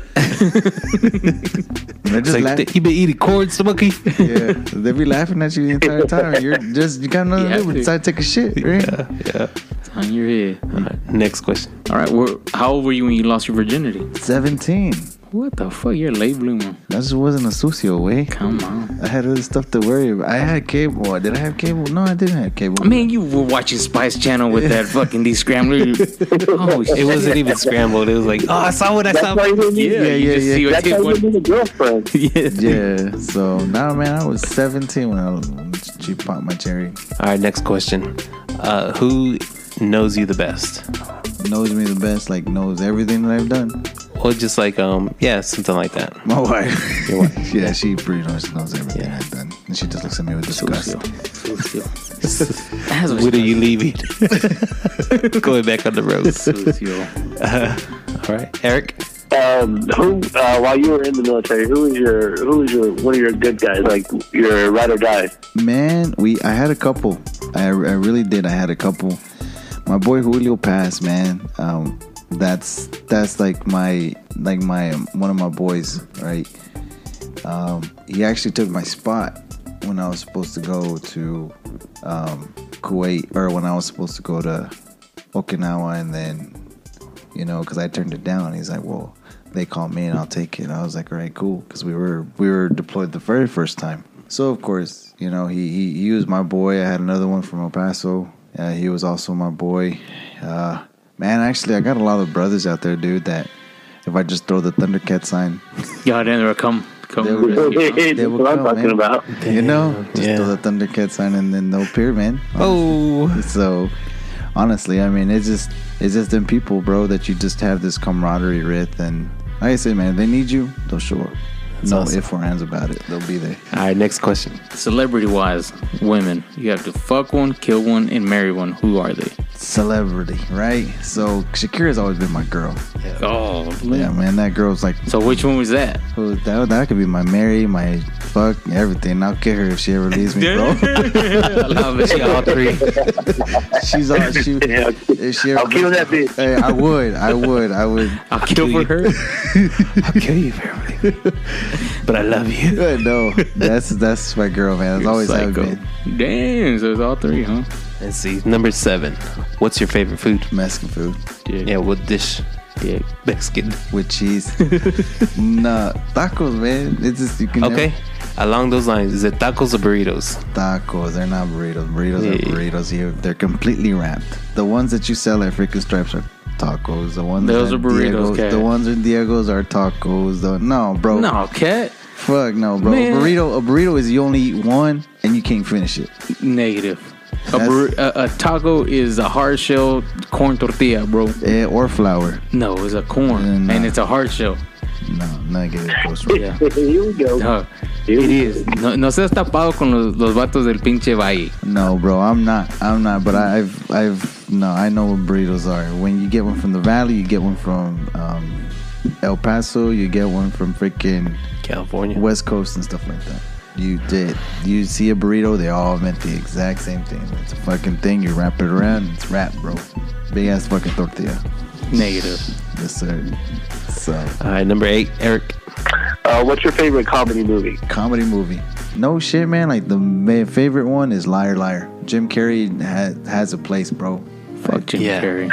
It's
just
like, E
laughing.
you been eating corn, Smokey?
yeah, they be laughing at you the entire time. You're just you got nothing
You
to do
have
but
to.
decide to take a shit, right?
Yeah, yeah.
It's on your head.
All right, next question.
All right, well, how old were you when you lost your virginity?
Seventeen.
What the fuck? You're a late bloomer.
That just wasn't a sucio way.
Come on.
I had other stuff to worry about. I had cable. Did I have cable? No, I didn't have cable.
I mean, you were watching Spice Channel with that fucking descrambler. oh, shit.
It wasn't even scrambled. It was like, oh, I saw what I
That's
saw.
why you didn't
Yeah,
need-
yeah, you
yeah,
just
yeah.
see what
That's
take
why you
one.
didn't need a girlfriend.
yeah. So now, man, I was 17 when I when she popped my cherry.
All right, next question. Uh, who knows you the best?
Knows me the best, like knows everything that I've done.
Or just like, um, yeah, something like that.
My wife. Your wife. yeah, she pretty much knows everything
Yeah.
I've done, and she just looks at me with disgust.
That's what
Where are you leaving? Going back on the road.
Socio.
All right, Eric.
Um, who, uh, while you were in the military, who was your, who was your, one of your good guys? Like your ride or die?
Man, we I had a couple. I, I really did. I had a couple. My boy Julio passed, man. Um, that's that's like my like my one of my boys, right? Um, he actually took my spot when I was supposed to go to um, Kuwait, or when I was supposed to go to Okinawa, and then you know, because I turned it down. He's like, well, they called me and I'll take it. And I was like, all right, cool, because we were we were deployed the very first time. So of course, you know, he he, he was my boy. I had another one from El Paso. Uh, he was also my boy. Uh, man, actually, I got a lot of brothers out there, dude. That if I just throw the Thundercat sign,
Y'all didn't ever come. come
They were-
That's
They will
what I'm
come,
talking
man.
about.
you know, just
yeah.
throw the Thundercat sign and then they'll appear, man.
Oh,
So honestly, I mean, it's just it's just them people, bro, that you just have this camaraderie with, and like I say, man, if they need you, they'll show up. no
awesome.
if or ands about it. They'll be there.
all right. Next question.
Celebrity wise, women. You have to fuck one, kill one, and marry one. Who are they?
Celebrity, right? So Shakira's always been my girl.
Oh,
Yeah, man, that girl's like
So which one was that?
so that. That could be my Mary, my fuck, everything. I'll kill her if she ever leaves me, bro.
I love it. Y'all three.
She's all she.
Yeah,
If she ever,
I'll kill that bitch.
Hey, I would, I would, I would.
I'll kill for her.
I'll kill you, family. but I love you.
No, that's that's my girl, man. It's always have been.
Damn, so it's all three, huh?
Let's see. Number seven. What's your favorite food?
Mexican food.
Yeah, what dish?
yeah.
Mexican.
with cheese. nah, tacos, man. It's just you can never-
Okay. Along those lines, is it tacos or burritos?
tacos. They're not burritos. Burritos
Yeah.
are burritos. You, they're completely wrapped. The ones that you sell at Freaking Stripes are tacos. The ones
Those
at
are burritos,
Diego's,
Cat.
the ones in Diego's are tacos. Though no, bro.
No, cat.
fuck no, bro.
Man.
Burrito. A burrito is you only eat one and you can't finish it.
Negative. A,
That's-
bur- a, a taco is a hard shell corn tortilla, bro.
Eh, or flour.
No, it's a corn,
Mm, nah.
and it's a hard shell.
No, not get it close. bro.
Yeah.
Here we go.
Duh.
Here
It
we go.
is. No, no seas tapado con los, los vatos del pinche valle.
No, bro, I'm not. I'm not. But I- I've, I've, no, I know what burritos are. When you get one from the Valley, you get one from um, El Paso, you get one from freaking
California.
West Coast and stuff like that. You did. You see a burrito, they all meant the exact same thing. It's a fucking thing. You wrap it around, and it's wrapped, bro. Big ass fucking tortilla.
Negative.
Yes, sir. So,
All right. Number eight, Eric.
Uh, what's your favorite comedy movie?
comedy movie. No shit, man. Like the ma- favorite one is Liar Liar. Jim Carrey ha- has a place, bro.
Fuck Jim
Yeah.
Carrey.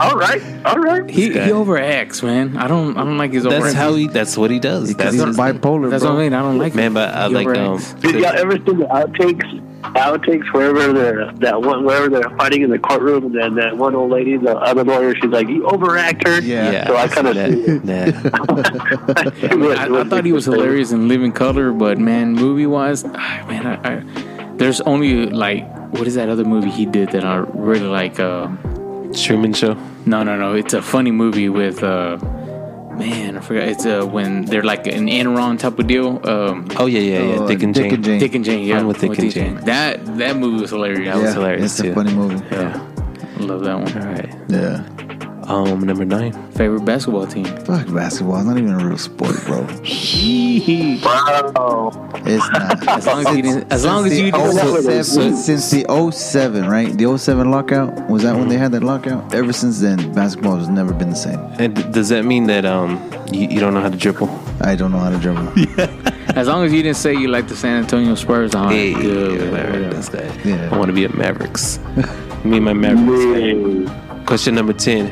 all right, all right.
He, he
guy.
overacts, man. I don't I don't like his
That's
overacts.
how he. That's what he does. That's
because he's
his-
bipolar,
That's
bro.
what I mean. I don't like
man.
it.
But I
He
like um.
overacts.
Did y'all ever see the outtakes? Outtakes wherever they're that one wherever they're fighting in the courtroom, and then that one old lady, the other lawyer, she's like, "You overact her."
Yeah.
Yeah,
So I kind of.
that. Nah.
I, I thought he was hilarious in Living Color, but man, movie wise, man, I, I, there's only like what is that other movie he did that I really like? Uh,
Truman Show.
no, no, no, it's a funny movie with uh, man, I forgot. It's uh, when they're like an Enron type of deal. Um,
Oh yeah, yeah, yeah.
Oh,
Dick and
Dick
Jane.
and Jane.
Dick and Jane, yeah,
I'm with Dick and Jane.
That that movie was hilarious. That
yeah,
was hilarious.
hilarious,
It's
too.
a funny movie.
Yeah.
Love that one.
All right.
Yeah.
Um, number nine.
Favorite basketball team?
Fuck basketball. It's not even a real sport, bro.
Wow.
It's not.
As long as you didn't, as long
Since
as
the
you
Oh,
didn't,
07
So-
since the 07, right? The 07 lockout was that when they had that lockout. Ever since then, basketball has never been the same.
And d- does that mean that um you, you don't know how to dribble?
I don't know how to dribble.
as long as you didn't say you like the San Antonio Spurs, I'm
Hey,
good.
yeah,
whatever.
that's that.
Yeah.
I want to be a Mavericks. Me and my Mavericks.
Man.
Question number 10.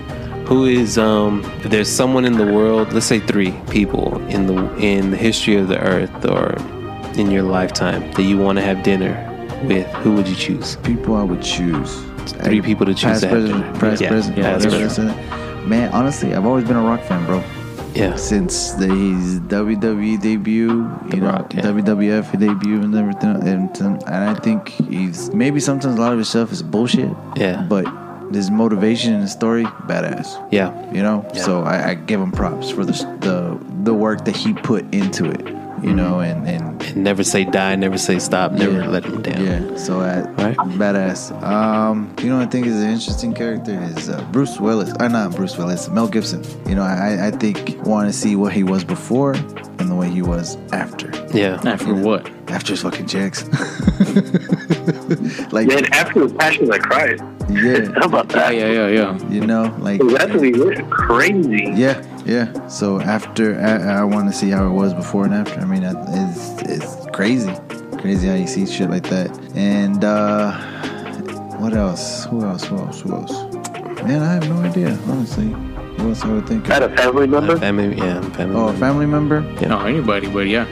Who is um if there's someone in the world, let's say 3 people in the in the history of the earth or in your lifetime that you want to have dinner with, who would you choose?
People I would choose.
Three people to choose
Past
to have
president,
dinner.
past
Yeah,
president,
yeah,
past
that's
president. Man, honestly, I've always been a rock fan, bro.
Yeah.
Since the, his WWE debut, you know,
Rock, yeah.
WWF debut and everything, and, and I think he's maybe sometimes a lot of his stuff is bullshit.
Yeah.
But his motivation and his story, badass.
Yeah.
you know.
Yeah.
So I, I give him props for the the the work that he put into it, you know, and and
And never say die, never say stop, never
yeah.
let them down.
Yeah, so I,
Right.
badass. Um, you know, I think is an interesting character is uh, Bruce Willis. Uh, not Bruce Willis, Mel Gibson. You know, I I think want to see what he was before and the way he was after.
Yeah.
After what?
After his fucking checks, like
Man, after the passion, I cried.
yeah,
How about
Yeah,
that?
yeah, yeah, yeah.
you know, like
That's what he went crazy.
Yeah, yeah. So after, I, I want to see how it was before and after. I mean, that- it's it's crazy, crazy how you see shit like that. And uh, what else? Who else? Who else? Who else? Man, I have no idea, honestly. Who else I would think?
Had
Of?
a family member.
Family, yeah, family.
Oh, a
member.
family member.
No, anybody, but yeah.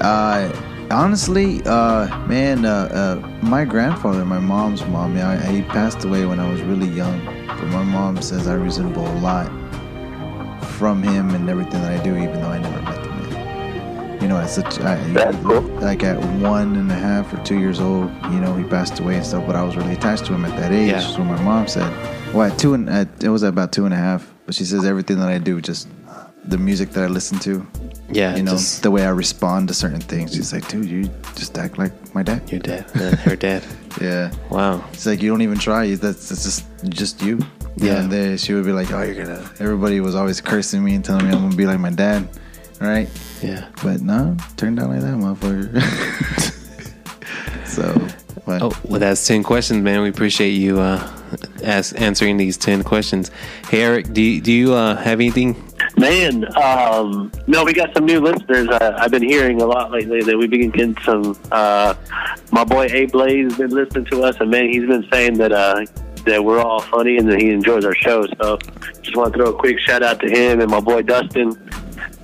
Uh, honestly, uh, man, uh, uh, my grandfather, my mom's mom, yeah, I- he passed away when I was really young. But my mom says I resemble a lot from him and everything that I do, even though I never met the man. You know, at such, I,
That's cool.
like at one and a half or two years old, you know, he passed away and stuff. But I was really attached to him at that age.
Yeah.
So my mom said, well, at two and at, it was about two and a half. But she says everything that I do, just the music that I listen to,
yeah,
you know
just
the way I respond to certain things. She's like, dude, you just act like my dad.
your dad, uh, her dad.
Yeah.
Wow.
It's like you don't even try. You- That's, that's just just you.
Yeah.
And then she would be like, oh, you're gonna. Everybody was always cursing me and telling me I'm gonna be like my dad, right?
Yeah.
But no, turned out like that, motherfucker. so, but
Oh, well, that's 10 questions, man. We appreciate you uh, as answering these 10 questions. Hey, Eric, do you, do you uh, have anything?
Man, um, no, we got some new listeners. Uh, I've been hearing a lot lately that we've been getting some. Uh, my boy A Blaze been listening to us, and man, he's been saying that uh, that we're all funny and that he enjoys our show. So, just want to throw a quick shout out to him and my boy Dustin.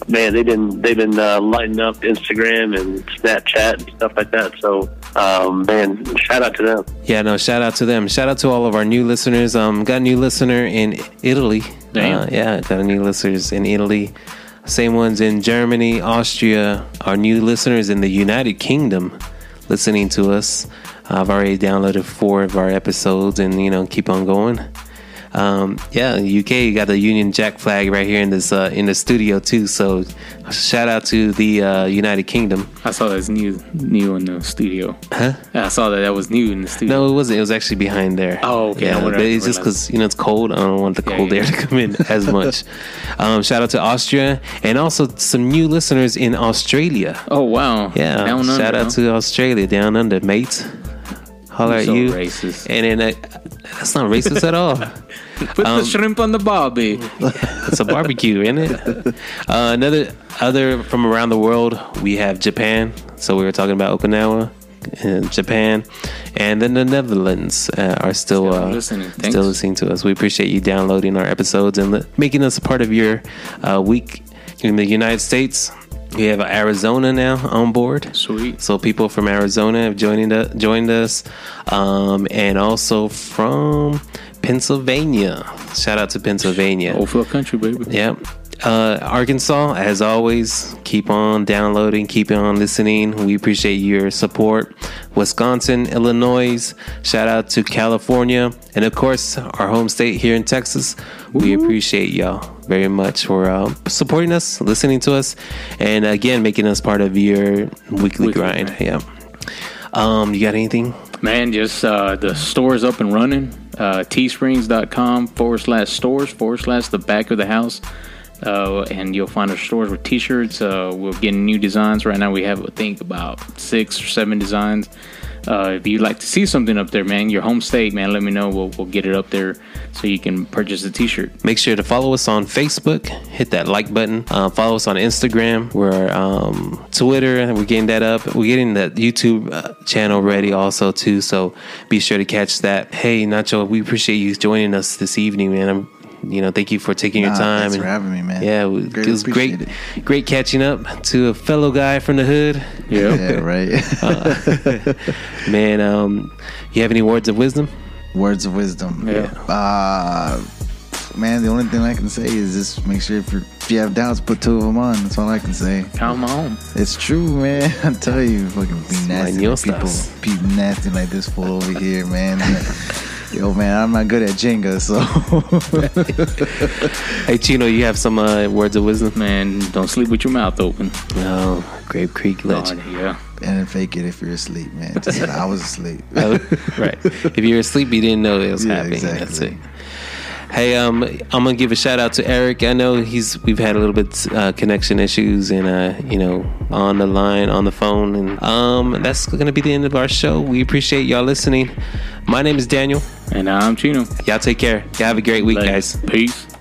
Man, they've been they've been uh, lighting up Instagram and Snapchat and stuff like that. So, um, man, shout out to them.
Yeah, no, shout out to them. Shout out to all of our new listeners. Um, got a new listener in Italy.
Damn.
Uh, yeah, got a new listeners in Italy. Same ones in Germany, Austria. Our new listeners in the United Kingdom listening to us. I've already downloaded four of our episodes and, you know, keep on going. Um, yeah, UK you got the Union Jack flag right here in this uh, in the studio too. So shout out to the uh, United Kingdom.
I saw that's new, new in the studio. Huh? I saw that that was new in the studio.
No, it wasn't. It was actually behind there.
Oh, okay.
Yeah,
I
but
would've
it's
realized.
just because you know it's cold. I don't want the
Yeah,
cold
yeah.
air to come in as much. um, shout out to Austria and also some new listeners in Australia.
Oh wow.
Yeah,
Down under,
shout out
huh?
to Australia down under, mate.
You're
Holler at
so
you.
racist.
And then uh, that's not racist at all.
put
um,
the shrimp on the barbie.
It's a barbecue, isn't it? Uh, another other from around the world. We have Japan. So we were talking about Okinawa. in Japan, and then the Netherlands uh, are still
Still
uh,
listening. Thanks.
still listening to us. We appreciate you downloading our episodes and li- making us a part of your uh, week in the United States. We have Arizona now on board.
Sweet.
So people from Arizona have joined us, joined us, um, and also from Pennsylvania. Shout out to Pennsylvania.
Old Field Country, baby.
Yep. Uh, Arkansas, as always, keep on downloading, keep on listening. We appreciate your support. Wisconsin, Illinois, shout out to California, and of course, our home state here in Texas. We appreciate y'all very much for uh, supporting us, listening to us, and again, making us part of your weekly, grind. Yeah. Um, you got anything?
Man, just uh, the store's up and running. Uh, teesprings.com forward slash stores forward slash the back of the house. Uh, and you'll find our stores with t shirts. Uh, we're getting new designs. Right now, we have, I think, about six or seven designs. Uh, if you'd like to see something up there, man, your home state, man, let me know. We'll, we'll get it up there so you can purchase a t shirt.
Make sure to follow us on Facebook. Hit that like button. Uh, follow us on Instagram. We're um, Twitter. and We're getting that up. We're getting that YouTube uh, channel ready also too. So be sure to catch that. Hey Nacho, we appreciate you joining us this evening, man. I'm, you know, thank you for taking your
Nah,
time.
thanks for having me, man.
Yeah, we-
Greatly
it was great.
appreciate
Great catching up to a fellow guy from the hood,
Yeah, right.
Uh, man. Um, you have any words of wisdom?
Words of wisdom.
Yeah.
Uh, man, the only thing I can say is just make sure if, you if you have doubts, put two of them on. That's all I can say.
Come on.
It's true, man. I tell you, fucking be nasty. to People
Mañosas.
be nasty like this fool over here, man. Yo, man, I'm not good at Jenga, so
Hey Chino, you have some uh, words of wisdom?
Man, don't sleep with your mouth open.
Oh, Grape Creek legend.
yeah.
and fake it if you're asleep, man. Just I was asleep.
Oh, right. If you were asleep, you didn't know it was
Yeah,
happening. That's it.
exactly.
Hey, um, I'm gonna give a shout out to Eric. I know he's we've had a little bit uh, connection issues and uh, you know on the line on the phone and um that's gonna be the end of our show. We appreciate y'all listening. My name is Daniel.
And I'm Chino.
Y'all take care. Y'all have a great week,
Like,
guys.
Peace.